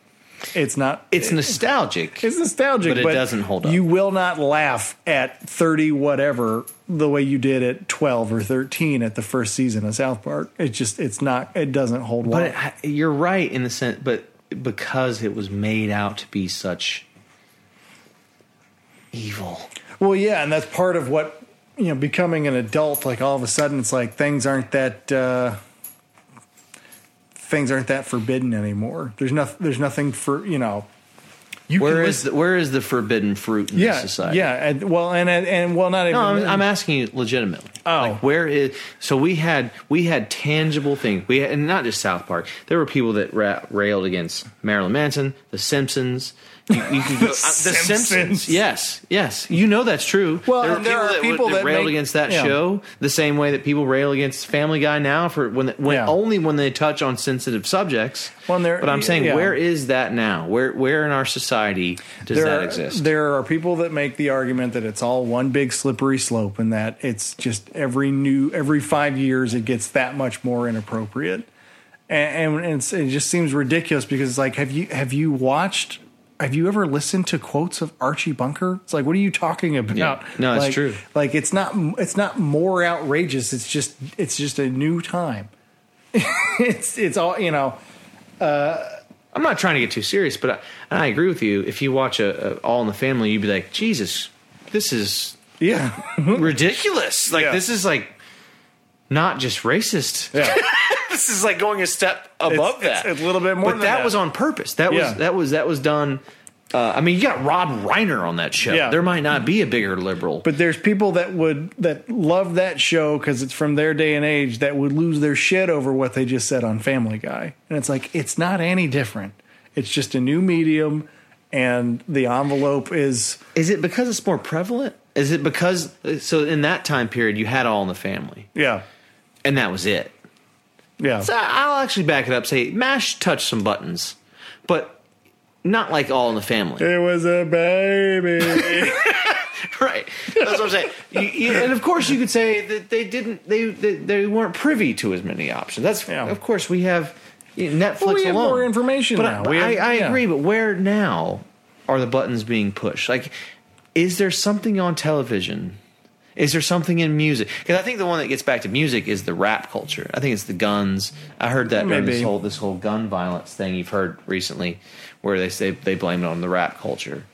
Speaker 2: It's not.
Speaker 1: It's nostalgic.
Speaker 2: It's nostalgic,
Speaker 1: But it doesn't hold up.
Speaker 2: You will not laugh at thirty whatever the way you did at twelve or thirteen at the first season of South Park. It just it's not. It doesn't hold
Speaker 1: But
Speaker 2: water.
Speaker 1: it, you're right in the sense, but because it was made out to be such evil.
Speaker 2: well, yeah, and that's part of what you know. Becoming an adult, like all of a sudden, it's like things aren't that. Uh, Things aren't that forbidden anymore. There's nothing. There's nothing for you know. You
Speaker 1: Where
Speaker 2: can
Speaker 1: is the, where is the forbidden fruit in
Speaker 2: yeah,
Speaker 1: this society?
Speaker 2: yeah. And, well, and and well, not even.
Speaker 1: No, I'm, I'm asking you legitimately.
Speaker 2: Oh.
Speaker 1: like, where is? So we had we had tangible things. We had, and not just South Park. There were people that ra- railed against Marilyn Manson, The Simpsons. You, you could go, uh, the,
Speaker 2: Simpsons.
Speaker 1: Yes, yes. You know that's true.
Speaker 2: Well,
Speaker 1: were
Speaker 2: and there are
Speaker 1: would-
Speaker 2: people that
Speaker 1: railed
Speaker 2: make-
Speaker 1: against that
Speaker 2: yeah.
Speaker 1: show the same way that people rail against Family Guy now for when when
Speaker 2: Yeah.
Speaker 1: only when they touch on sensitive subjects.
Speaker 2: Well, and there-
Speaker 1: but I'm saying,
Speaker 2: yeah.
Speaker 1: where is that now? Where where in our society does that
Speaker 2: are,
Speaker 1: exist?
Speaker 2: There are people that make the argument that it's all one big slippery slope and that it's just every new every five years it gets that much more inappropriate. And, and it's, it just seems ridiculous because it's like have you have you watched have you ever listened to quotes of Archie Bunker? It's like what are you talking about?
Speaker 1: Yeah. No, it's
Speaker 2: Like-
Speaker 1: true.
Speaker 2: Like it's not it's not more outrageous. It's just it's just a new time. it's it's all you know.
Speaker 1: I'm not trying to get too serious, but I, and I agree with you. If you watch a, a All in the Family, you'd be like, Jesus, this is
Speaker 2: Yeah.
Speaker 1: Hmm? ridiculous. Like
Speaker 2: Yeah.
Speaker 1: this is like not just racist.
Speaker 2: Yeah.
Speaker 1: this is like going a step above
Speaker 2: It's-
Speaker 1: that.
Speaker 2: it's a little bit more
Speaker 1: But
Speaker 2: than
Speaker 1: that,
Speaker 2: that.
Speaker 1: was on purpose. That
Speaker 2: Yeah.
Speaker 1: was that was that was done Uh, I mean, you got Rod Reiner on that show.
Speaker 6: Yeah.
Speaker 1: There might not be a bigger liberal.
Speaker 2: But there's people that would that love that show because it's from their day and age that would lose their shit over what they just said on Family Guy, and it's like it's not any different. It's just a new medium, and the envelope is
Speaker 1: Is it because it's more prevalent? Is it because so in that time period you had All in the Family
Speaker 2: yeah,
Speaker 1: and that was it?
Speaker 2: yeah.
Speaker 1: So I- I'll actually back it up. Say Mash touched some buttons, but not like All in the Family.
Speaker 2: It was a baby.
Speaker 1: right that's what i'm saying you, you, and of course you could say that they didn't they they, they weren't privy to as many options that's
Speaker 2: Yeah.
Speaker 1: of course we have you know, netflix
Speaker 2: Well, we have
Speaker 1: alone.
Speaker 2: more information
Speaker 1: but,
Speaker 2: now.
Speaker 1: I, but
Speaker 2: We have-
Speaker 1: I, I
Speaker 2: yeah.
Speaker 1: agree but where now are the buttons being pushed like is there something on television is there something in music? Because I think the one that gets back to music is the rap culture. I think it's the guns. I heard that during this
Speaker 2: Maybe.
Speaker 1: whole this whole gun violence thing you've heard recently, where they say they blame it on the rap culture,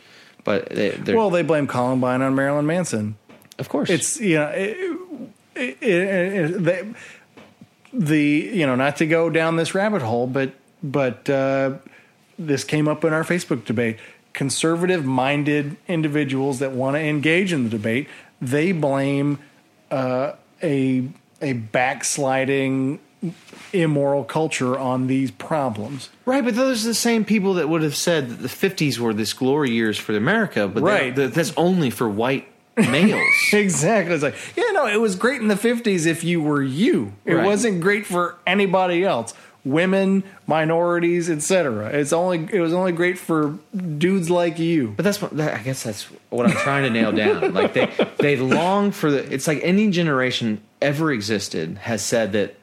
Speaker 1: but they, they're
Speaker 2: well, they blame Columbine on Marilyn Manson.
Speaker 1: of course
Speaker 2: It's you know, it, it, it, it, they, the you know, not to go down this rabbit hole, but but uh, this came up in our Facebook debate. Conservative-minded individuals that want to engage in the debate, they blame uh, a a backsliding immoral culture on these problems.
Speaker 1: Right, but those are the same people that would have said that the fifties were this glory years for America, but they-
Speaker 2: Right.
Speaker 1: that- that's only for white males.
Speaker 2: Exactly. It's like, yeah, no, it was great in the 50s if you were you. It
Speaker 1: Right.
Speaker 2: wasn't great for anybody else. Women, minorities, etc. It's only it was only great for dudes like you.
Speaker 1: but that's what that, I guess that's what I'm trying to nail down. Like they they long for the. It's like any generation ever existed has said that.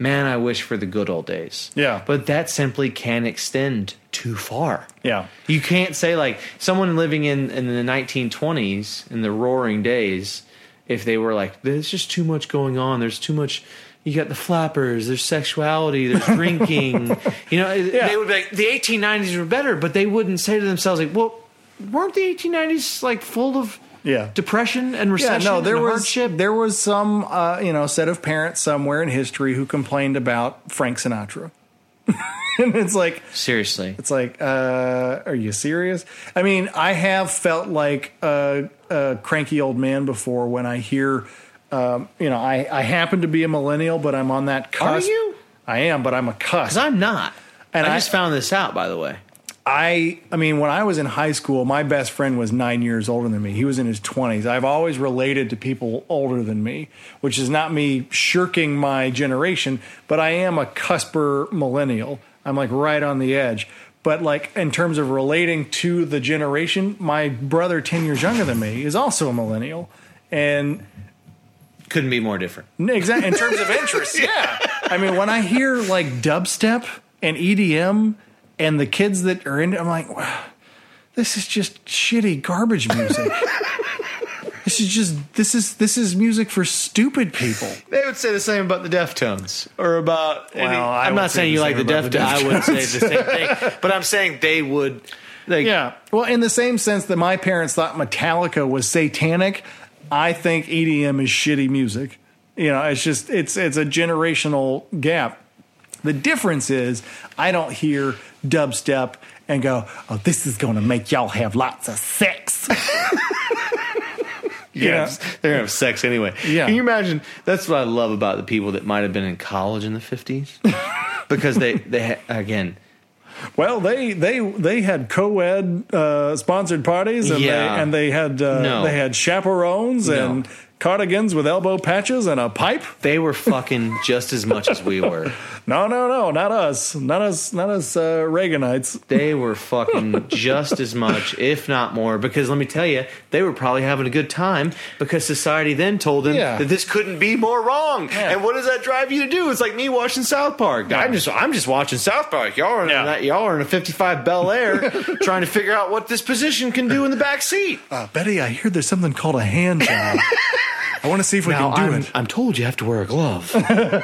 Speaker 1: Man, I wish for the good old days.
Speaker 2: Yeah.
Speaker 1: but that simply can't extend too far.
Speaker 2: Yeah.
Speaker 1: You can't say like someone living in in the 1920s in the roaring days if they were like there's just too much going on there's too much you got the flappers there's sexuality there's drinking you know they would be like the 1890s were better but they wouldn't say to themselves like well weren't the 1890s like full of
Speaker 2: Yeah.
Speaker 1: depression and
Speaker 2: Yeah,
Speaker 1: recession
Speaker 2: no, there
Speaker 1: and
Speaker 2: was
Speaker 1: hardship
Speaker 2: there was some uh, you know set of parents somewhere in history who complained about Frank Sinatra. and it's like
Speaker 1: seriously
Speaker 2: It's like, uh, are you serious? I mean, I have felt like a, a cranky old man before when I hear, um, you know, I, I happen to be a millennial, but I'm on that cusp.
Speaker 1: you?
Speaker 2: I am, but I'm a cusp.
Speaker 1: 'Cause i'm not
Speaker 2: And
Speaker 1: and i
Speaker 2: I-
Speaker 1: just found this out by the way
Speaker 2: I I mean, when I was in high school, my best friend was nine years older than me. He was in his twenties. I've always related to people older than me, which is not me shirking my generation, but I am a cusper millennial. I'm like right on the edge. But like in terms of relating to the generation, my brother ten years younger than me is also a millennial. And
Speaker 1: couldn't be more different
Speaker 2: Exactly. In terms of interest, yeah. I mean, when I hear like dubstep and EDM and the kids that are into, I'm like, wow, this is just shitty garbage music. this is just this is this is music for stupid people.
Speaker 1: They would say the same about the Deftones or about. any-
Speaker 2: Well, I
Speaker 1: I'm
Speaker 2: would
Speaker 1: not
Speaker 2: say
Speaker 1: saying
Speaker 2: the
Speaker 1: you like the
Speaker 2: same about
Speaker 1: Deftones. I
Speaker 2: the
Speaker 1: would say the same thing, but I'm saying they would. Like,
Speaker 2: Yeah. Well, in the same sense that my parents thought Metallica was satanic, I think EDM is shitty music. You know, it's just it's it's a generational gap. The difference is I don't hear dubstep and go, "Oh, this is going to make y'all have lots of sex."
Speaker 1: yeah, they're gonna have sex anyway.
Speaker 2: Yeah.
Speaker 1: Can you imagine? That's what I love about the people that might have been in college in the 50s, because they they ha- again.
Speaker 2: well, they they they had co-ed uh, sponsored parties and
Speaker 1: Yeah.
Speaker 2: they and they had uh,
Speaker 1: No.
Speaker 2: they had chaperones
Speaker 1: No.
Speaker 2: and cardigans with elbow patches and a pipe.
Speaker 1: They were fucking just as much as we were.
Speaker 2: No, no, no, not us, not us, not us uh, Reaganites.
Speaker 1: They were fucking just as much, if not more, because let me tell you, they were probably having a good time because society then told them
Speaker 2: Yeah.
Speaker 1: that this couldn't be more wrong. And what does that drive you to do? It's like me watching South Park. I'm just I'm just watching South Park. Y'all are in
Speaker 2: Yeah.
Speaker 1: a, y'all are in a 55 Bel Air trying to figure out what this position can do in the back seat.
Speaker 2: Uh, Betty, I hear there's something called a hand job. I want to see if we can do
Speaker 1: I'm,
Speaker 2: it.
Speaker 1: I'm told you have to wear a glove.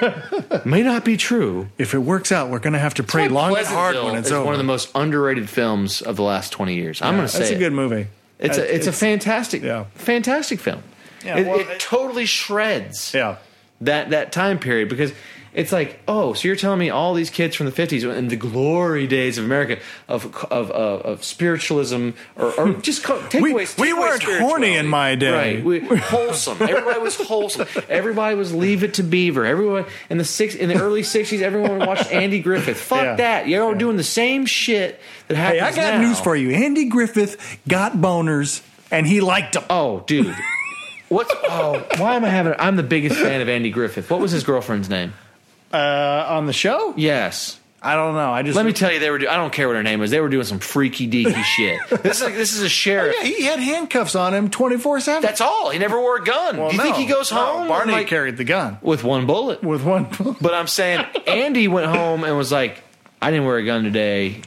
Speaker 1: May not be true.
Speaker 2: If it works out, we're going to have to pray long and hard when it's
Speaker 1: is
Speaker 2: over.
Speaker 1: one of the most underrated films of the last 20 years. I'm going to say
Speaker 2: That's a
Speaker 1: it.
Speaker 2: good movie.
Speaker 1: It's a it's, a fantastic
Speaker 2: Uh, yeah.
Speaker 1: fantastic film.
Speaker 2: Yeah,
Speaker 1: it,
Speaker 2: well,
Speaker 1: it
Speaker 2: it-
Speaker 1: totally shreds
Speaker 2: Yeah.
Speaker 1: that that time period because It's like, oh, so you're telling me all these kids from the 50s and the glory days of America of of of, of spiritualism or, or just co- take
Speaker 2: We,
Speaker 1: away,
Speaker 2: we
Speaker 1: take away
Speaker 2: weren't horny
Speaker 1: spirituality.
Speaker 2: in my day.
Speaker 1: Right, we, wholesome. Everybody was wholesome. Everybody was Leave It to Beaver. Everyone in the six in the early '60s, everyone watched Andy Griffith. Fuck
Speaker 2: Yeah.
Speaker 1: that! You're all doing the same shit that
Speaker 2: Hey,
Speaker 1: happens.
Speaker 2: I got
Speaker 1: now.
Speaker 2: news for you. Andy Griffith got boners, and he liked them.
Speaker 1: Oh, dude. What's oh? Why am I having? I'm the biggest fan of Andy Griffith. What was his girlfriend's name?
Speaker 6: Uh, on the show?
Speaker 1: Yes.
Speaker 2: I don't know. I just
Speaker 1: Let me tell you, they were. Do- I don't care what her name was. They were doing some freaky deaky shit. This is this is a sheriff.
Speaker 2: Oh, Yeah, he had handcuffs on him twenty four seven.
Speaker 1: That's all. He never wore a gun. Do you think he goes home?
Speaker 2: Barney
Speaker 1: like-
Speaker 2: carried the gun
Speaker 1: with one bullet.
Speaker 2: with one.
Speaker 1: But I'm saying Andy went home and was like, I didn't wear a gun today.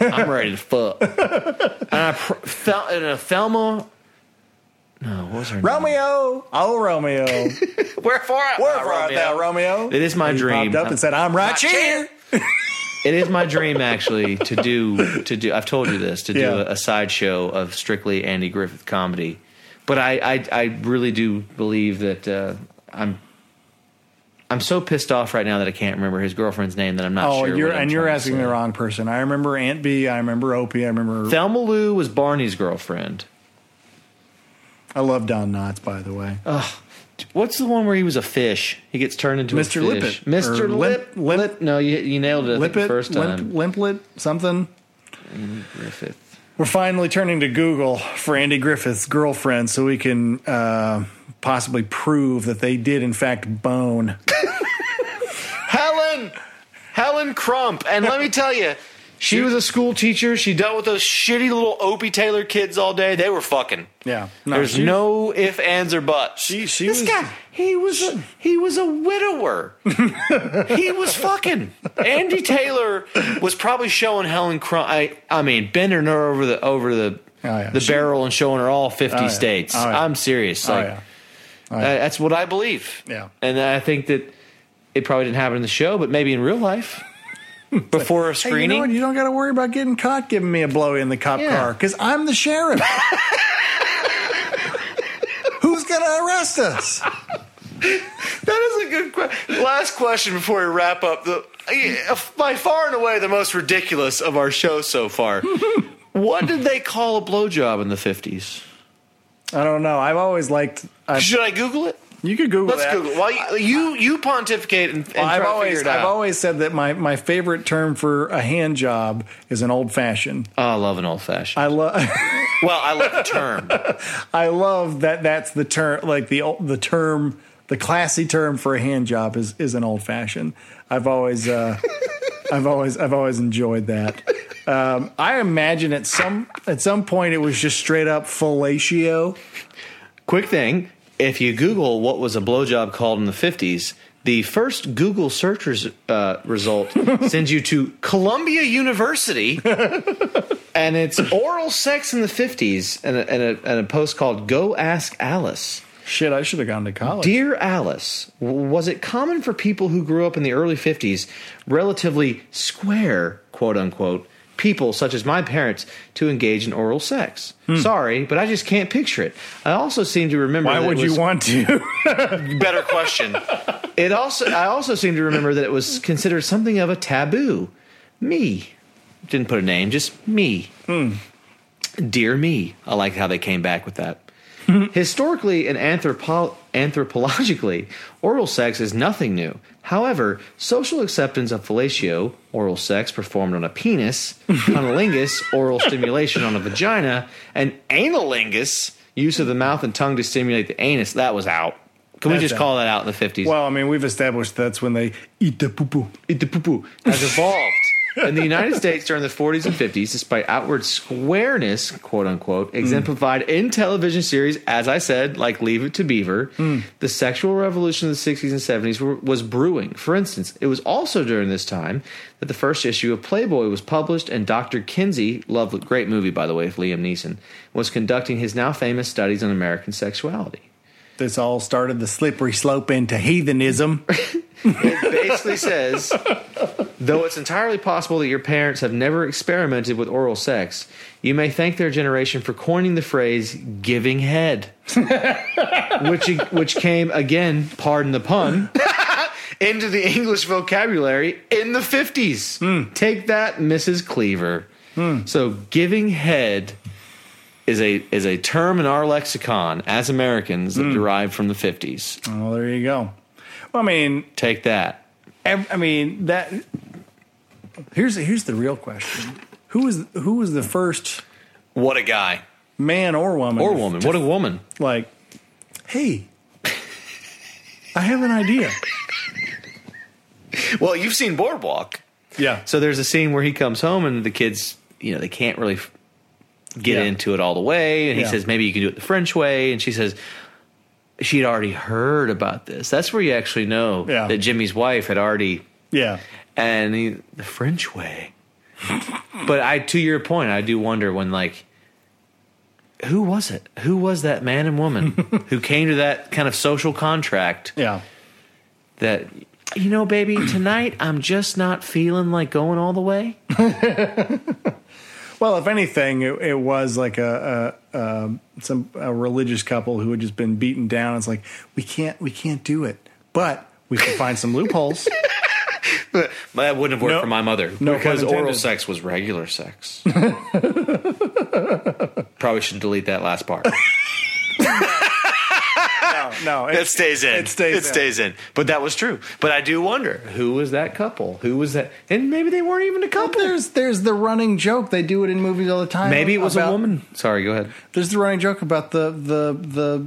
Speaker 1: I'm ready to fuck. And I pr- felt in a Thelma. No, what was her name?
Speaker 2: Romeo, oh Romeo,
Speaker 1: Wherefore, art thou,
Speaker 2: where art
Speaker 1: uh,
Speaker 2: thou, Romeo?
Speaker 1: It is my
Speaker 2: He
Speaker 1: dream.
Speaker 2: Popped up and said, "I'm right here."
Speaker 1: It is my dream actually to do to do. I've told you this to do
Speaker 2: Yeah.
Speaker 1: a, a sideshow of strictly Andy Griffith comedy, but I I, I really do believe that uh, I'm. I'm so pissed off right now that I can't remember his girlfriend's name that I'm not
Speaker 2: Oh,
Speaker 1: sure.
Speaker 2: you're
Speaker 1: what I'm
Speaker 2: and you're
Speaker 1: trying to
Speaker 2: asking
Speaker 1: say.
Speaker 2: the wrong person. I remember Aunt B. I remember Opie. I remember.
Speaker 1: Thelma Lou was Barney's girlfriend.
Speaker 2: I love Don Knotts, by the way.
Speaker 1: What's the one where he was a fish? He gets turned into
Speaker 2: Mr.
Speaker 1: a fish.
Speaker 2: Lippet. Or
Speaker 1: Mr. Lip,
Speaker 2: Limp- Limp-
Speaker 1: Lip. No, you, you nailed it I think, the
Speaker 2: Lippet,
Speaker 1: first time.
Speaker 2: Limp, Limplet, something.
Speaker 1: Griffith.
Speaker 2: We're finally turning to Google for Andy Griffith's girlfriend so we can uh, possibly prove that they did, in fact, bone.
Speaker 1: Helen, Helen Crump, and let me tell you, she was a school teacher. She dealt with those shitty little Opie Taylor kids all day. They were fucking.
Speaker 2: Yeah. No,
Speaker 1: There's
Speaker 2: she-
Speaker 1: no if, ands, or buts.
Speaker 2: She- she
Speaker 1: this
Speaker 2: was-
Speaker 1: guy, he was a, he was a widower. he was fucking. Andy Taylor was probably showing Helen Crump. I, I mean, bending her over the over the
Speaker 2: Oh, yeah.
Speaker 1: the
Speaker 2: She-
Speaker 1: barrel and showing her all 50
Speaker 2: Oh, yeah.
Speaker 1: states.
Speaker 2: Oh, yeah.
Speaker 1: I'm serious.
Speaker 2: Oh,
Speaker 1: Like,
Speaker 2: yeah.
Speaker 1: uh, that's what I believe.
Speaker 2: Yeah.
Speaker 1: And I think that it probably didn't happen in the show, but maybe in real life. Before a
Speaker 2: Hey, you know
Speaker 1: screening.
Speaker 2: what? You don't got to worry about getting caught giving me a blow in the cop
Speaker 1: Yeah.
Speaker 2: car because I'm the sheriff. Who's going to arrest us?
Speaker 1: that is a good question. Last question before we wrap up. The yeah, by far and away the most ridiculous of our show so far. what did they call a blowjob in the fifties?
Speaker 2: I don't know. I've always liked. I,
Speaker 1: Should I Google it?
Speaker 2: you could Google
Speaker 1: Let's
Speaker 2: that.
Speaker 1: Google. it. While you, you you pontificate and, and try
Speaker 2: I've
Speaker 1: to
Speaker 2: always
Speaker 1: figure it out.
Speaker 2: I've always said that my, my favorite term for a hand job is an old fashioned.
Speaker 1: Oh, I love an old fashioned.
Speaker 2: I love
Speaker 1: well, I love the term.
Speaker 2: I love that that's the term like the ol- the term the classy term for a hand job is is an old fashioned. I've always uh, I've always I've always enjoyed that. Um, I imagine at some at some point it was just straight up fellatio.
Speaker 1: Quick thing if you Google what was a blowjob called in the 50s, the first Google search res- uh, result sends you to Columbia University, and it's oral sex in the 50s, and a, and, a, and a post called Go Ask Alice.
Speaker 2: Shit, I should have gone to college.
Speaker 1: Dear Alice, w- was it common for people who grew up in the early 50s, relatively square, quote unquote, people such as my parents to engage in oral sex?
Speaker 2: Hmm.
Speaker 1: Sorry, but I just can't picture it. I also seem to remember
Speaker 2: Why
Speaker 1: that it
Speaker 2: would you
Speaker 1: was-
Speaker 2: want to?
Speaker 1: better question. It also I also seem to remember that it was considered something of a taboo. Me didn't put a name, just me.
Speaker 2: Hmm.
Speaker 1: Dear me, I like how they came back with that.
Speaker 2: Hmm.
Speaker 1: Historically and anthropo- anthropologically, oral sex is nothing new. However, social acceptance of fellatio, oral sex performed on a penis, conolingus, oral stimulation on a vagina, and analingus, use of the mouth and tongue to stimulate the anus, that was out. Can we
Speaker 2: That's
Speaker 1: just
Speaker 2: out.
Speaker 1: call that out in the 50s?
Speaker 2: well, I mean, we've established that's when they eat the poo poo.
Speaker 1: It- the poo-poo has evolved. In the United States during the 40s and 50s, despite outward squareness, quote unquote, exemplified in television series, as I said, like Leave It to Beaver, the sexual revolution of the 60s and 70s were, was brewing. For instance, it was also during this time that the first issue of Playboy was published, and Dr. Kinsey, lovely, great movie, by the way, with Liam Neeson, was conducting his now famous studies on American sexuality.
Speaker 2: This all started the slippery slope into heathenism.
Speaker 1: It basically says though it's entirely possible that your parents have never experimented with oral sex, you may thank their generation for coining the phrase giving head, which, which came again, pardon the pun. into the English vocabulary in the 50s. Take that, Mrs. Cleaver. So giving head is a is a term in our lexicon as Americans that derived from the 50s.
Speaker 2: Well, there you go. Well, I mean,
Speaker 1: Take that.
Speaker 2: ev- I mean that. Here's here's the real question: Who was who was the first
Speaker 1: What a guy.
Speaker 2: man or woman
Speaker 1: Or woman. What a woman.
Speaker 2: like, hey, I have an idea.
Speaker 1: Well, you've seen Boardwalk.
Speaker 2: Yeah.
Speaker 1: So there's a scene where he comes home and the kids, you know, they can't really f- get
Speaker 2: Yeah.
Speaker 1: into it all the way. And he
Speaker 2: Yeah.
Speaker 1: says, maybe you can do it the French way. And she says, she had already heard about this. That's where you actually know
Speaker 2: Yeah.
Speaker 1: that Jimmy's wife had already,
Speaker 2: Yeah.
Speaker 1: and he, the French way. but I, to your point, I do wonder when like. Who was it? Who was that man and woman who came to that kind of social contract
Speaker 2: Yeah.
Speaker 1: that you know baby tonight i'm just not feeling like going all the way
Speaker 2: Well, if anything, it, it was like a, a, um some a religious couple who had just been beaten down. It's like we can't we can't do it, but we can find some loopholes.
Speaker 1: but that wouldn't have worked
Speaker 2: No-
Speaker 1: for my mother
Speaker 2: no
Speaker 1: because
Speaker 2: pun
Speaker 1: oral
Speaker 2: intended.
Speaker 1: sex was regular sex probably should delete that last part
Speaker 2: No, no,
Speaker 1: it stays in
Speaker 2: It stays. in.
Speaker 1: in but that was true but i do wonder who was that couple who was that and maybe they weren't even a
Speaker 2: Well,
Speaker 1: couple
Speaker 2: there's there's the running joke they do it in movies all the time.
Speaker 1: maybe it was
Speaker 2: about-
Speaker 1: a woman sorry go ahead
Speaker 2: There's the running joke about the the the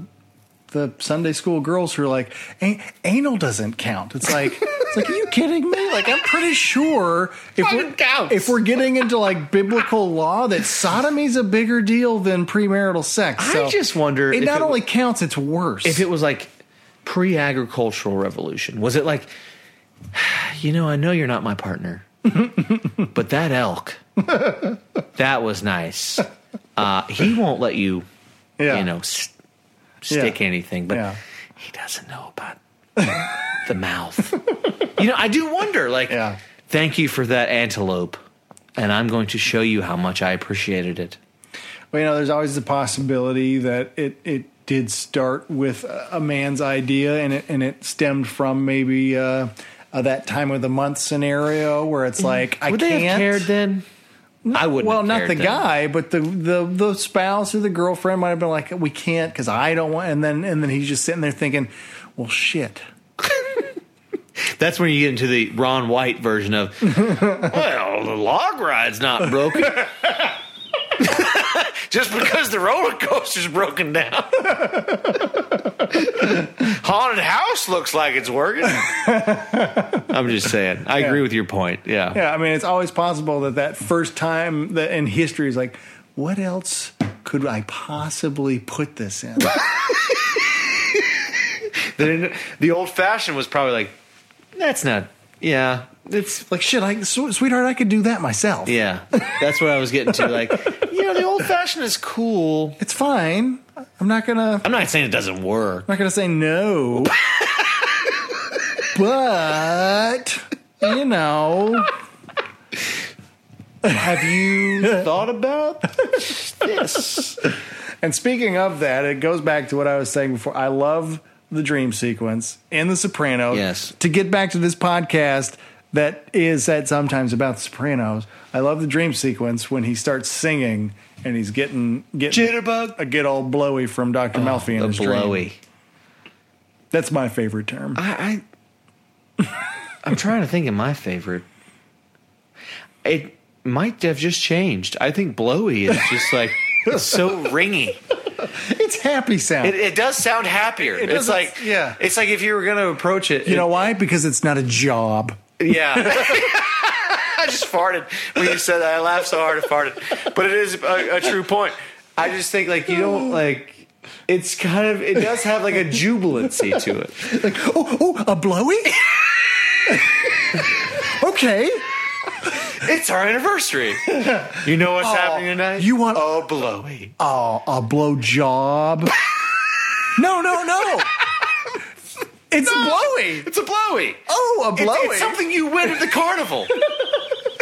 Speaker 2: the Sunday school girls who are like "An- anal doesn't count. It's like it's like are you kidding me? Like I'm pretty sure if
Speaker 1: Fucking counts.
Speaker 2: we're, if we're getting into like biblical law that sodomy's a bigger deal than premarital sex.
Speaker 1: I just wonder
Speaker 2: It
Speaker 1: if
Speaker 2: not
Speaker 1: it-
Speaker 2: only counts, it's worse.
Speaker 1: if it was like pre-agricultural revolution was it like you know i know you're not my partner but that elk that was nice uh, he won't let you
Speaker 2: Yeah.
Speaker 1: you know st- stick anything but
Speaker 2: Yeah.
Speaker 1: he doesn't know about the mouth you know i do wonder like
Speaker 2: Yeah.
Speaker 1: thank you for that antelope and i'm going to show you how much i appreciated it
Speaker 2: Well, you know, there's always the possibility that it it did start with a- a man's idea, and it and it stemmed from maybe uh, uh, that time of the month scenario where it's like
Speaker 1: Mm-hmm.
Speaker 2: I
Speaker 1: would
Speaker 2: can't.
Speaker 1: they have cared then i wouldn't
Speaker 2: well,
Speaker 1: have
Speaker 2: not
Speaker 1: cared
Speaker 2: the
Speaker 1: then.
Speaker 2: guy, but the, the the spouse or the girlfriend might have been like, "We can't," because I don't want. And then and then he's just sitting there thinking, "Well, shit."
Speaker 1: That's when you get into the Ron White version of, well, the log ride's not broken. Just because the roller coaster's broken down. Haunted house looks like it's working. I'm just saying. I agree
Speaker 2: Yeah.
Speaker 1: with your point. Yeah.
Speaker 2: Yeah, I mean, it's always possible that that first time that in history is like, what else could I possibly put this in?
Speaker 1: The, the old fashioned was probably like, that's not, yeah, it's
Speaker 2: like shit i sw- sweetheart i could do that myself
Speaker 1: yeah. That's what I was getting to. Like, you know, the old fashioned is cool.
Speaker 2: it's fine i'm not gonna i'm
Speaker 1: I'm not saying it doesn't work.
Speaker 2: not gonna say no but you know
Speaker 1: Have you thought about this?
Speaker 2: and speaking of that it goes back to what i was saying before i love the dream sequence in the sopranos
Speaker 1: Yes.
Speaker 2: to get back to this podcast that is said sometimes about the sopranos i love the dream sequence when he starts singing and he's getting getting
Speaker 1: Jitterbug. Oh,
Speaker 2: a good old blowy from dr Malfi in
Speaker 1: The
Speaker 2: his dream.
Speaker 1: blowy.
Speaker 2: that's my favorite term
Speaker 1: I, I I'm trying to think of my favorite. It might have just changed. I think blowy is just like it's so ringy.
Speaker 2: It's happy sound.
Speaker 1: It, it does sound happier. it's
Speaker 2: doesn't-
Speaker 1: like
Speaker 2: yeah.
Speaker 1: It's like if you were gonna approach it,
Speaker 2: you know why? Because it's not a job.
Speaker 1: Yeah. I just farted when you said that. I laughed so hard I farted. But it is a, a true point. I just think like you don't like it's kind of it does have like a jubilancy to it.
Speaker 2: Like, oh, oh, a blowy? okay.
Speaker 1: It's our anniversary. You know what's happening tonight?
Speaker 2: you want-
Speaker 1: oh blowy.
Speaker 2: Oh, a blow job. no, no, no. It's a blowy.
Speaker 1: It's a blowy.
Speaker 2: Oh, a
Speaker 1: It's-
Speaker 2: blowy.
Speaker 1: It's, something you win at the carnival. Um,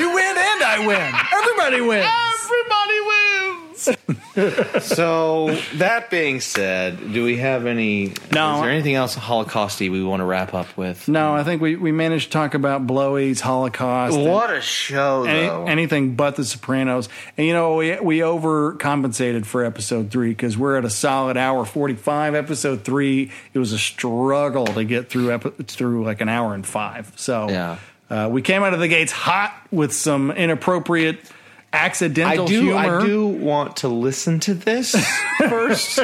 Speaker 2: you win and I win. Everybody wins.
Speaker 1: Everybody wins. So that being said, do we have any?
Speaker 2: No.
Speaker 1: Is there anything else Holocausty we want to wrap up with?
Speaker 2: No, I think we, we managed to talk about blowies, Holocaust, and
Speaker 1: What a show,
Speaker 2: any-
Speaker 1: though.
Speaker 2: anything but the Sopranos. And you know, we we overcompensated for episode three because we're at a solid hour forty five. Episode three, it was a struggle to get through epi- through like an hour and five. So
Speaker 1: Yeah.
Speaker 2: uh, we came out of the gates hot with some inappropriate
Speaker 1: I
Speaker 2: accidental
Speaker 1: do.
Speaker 2: humor.
Speaker 1: I do want to listen to this first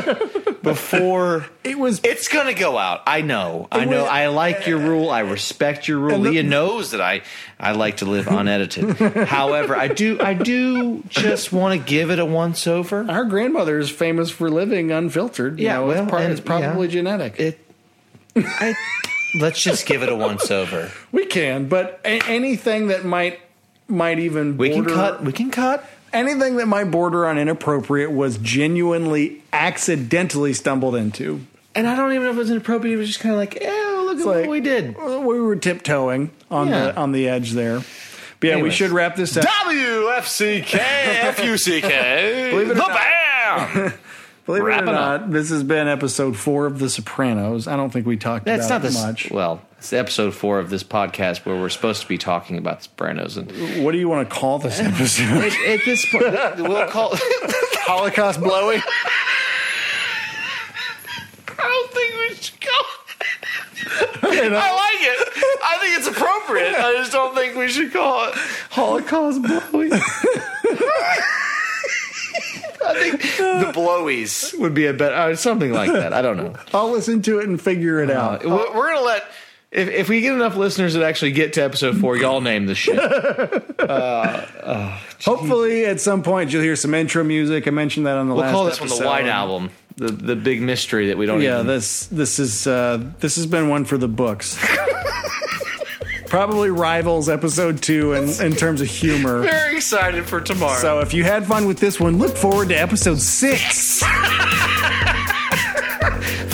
Speaker 1: before
Speaker 2: It was
Speaker 1: It's gonna go out. I know. I
Speaker 2: It
Speaker 1: know.
Speaker 2: was-
Speaker 1: I like your rule. I respect your rule.
Speaker 2: And the-
Speaker 1: Leah knows that I I like to live unedited. However, I do I do just want to give it a once over.
Speaker 2: our grandmother is famous for living unfiltered. You
Speaker 1: Yeah,
Speaker 2: know, it's
Speaker 1: well,
Speaker 2: pro-
Speaker 1: and-
Speaker 2: it's probably
Speaker 1: yeah.
Speaker 2: genetic.
Speaker 1: It. I, let's just give it a once over.
Speaker 2: we can, but a- anything that might might even
Speaker 1: We can
Speaker 2: border-
Speaker 1: cut. We can cut.
Speaker 2: anything that might border on inappropriate was genuinely accidentally stumbled into.
Speaker 1: And I don't even know if it was inappropriate. It was just kind of like, oh, look at
Speaker 2: like-
Speaker 1: what we did.
Speaker 2: Well, We were tiptoeing on
Speaker 1: Yeah.
Speaker 2: the on the edge there. But yeah, we
Speaker 1: Anyways.
Speaker 2: should wrap this up.
Speaker 1: WFCK FUCK. Believe
Speaker 2: it
Speaker 1: the
Speaker 2: or not.
Speaker 1: bam.
Speaker 2: Believe it
Speaker 1: wrap
Speaker 2: or
Speaker 1: it up.
Speaker 2: not, this has been episode four of The Sopranos. I don't think we talked
Speaker 1: That's not
Speaker 2: about
Speaker 1: this.
Speaker 2: it much.
Speaker 1: Well, it's episode four of this podcast where we're supposed to be talking about Sopranos, and it,
Speaker 2: What do you want to call this episode?
Speaker 1: at this point, we'll call. I
Speaker 2: Holocaust blowy.
Speaker 1: don't think we should call. It. I like it. I think it's appropriate. I just don't think we should call it Holocaust blowy. I think the blowies would be a better uh, something like that. I don't know.
Speaker 2: I'll listen to it and figure it
Speaker 1: Uh,
Speaker 2: out.
Speaker 1: we're, we're gonna let if, if we get enough listeners that actually get to episode four, y'all name the shit.
Speaker 2: Hopefully, at some point, you'll hear some intro music. I mentioned that on the
Speaker 1: We'll
Speaker 2: last
Speaker 1: call this one the
Speaker 2: episode.
Speaker 1: White Album, the the big mystery that we don't.
Speaker 2: Yeah,
Speaker 1: even,
Speaker 2: this this is uh, this has been one for the books. Probably rivals episode two in, in terms of humor.
Speaker 1: very excited for tomorrow.
Speaker 2: So if you had fun with this one, look forward to episode six.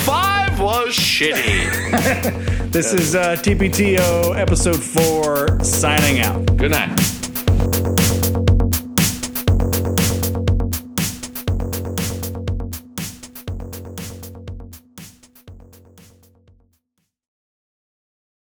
Speaker 1: Five was shitty.
Speaker 2: This is uh, TPTO episode four signing out.
Speaker 1: Good night.